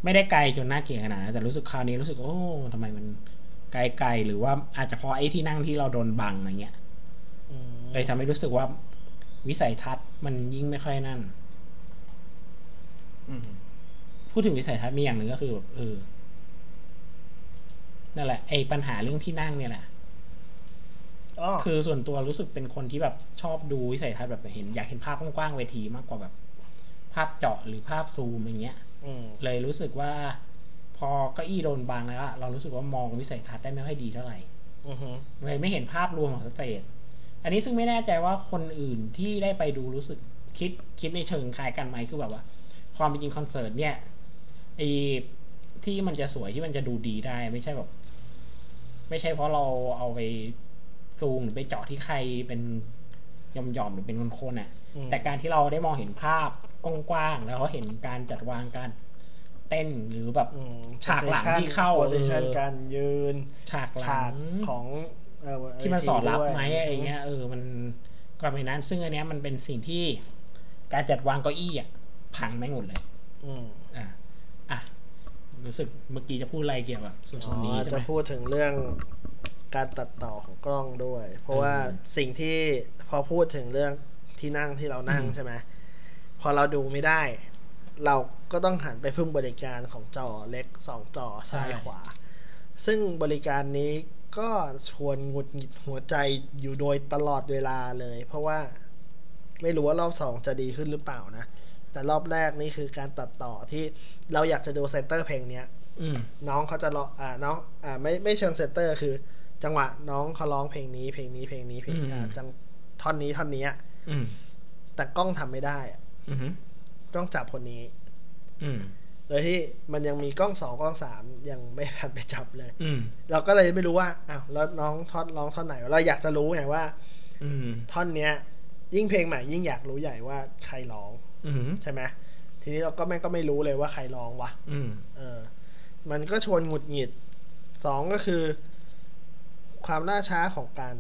ไม่ได้ไกลจนน่าเกลียดขนาดนั้น แต่รู้สึกคราวนี้รู้สึกโอ้ทำไมมันไกลๆหรือว่าอาจจะเพอไอ้ที่นั่งที่เราโดนบังอะไรเงี้ย
อืม
เลยทำให้รู้สึกว่าวิสัยทัศน์มันยิ่งไม่ค่อยนั่น
อืม
พูดถึงวิสัยทัศน์มีอย่างหนึ่งก็คือแบบเออนั่นแหละไอ้ปัญหาเรื่องที่นั่งเนี่ยแหละ
อ๋อ
คือส่วนตัวรู้สึกเป็นคนที่แบบชอบดูวิสัยทัศน์แบบเห็น อยากเห็นภาพกว้างๆเวทีมากกว่าแบบ ภาพเจาะหรือภาพซูมอย่างเงี้ย
ม
เลยรู้สึกว่า พอเก้าอี้โดนบังแล้วอะเรารู้สึกว่ามองวิสัยทัศน์ได้ไม่ค่อยดีเท่าไหร่
อือฮึ
เลยไม่เห็นภาพรวมของสเตจอันนี้ซึ่งไม่แน่ใจว่าคนอื่นที่ได้ไปดูรู้สึกคิดคิดในเชิงคล้ายกันไหมคือแบบว่า ความเป็นจริงคอนเสิร์ตเนี่ยไอที่มันจะสวยที่มันจะดูดีได้ไม่ใช่แบบ ไม่ใช่เพราะเราเอาไปซูงหรือไปเจาะที่ใครเป็นหย่อมๆหรือเป็นคนคนๆอ่ะ
อืม
แต่การที่เราได้มองเห็นภาพกว้างๆแล้วก็เห็นการจัดวางการเต้นหรือแบบ
อืม
ฉากหลัง
position
ที่เข้า
position การยืน
ฉากห
ฉา
ลั
ก
ง
ของเอ่อ
ที่มันสอดรับไหม
ว
อะไรเงี้ยเออมันก็ไม่นั้นซึ่งอันเนี้ยมันเป็นสิ่งที่การจัดวางเก้าอี้อ่ะพังไม่หมดเลย
อืม
อ่ะอ่ะรู้สึกเมื่อกี้จะพูดอะไรเกี่ยวกับส่วน
อ๋
ส่วนนี้
อ
ใช่
จะ
ไหม
พูดถึงเรื่องการตัดต่อของกล้องด้วย เพราะว่า
อืม
สิ่งที่พอพูดถึงเรื่องที่นั่งที่เรานั่ง
อืม
ใช่ไหมพอเราดูไม่ได้ เราก็ต้องหันไปพึ่งบริการของจอเล็กสองจอซ้ายขวา ซึ่งบริการนี้ก็ชวนหงุดหงิดหัวใจอยู่โดยตลอดเวลาเลย เพราะว่าไม่รู้ว่ารอบสองจะดีขึ้นหรือเปล่านะ แต่รอบแรกนี่คือการตัดต่อที่เราอยากจะดูเซนเตอร์เพลงเนี้ย
อืม
น้องเขาจะร้องอ่าน้องอ่าไม่ไม่เชิงเซนเตอร์คือ จังหวะน้องเขาร้องเพลงนี้เพลงนี้เพลงนี้เพลงอ่า
อืม
จังท่อนนี้ท่อนนี้อะ
อืม
แต่กล้องทำไม่ได้อะ
อืม
กล้องจับคนนี้
อืม
โดยที่มันยังมีกล้องสองกล้องสามยังไม่ทันไปจับเลย
อืม
เราก็เลยไม่รู้ว่าอ้าวแล้วน้องท่อนร้องท่อนไหนวะเราอยากจะรู้ไงว่า
อืม
ท่อนเนี้ย ยิ่งเพลงใหม่ยิ่งอยากรู้ใหญ่ว่าใครร้อง
อืม
ใช่ไหมทีนี้เราก็แม่งก็ไม่รู้เลยว่าใครร้องวะ
อืม
เออ มันก็ชวนหงุดหงิดสองก็คือ ความล่าช้าของการ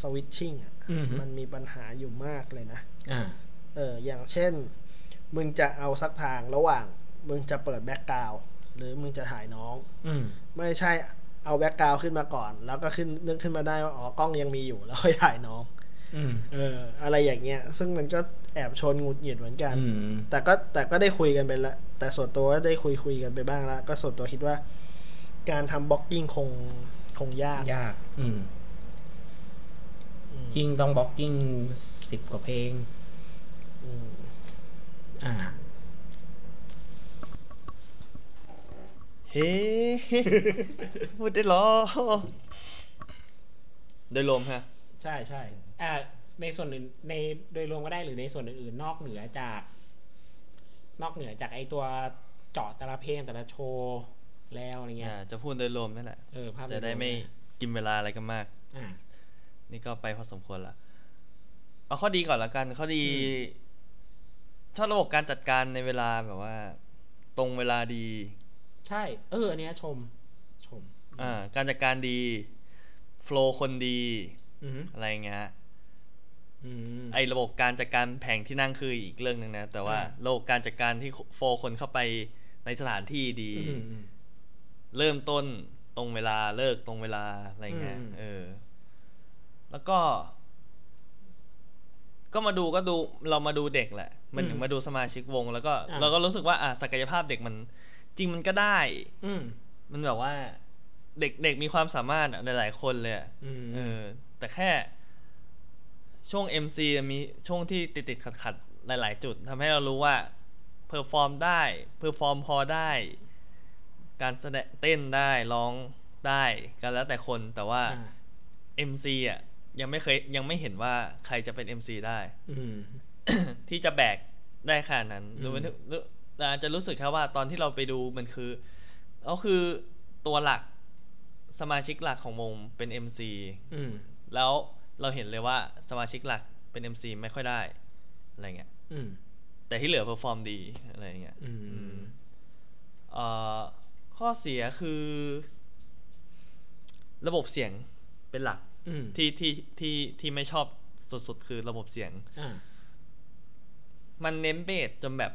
สวิตชิ่งอ่ะ
อืม
มันมีปัญหาอยู่มากเลยนะ
อ่า
เออ อย่างเช่น มึงจะเอาสักทางระหว่าง มึงจะเปิดแบ็กกราวด์หรือมึงจะถ่ายน้อง
อืม
ไม่ใช่เอาแบ็กกราวด์ขึ้นมาก่อน แล้วก็ขึ้นนึกขึ้นมาได้ว่า อ๋อ กล้องยังมีอยู่ แล้วค่อยถ่ายน้อง
อืม
เออ อะไรอย่างเงี้ย ซึ่งมันก็แอบชวนหงุดหงิดเหมือนกัน
อืม
แต่ก็แต่ก็ได้คุยกันไปละแต่ส่วนตัวก็ได้คุยคุยกันไปบ้างละก็ส่วนตัวคิดว่า การทำบล็อกกิ้งคงคงยาก
ยากอืม
อืม
ยิ่งต้องบล็อกกิ้งสิบกว่าเพลง
อืม
อ่า
เฮ้ <laughs> พูดได้เหรอ โดยรวมฮะ
ใช่ใช่อ่าในส่วนอื่นในโดยรวมก็ได้หรือในส่วนอื่นๆนอกเหนือจาก นอกเหนือจากไอตัวเจาะแต่ละเพลงแต่ละโชว์แล้วอะไรเงี้ย
อ่าจะพูดโดยรวมนั่นแหละ
เออภาพโยร
จะ
ว
ได้ไม่
นะ
กินเวลาอะไรกันมาก
อ่า
นี่ก็ไปพอสมควรละ เอาข้อดีก่อนละกัน ข้อดี
อื
ชอบระบบการจัดการในเวลาแบบว่า ตรงเวลาดี
ใช่ เอออันเนี้ยชม ชม
อ่า การจัดการดีโฟลคนดี
อืม
อะไรอย่างเงี้ยฮะ
อืม
ไอ้ระบบการจัดการแผงที่นั่งคืออีกเรื่องหนึ่งนะ แต่ว่า
อ่า
ระบบการจัดการที่โฟลคนเข้าไปในสถานที่ดี
อืมอืม
เริ่มต้นตรงเวลาเลิกตรงเวลาอะไรเงี้ย
อืม
เออ แล้วก็ ก็มาดูก็ดูเรามาดูเด็กแหละหมันถึงมาดูสมาชิกวง แล้วก็ เราก็รู้สึกว่าอ่ะศักยภาพเด็กมัน จริงมันก็ได้
อืม
มันแบบว่า เด็กเด็กมีความสามารถอะหลายๆคนเลยอะ
อืม
เออ แต่แค่ ช่วง MC มีช่วงที่ติดติดขัดขัดๆหลาย ๆ จุดทำให้เรารู้ว่าเพอร์ฟอร์มได้เพอร์ฟอร์มพอได้ การแสดงเต้นได้ร้องได้กันแล้วแต่คนแต่ว่า
อ่า
MC อ่ะยังไม่เคยยังไม่เห็นว่าใครจะเป็น MC ได้
อืม
ที่จะแบกได้ขนาดนั้น
อืม
หรือมันหรือเราอาจจะรู้สึกแค่ว่าตอนที่เราไปดูมันคือเขาคือตัวหลักสมาชิกหลักของวงเป็น MC
อืม
แล้วเราเห็นเลยว่าสมาชิกหลักเป็น MC ไม่ค่อยได้อะไรเงี้ย
อืม
แต่ที่เหลือเพอร์ฟอร์มดีอะไรเงี้ย
อื
อื
ม
มเอ่อข้อเสียคือ ระบบเสียงเป็นหลัก
อืม
ที่ที่ที่ที่ไม่ชอบสุดๆ คือระบบเสียง
อ่า
มันเน้นเบสจนแบบ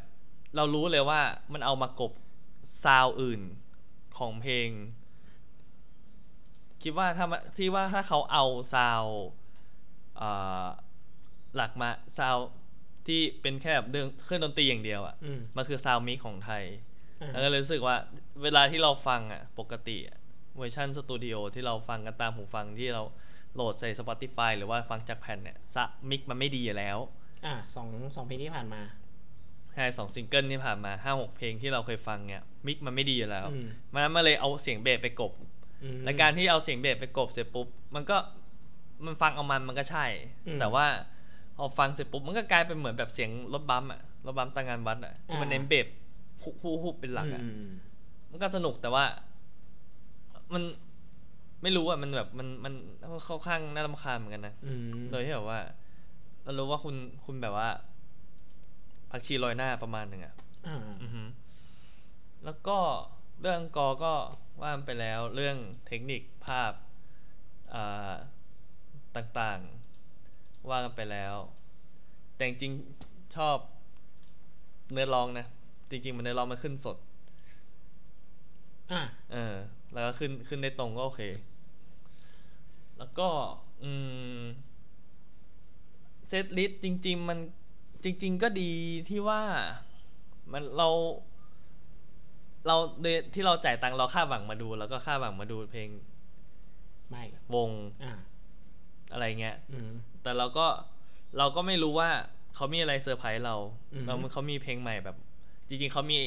เรารู้เลยว่ามันเอามากบซาวด์อื่นของเพลง คิดว่าถ้ามันที่ว่าถ้าเขาเอาซาวด์เอ่อ หลักมาซาวที่เป็นแค่แบบเรื่องเครื่องดนตรีอย่างเดียวอะ่ะ
อืม
มันคือซาวมิกของไทย
อ่า
แล้วก็เลยรู้สึกว่าเวลาที่เราฟังอ่ะปกติอะเวอร์ชันสตูดิโอที่เราฟังกันตามหูฟังที่เราโหลดใส่ Spotify หรือว่าฟังจากแผ่นเนี่ยซะมิกมันไม่ดีอยู่แล้ว
อ่าสองสองเพลงที่ผ่านมา
ใช่สองซิงเกิลที่ผ่านมาห้าหกเพลงที่เราเคยฟังเนี่ยมิกมันไม่ดีอยู่แล้ว
อืม
มันมาเลยเอาเสียงเบสไปกบ
อืม
และการที่เอาเสียงเบสไปกลบเสร็จปุ๊บ มันก็มันฟังเอามันมันก็ใช่
อืม
แต่ว่าพอฟังเสร็จปุ๊บมันก็กลายเป็นเหมือนแบบเสียงรถบัมป์อะรถบัมป์ตางงานวัดอะที่มัน
อ่า
เน้นเบสฮุบฮบฮุบเป็นหลักอะ
อืม
มันก็สนุกแต่ว่า มันไม่รู้อะมันแบบมันมันมันเข้าข้างน่ารำคาญเหมือนกันนะ
อืม
โดยที่แบบว่าเรารู้ว่าคุณคุณแบบว่าผักชีลอยหน้าประมาณหนึ่งอะ
อ่า
อือฮึแล้วก็เรื่องกอก็ว่ามันไปแล้วเรื่องเทคนิคภาพอ่าต่างๆ ว่ากันไปแล้ว แต่จริงๆชอบเนื้อร้องนะ จริงๆ มันเนื้อร้องมันขึ้นสด
อ่า
เออ แล้วก็ขึ้นขึ้นได้ตรงก็โอเค แล้วก็ อืม เซตลิสต์จริง ๆ มันจริง ๆ ก็ดีที่ว่ามันเรา เราเดที่เราจ่ายตังค์เราคาดหวังมาดู แล้วก็คาดหวังมาดูเพลง
ไม่
วง
อ่า
อะไรเงี้ย
อืม
แต่เราก็เราก็ไม่รู้ว่าเขามีอะไรเซอร์ไพรส์เรา
อืม
แล้วมันเขามีเพลงใหม่แบบ จริง ๆเขามี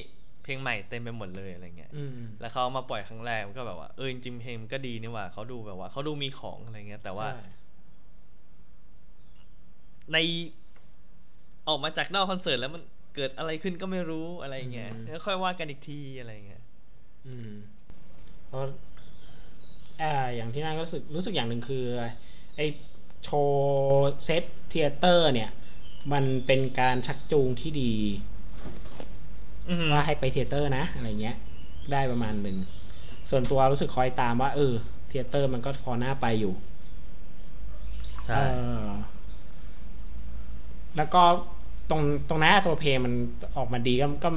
เพลงใหม่เต็มไปหมดเลยอะไรเงี้ย
อืม
แล้วเขาเอามาปล่อยครั้งแรกมันก็แบบว่าเออจริมเพลงมันก็ดีนี่หว่าเขาดูแบบว่าเขาดูมีของอะไรเงี้ย แต่ว่า
ใช่
ในออกมาจากนอกคอนเสิร์ตแล้วมันเกิดอะไรขึ้นก็ไม่รู้อะไรเงี้ยแล้วค่อยว่ากันอีกทีอะไรเงี้ย
อืมเพราะอ่าอย่างที่นั่นก็รู้สึกรู้สึกอย่างหนึ่งคือ ไอโชว์เซตเทเตอร์เนี่ย มันเป็นการชักจูงที่ดี
อือฮึ
ว่าให้ไปเทยเตอร์นะอะไรเงี้ย ได้ประมาณหนึ่ง ส่วนตัวรู้สึกคอยตามว่า เออเทยเตอร์มันก็พอหน้าไปอยู่
ใช่
เออแล้วก็ตรงตรงหน้าตัวเพลงมันออกมาดีก็ก็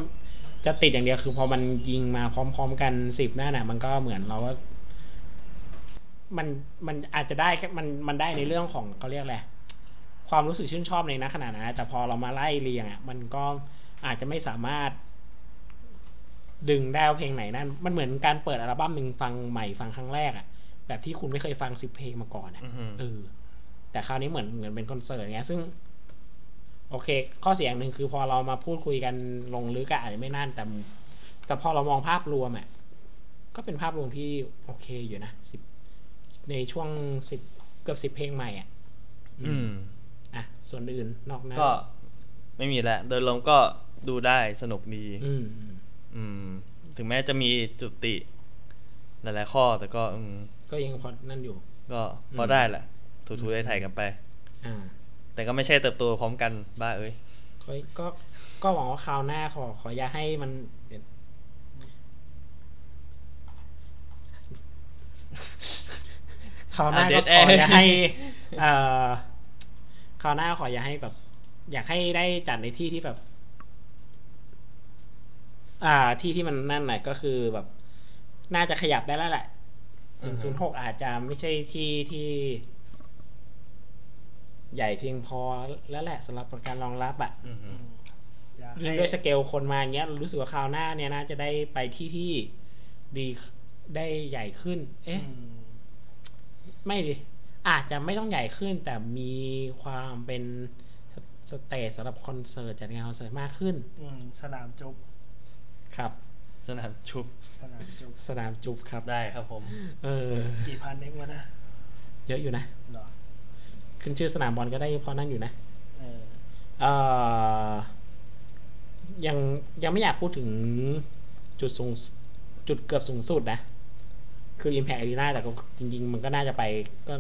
จะติดอย่างเดียวคือพอมันยิงมาพร้อม ๆ กันสิบหน้าน่ะ มันก็เหมือนเราว่า มันมันอาจจะได้แค่มันมันได้ในเรื่องของเขาเรียกแหละไรความรู้สึกชื่นชอบในนัขนาดนั้นนะแต่พอเรามาไล่เรียงอ่ะมันก็อาจจะไม่สามารถ ดึงได้ว่าเพลงไหนนั่น มันเหมือนการเปิดอัลบั้มหนึ่งฟังใหม่ฟังครั้งแรกอ่ะ แบบที่คุณไม่เคยฟังสิบเพลงมาก่อนอ่ะ
อือฮึ
เออแต่คราวนี้เหมือนเหมือนเป็นคอนเสิร์ตไงซึ่ง โอเค ข้อเสียอย่างหนึ่งคือพอเรามาพูดคุยกันลงลึกอะอาจจะไม่นั่นแต่ แต่พอเรามองภาพรวมอะก็เป็นภาพรวมที่โอเคอยู่นะสิบในช่วงสิบเกือบสิบเพลงใหม่อะ
อืม
อ่ะ ส่วนอื่นนอกนั้น
ก็ไม่มีแล้วโดยรวมก็ดูได้สนุกดี
อืมอืม
อืม ถึงแม้จะมีจุติ หลายๆข้อแต่ก็อืม
ก็ยังพอนั่นอยู่
ก็พ
อื
อ
ม
ได้แหละถูๆได้ไทยกันไป
อ่า
แต่ก็ไม่ใช่เติบโตพร้อมกันบ้าเอ้ย
ก็ก็ก็หวังว่าคราวหน้าขอขออย่าให้มัน <laughs> เดี๋ยวคราวหน้า
อ่ะ
ก็
dead
ขอ
air
อย่าให้ <laughs> เอ่อคราวหน้าขออย่าให้แบบ อยากให้ได้จัดในที่ที่แบบ อ่าที่ที่มันนั่นหน่อยก็คือแบบ น่าจะขยับได้แล้วแหละหนึ่งศูนย์หกอาจจะไม่ใช่ที่ที่ ใหญ่เพียงพอแล้วแหละสำหรับการรองรับอ่ะ
อือฮึ
อยาก
ยิ่ง
ให้
ด้วยสเกลคนมาอย่างเงี้ย รู้สึกว่าคราวหน้าเนี่ยน่าจะได้ไปที่ที่ดีได้ใหญ่ขึ้น
อื
เอ๊ะ
ม
ไม่ดิอาจจะไม่ต้องใหญ่ขึ้น แต่มีความเป็นสสเตจสำหรับคอนเสิร์ตจัดงานคอนเสิร์ตมากขึ้น
อืมสนามจุบ
ครับ
สนามชุบ
สนามจุบ
สนามจุบครับ
ได้ครับผม
เออ
กี่พันเองวะนะ
เยอะอยู่นะ
เหรอ
ขึ้นชื่อสนามบอลก็ได้พอนั่นอยู่นะ
เออ
เอ่อยังยังไม่อยากพูดถึงจุดสูงสจุดเกือบสูงสุดนะ คือ Impact Arena แต่ก็จริง ๆ มันก็น่าจะไป ก็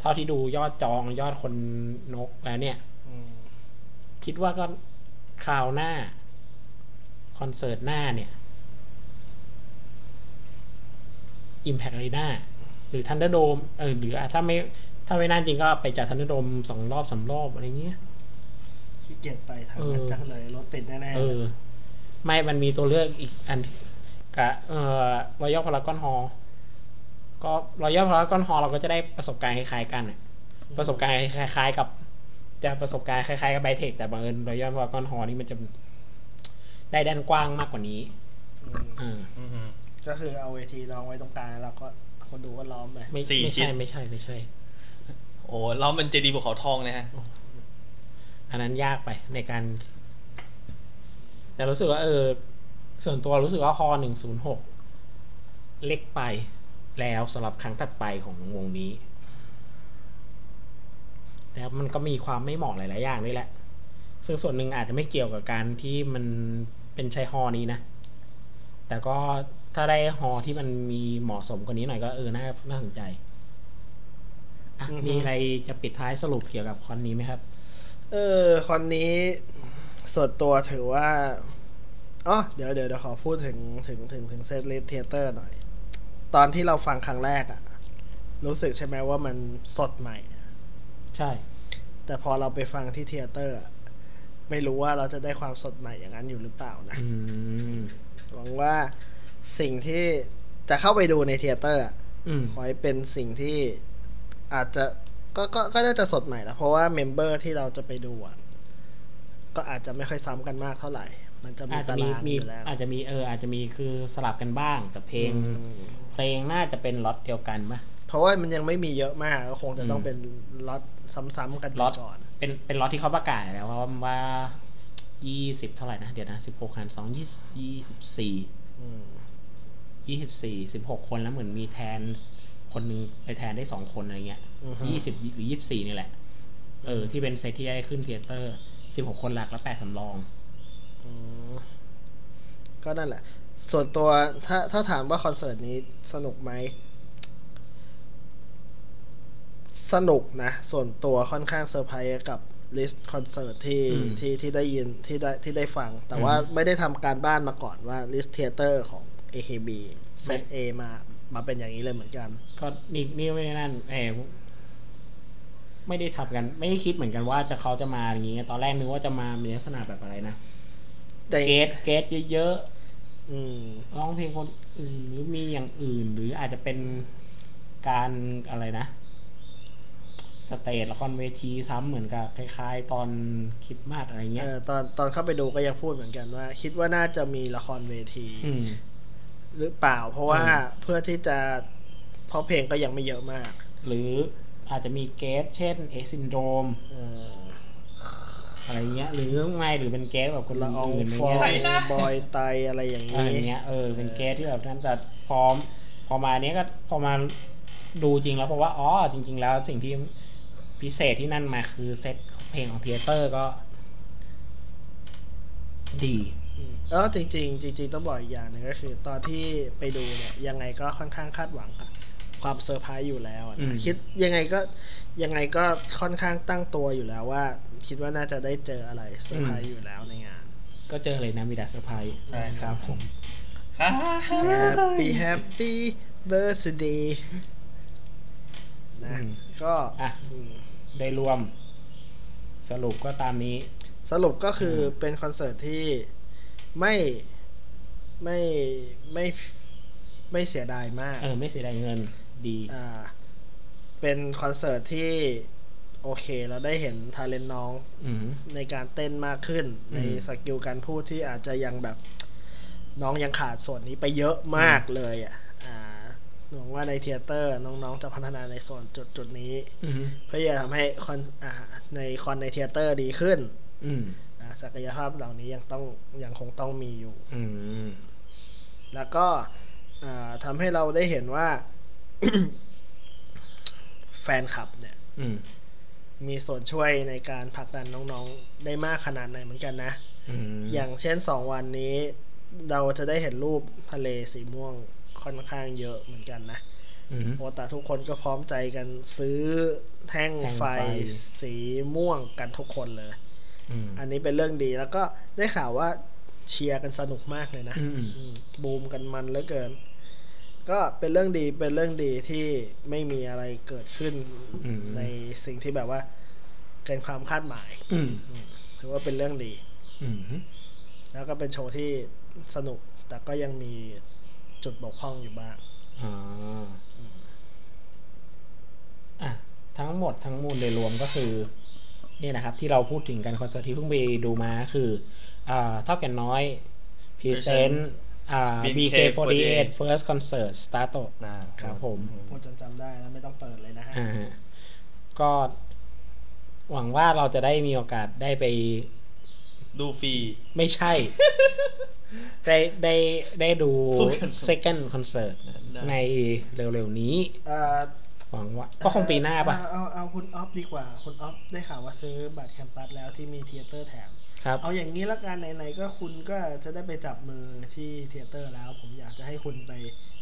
เท่าที่ดูยอดจองยอดคนนกแล้วเนี่ย
อืม
คิดว่าก็คราวหน้า คอนเสิร์ตหน้าเนี่ย Impact Arena หรือ Thunderdome เออหรืออ่ะถ้าไม่ถ้าไม่น่าจริงก็ไปจัด Thunderdome สองรอบสามรอบอะไรเงี้ย
ขี้เกียจไปทางนั้นจังเลยรถติดแน่
เออ ไม่ มันมีตัวเลือกอีกอันกะเอ่อรอยัลพารากอนฮอลก็รอยัลพารากอนฮอลเราก็จะได้ประสบการณ์คล้ายๆกันน่ะ
ๆ
ประสบการณ์คล้ายๆกับ จะประสบการณ์คล้ายๆกับไบเทคแต่บังเอิญรอยย่อนวากอนฮอนี่มันจะได้ด้านกว้างมากกว่านี้
อืม
อ่า
อือหือ
ก็คือเอาเวทีรองไว้ตรงกลางแล้วเราก็คนดูก็ล้อมไป
ไม่
สี่
ไม่
ชิ้
ใช่
น
ไม่ใช่ไม่ใช่
โอ้เราเป็นเจดีภูเขาทองนะฮะ
อันนั้นยากไปในการ แต่รู้สึกว่า เออ ส่วนตัวรู้สึกว่าฮอหนึ่งศูนย์หกเล็กไปแล้วสำหรับครั้งถัดไปของวงนี้ แล้วมันก็มีความไม่เหมาะหลาย ๆ อย่างด้วยแหละ ซึ่งส่วนหนึ่งอาจจะไม่เกี่ยวกับการที่มันเป็นใช้ฮอนี้นะ แต่ก็ถ้าได้ฮอที่มันมีเหมาะสมกว่านี้หน่อยก็เออน่าน่าสนใจ อ่ะ มีอะไรจะปิดท้ายสรุปเกี่ยวกับคอนนี้ไหมครับ
เออคนนี้ส่วนตัวถือว่าอ๋อเดี๋ยวเดี๋ยวเดี๋ยวขอพูดถึงถึงถึงถึงเซตเลสเทเตอร์หน่อย ตอนที่เราฟังครั้งแรกอะรู้สึกใช่ไหมว่ามันสดใหม่
ใช่
แต่พอเราไปฟังที่เทเตอร์อะไม่รู้ว่าเราจะได้ความสดใหม่อย่างนั้นอยู่หรือเปล่านะ
อืม
หวังว่าสิ่งที่จะเข้าไปดูในเทเตอร์อะ
อืม
ขอให้เป็นสิ่งที่อาจจะก็ก็ก็น่าจะสดใหม่นะเพราะว่าเมมเบอร์ที่เราจะไปดูอะก็อาจจะไม่ค่อยซ้ำกันมากเท่าไหร่ มันจะมี
อาจจะ
ตา
มี
รางอ
มี
ยู่แล้ว
อาจจะมีเออ อาจจะมีคือสลับกันบ้าง แต่เพลง
อืม
เพลงน่าจะเป็นล็อตเดียวกันปะ
เพราะว่ามันยังไม่มีเยอะมากก็คงจะต้อง
อืม
เป็นล็อตซ้ำๆกันไป
ล็อต
ก่อน
เป็นเป็นล็อตที่เขาประกาศแล้วว่าว่ายี่สิบเท่าไหร่นะ เดี๋ยวนะสิบหกหารสองยี่สิบสี่
อืม
ยี่สิบสี่สิบหกคนแล้วเหมือนมีแทน คนหนึงไปแทนได้สองคนอะไรเงี้ย
อือฮึ
ยี่สิบหรือยี่สิบสี่นี่แหละ เออ ที่เป็นเซตที่ได้ขึ้นเทยเตอร์สิบหกคนหลักและแปดสำรอง
อืมก็นั่นแหละ ส่วนตัวถ้าถ้าถามว่าคอนเสิร์ตนี้สนุกไหม สนุกนะ ส่วนตัวค่อนข้างเซอร์ไพรส์กับลิสต์คอนเสิร์ตที่
อืม
ที่ที่ได้ยินที่ได้ที่ได้ฟัง แต่ว่า
อืม
ไม่ได้ทำการบ้านมาก่อนว่าลิสต์เทเตอร์ของ AKB เซต A มามาเป็นอย่างนี้เลยเหมือนกัน
ก็นี่นี่ไม่นั่นเออไม่ได้ทำกัน ไม่ได้คิดเหมือนกันว่าจะเขาจะมาอย่างงี้ไงตอนแรกนึกว่าจะมาในลักษณะแบบอะไรนะ
แต่
เกสเกสเยอะ
อืม
ๆร้องเพลงคนอื่นหรือมีอย่างอื่น หรืออาจจะเป็นการอะไรนะ สเตจละครเวทีซ้ำเหมือนกับคล้าย ๆ ตอนคริดมาสอะไรเงี้
เอย อตอนตอนเข้าไปดูก็ยังพูดเหมือนกันว่า คิดว่าน่าจะมีละครเวที
ม
หรือเปล่า เพราะว่า
อืม
เพื่อที่จะเพราะเพลงก็ยังไม่เยอะมาก
หรืออาจจะมีเกสเช่นเอซินโดม
เออ
อะไรเงี้ย หรือไม่หรือเป็นเกสแบบคน
ละออง
อื่นอะไรเงี้ย
ฟอง
ใครนะ
บอยไตอะไรอย่าง
อะไร
นี้
เงี้ยเออเป็นเกสที่แบบนั้นแต่พอพอมาเนี้ยก็พอมาดูจริงแล้วเพราะว่าอ๋อจริง ๆ แล้วสิ่งที่พิเศษที่นั่นมาคือเซตเพลงของเทเตอร์ก็ ดี
อืมเออจริง ๆ จริง ๆ ต้องบอกอีกอย่างหนึงก็คือ ตอนที่ไปดูเนี่ยยังไงก็ค่อนข้างคาดหวังกับความเซอร์ไพรส์อยู่แล้วอะ
อืม
นะคิดยังไงก็ยังไงก็ค่อนข้างตั้งตัวอยู่แล้วว่า คิดว่าน่าจะได้เจออะไรเซอร์ไพรส์อยู่แล้วในงาน
ก็เจอเลยนะมีดาสไพรส์
ใช่
ครับผม
ฮ่า
Happy Happy Birthday นะ
อืม
ก็
อ่ะ
อืม
ได้รวม สรุปก็ตามนี้
สรุปก็คืออเป็นคอนเสิร์ตที่ไม่ไม่ไม่ไม่เสียดายมาก
เออ ไม่เสียดายเงินดี
อ่าเป็นคอนเสิร์ตที่โอเคเราได้เห็นทาเลนน้อง
อืม
ในการเต้นมากขึ้น
อืม
ในสกิลการพูดที่อาจจะยังแบบน้องยังขาดส่วนนี้ไปเยอะมากเลยอ่ะอ่าหวังว่าในเทยเตอร์น้องๆจะพัฒนาในส่วนจุดจุดๆนี้
อืม
เพื่อจะทำให้คอนอาในคอนในเทยเตอร์ดีขึ้น
อืม
อ่าศักยภาพเหล่านี้ยังต้องยังคงต้องมีอยู่
อืม
แล้วก็อ่าทำให้เราได้เห็นว่า <coughs> แฟนคลับเนี่ย
อืม
มีส่วนช่วยในการผลักดันน้องๆ ได้มากขนาดไหนเหมือนกันนะ
อืม
อย่างเช่น 2 วันนี้ เราจะได้เห็นรูปทะเลสีม่วงค่อนข้างเยอะเหมือนกันนะ
อืม
โอตาทุกคนก็พร้อมใจกันซื้อแท่ง
แท่ง
ไฟ
ไฟ
สีม่วงกันทุกคนเลย
อืม
อันนี้เป็นเรื่องดีแล้วก็ได้ข่าวว่าเชียร์กันสนุกมากเลยนะ
อืม
อืมบูมกันมันเหลือเกิน ก็เป็นเรื่องดีเป็นเรื่องดีที่ไม่มีอะไรเกิดขึ้น
อืม
ในสิ่งที่แบบว่า เกินความคาดหมาย
อืม
อืมถือว่าเป็นเรื่องดี
อืม
แล้วก็เป็นโชว์ที่สนุก แต่ก็ยังมีจุดบกพร่องอยู่บ้าง
อ๋อ อ่ะทั้งหมดทั้งมวลโดยรวมก็คือ นี่นะครับ ที่เราพูดถึงกันคอนเสิร์ตที่เพิ่งไปดูมาคืออ่าเท่าแก่น้อยพรีเซน
Present
ต์อ่า BK48
BK48
First Concert Start
นะครับ
ผม
พูดจนจำได้แล้วไม่ต้องเปิดเลยนะฮะ
อ่าฮะก็หวังว่าเราจะได้มีโอกาสได้ไป
ดูฟรี
ไม่ใช่ <laughs> ได้ได้ได้ดู
พูดกัน
second concert
ได้
ในเร็วๆนี้
เอ่อ
หวังว่า ก็คงปีหน้าป่ะ
เอเอาเอาคุณออฟดีกว่า คุณออฟได้ข่าวว่าซื้อบัตรแคมปัสแล้วที่มีเทยเตอร์แถม
ครับ
เอาอย่างนี้ละกันไหนๆก็คุณก็จะได้ไปจับมือที่เทยเตอร์แล้ว ผมอยากจะให้คุณไป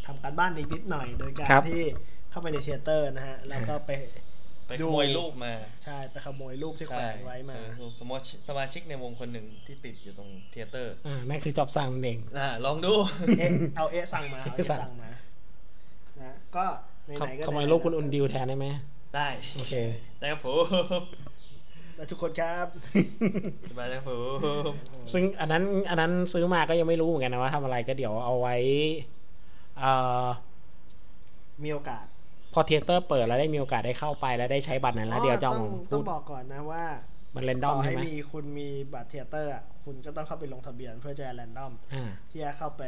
ทำการบ้านนิดๆหน่อย โดยการ
ครับ
ที่เข้าไปในเทยเตอร์นะฮะ แล้วก็ไป
ไป
ดู
ขโมยรูปมา
ใช่ไปขโมยรูปที่แขว
ใช่
นไว้มา
รูปสมาชิกสมาชิกในวงคนหนึ่งที่ติดอยู่ตรงเทยเตอร์
อ่านั่นคือจอบสร้างนั่นเอง
อ่าลองดู
เอ๊ะเอาเอ๊ะสั่งมาเอาเอ๊ะสั่งมานะก็
ข
ไหนๆก็
ขโมยรูปคุณอุ่นดิวแทนได้
<laughs>
ไหม
ได้
โอเค
ได้ครับผม
แล้วทุกคนครับ
สบายได้ครับผม
ซึ่งอันนั้นอันนั้นซื้อมาก็ยังไม่รู้เหมือนกันนะว่าทำอะไรก็เดี๋ยวเอาไว้เอ่อ
มีโอกาส
พอเทเตอร์เปิดแล้วได้มีโอกาสได้เข้าไปแล้วได้ใช้บัตรนั้นแล้วเดี๋ยวจะเอามา
อ๋อต้
พู
องต้อ
ด
งบอกก่อนนะว่า
มันเรนด
ต่
อม
อ
ใช่
ให้
ไหม
มีคุณมีบัตรเทยเตอร์อะคุณก็ต้องเข้าไปลงทะเบียนเพื่อจะแรนดอม
อ่า
ที่จะเข้าไป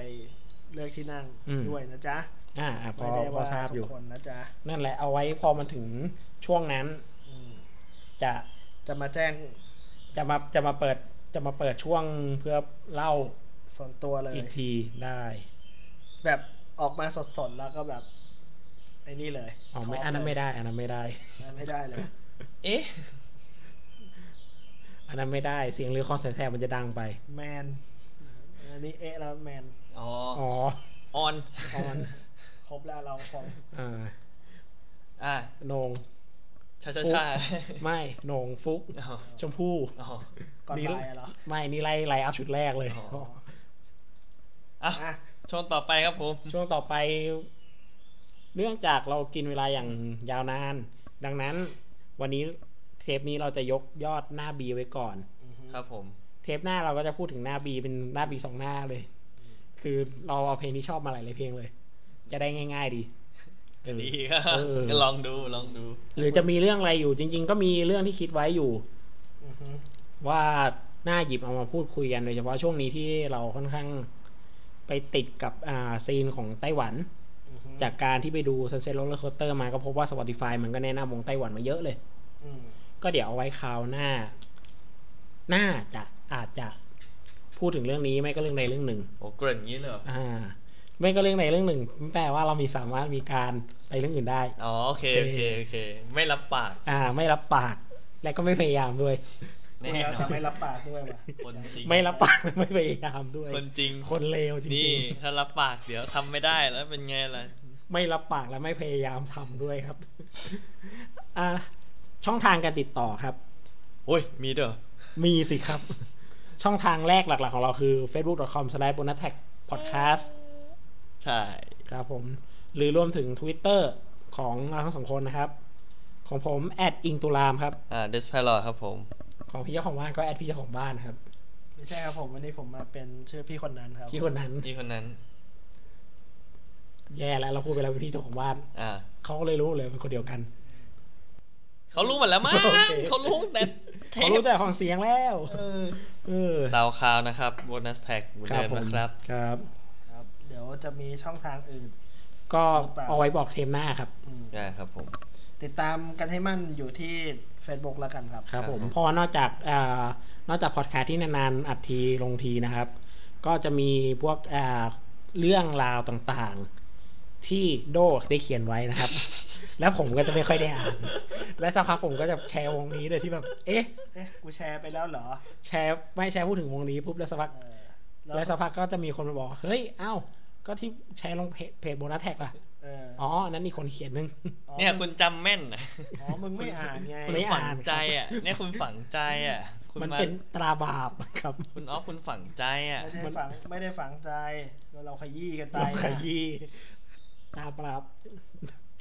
เลือกที่นั่ง
อืม
ด้วยนะจ๊ะ
อ่าอ่าพอ
ไม่ได้
พอ
ว่า
ทราบอ
ทุ
ยู่
กคนนะจ๊ะ
นั่นแหละเอาไว้พอมันถึงช่วงนั้น
อืม
จะ
จะมาแจ้ง
จะมาจะมาเปิดจะมาเปิดช่วงเพื่อเล่า
ส่วนตัวเลย
อีกทีได้
แบบออกมาสดๆแล้วก็แบบไอ้นี่เลย
อ๋อไม่
ทก
อันนั้น
เลย
ไม่ได้อันนั้นไม่ได้
อันนั้นไม่ได้เลย
เอ๊ะ
อันนั้นไม่ได้เสียงหรือคอนเสิร์ตแทบมันจะดังไป
แมนอันนี้เอะแล้วแมน
อ๋อ
อ๋อ
ออน
ออน
ครบแล้วเราพอ
อ่า
อ่ะ
โหนง
ชาชา
ฟุ๊ก
ชา
ไม่โหนงฟุก
อ๋อ
ชมพู่
อ๋อ
ก่อน
นี่
บ่ายอะเหรอ
ไม่นี่ไล่ไล่อัพชุดแรกเลย
อ๋อ
อ๋อ
อ่ะ
อ่ะ
ช่วงต่อไปครับผม
ช่วงต่อไป เนื่องจากเรากินเวลาอย่างยาวนาน ดังนั้น วันนี้เทปนี้เราจะยกยอดหน้าบีไว้ก่อน
อือฮึ
ครับผม
เทปหน้าเราก็จะพูดถึงหน้าบีเป็นหน้าบีสองหน้าเลย คือเราเอาเพลงที่ชอบมาหลายๆเพลงเลย จะได้ง่าย
<laughs>
ๆ ดีเออ
ดีครับ
เออ
ก็ลองดูลองดู
หรือจะมีเรื่องอะไรอยู่ จริง ๆ ก็มีเรื่องที่คิดไว้อยู่
อือฮึ
ว่าน่าหยิบเอามาพูดคุยกันโดยเฉพาะช่วงนี้ที่เราค่อนข้างไปติดกับอ่าซีนของไต้หวัน
อือฮึ
จากการที่ไปดู Sunset Roller Coaster มาก็พบว่า Spotify มันก็แนะนำวงไต้หวันมาเยอะเลย
อืม
ก็เดี๋ยวเอาไว้คราวหน้า น่าจะอาจจะพูดถึงเรื่องนี้ไม่ก็เรื่องใดเรื่องหนึ่ง
โอ้เกริ่นงี้เลยเหรอ
อ่าไม่ก็เรื่องไหนเรื่องหนึ่งไม่แปลว่าเรามีสามารถมีการไปเรื่องอื่นได้
อ๋อโอเคโอเคโอเค ไม่รับปาก
อ่า ไม่รับปากและก็ไม่พยายามด้วย
แน่
แล้
นอ
วแต่
น
ไม่รับปากด้วยว่ะ
คนจริง
ไม่รับปากและไม่พยายามด้วย
คนจริง
คนเลวจริ
นี่
ง
ถ้ารับปากเดี๋ยวทำไม่ได้แล้วเป็นไงล่ะ
ๆไม่รับปากและไม่พยายามทำด้วยครับ <laughs> อ่าช่องทางการติดต่อครับ
โอ้ย มีเด้อ
มีสิครับ <laughs> ช่องทางแรกหลักๆของเราคือ facebook.com/bonustaggpodcast
ใช่
ครับผม หรือรวมถึง Twitter ของเราทั้งสองคนนะครับ ของผมแอดอิงตุลามครับ
อ่าเดสพลอครับผม
ของพี่เจ้าของบ้านก็แอดพี่เจ้าของบ้านครับ
ไม่ใช่ครับผมวันนี้ผมมาเป็นชื่อพี่คนนั้นครับ
พี่คนนั้น
พี่คนนั้น
แย่แล้วเราพูดไปแล้วเป็นพี่เจ้าของบ้าน
อ่า
เขาก็เลยรู้เลยเป็นคนเดียวกัน
เขารู้หมดแล้วมั้ง
โอเค
เขารู้แต่เท
เขา
ป
รู้แต่ของเสียงแล้ว
เออ
เออ
ซาวคาวนะครับโบนัสแท็กเหมือนเดิม
ผม
นะครับ
ครับ
ครับ เดี๋ยวจะมีช่องทางอื่น
ก็
หรือเปล่า
เอาไว้บอกเทมหน้าครับ
อืม
ได้ครับผม
ติดตามกันให้มั่นอยู่ที่ Facebook แล้วกันครับ
ครับผม
ครับ
เพราะว่านอกจากอ่านอกจากพอดแคสต์ที่นานๆอัดทีลงทีนะครับ ก็จะมีพวกอ่าเรื่องราวต่างๆ ที่โดได้เขียนไว้นะครับ <laughs> แล้วผมก็จะไม่ค่อยได้อ่าน <laughs> และสักพักผมก็จะแชร์วงนี้โดยที่แบบ เอ๊ะ
เอ๊ะ กูแชร์ไปแล้วเหรอ
แชร์ไม่แชร์พูดถึงวงนี้ปุ๊บแล้วสักพัก
เออ
แล้วสักพักก็จะมีคนมาบอก เฮ้ย เอ้า ก็ที่แชร์ลงเพจเพจโบนัสแท็กล่ะ
เออ
อ๋ออันนั้นมีคนเขียนนึง
อ๋อ
เนี่ยคุณจำแม่นนะ
อ๋อ มึงไม่อ่านไง
คุณไม่อ่าน
ฝังใจอ่ะ เนี่ยคุณฝังใจอ่ะ คุณ
มัน
มา
เป็นตราบาปครับ
คุณออฟคุณฝังใจอ่ะ
ไม่ได้ฝัง ไม่ได้ฝังใจ เราเราขยี้กันไป
เราข
นะ
ยี้ตราบาป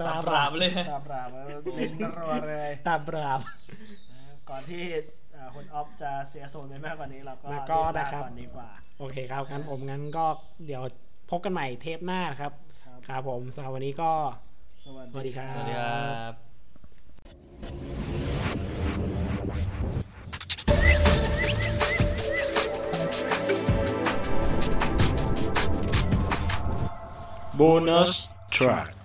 ตาปราบเลย
ตาปราบแล้วเล่นรัวเลย
ตราบ <laughs> าป
นะก่อนที่เอ่อคุณออฟจะเสียโซนไปมากกว่านี้เราก็
แล้วก็
เรียลา
นะครับ
ก่อนดีกว่า
โอเคครับงั้นผมงั้นก็เดี๋ยวพบกันใหม่เทปหน้านะครับ
ครับ
ครับผมสำหรับวันนี้ก็
สวัส
สวัสดี
ดี
ค
ค
รั
รับ บ
สวัสดีครับ
bonus track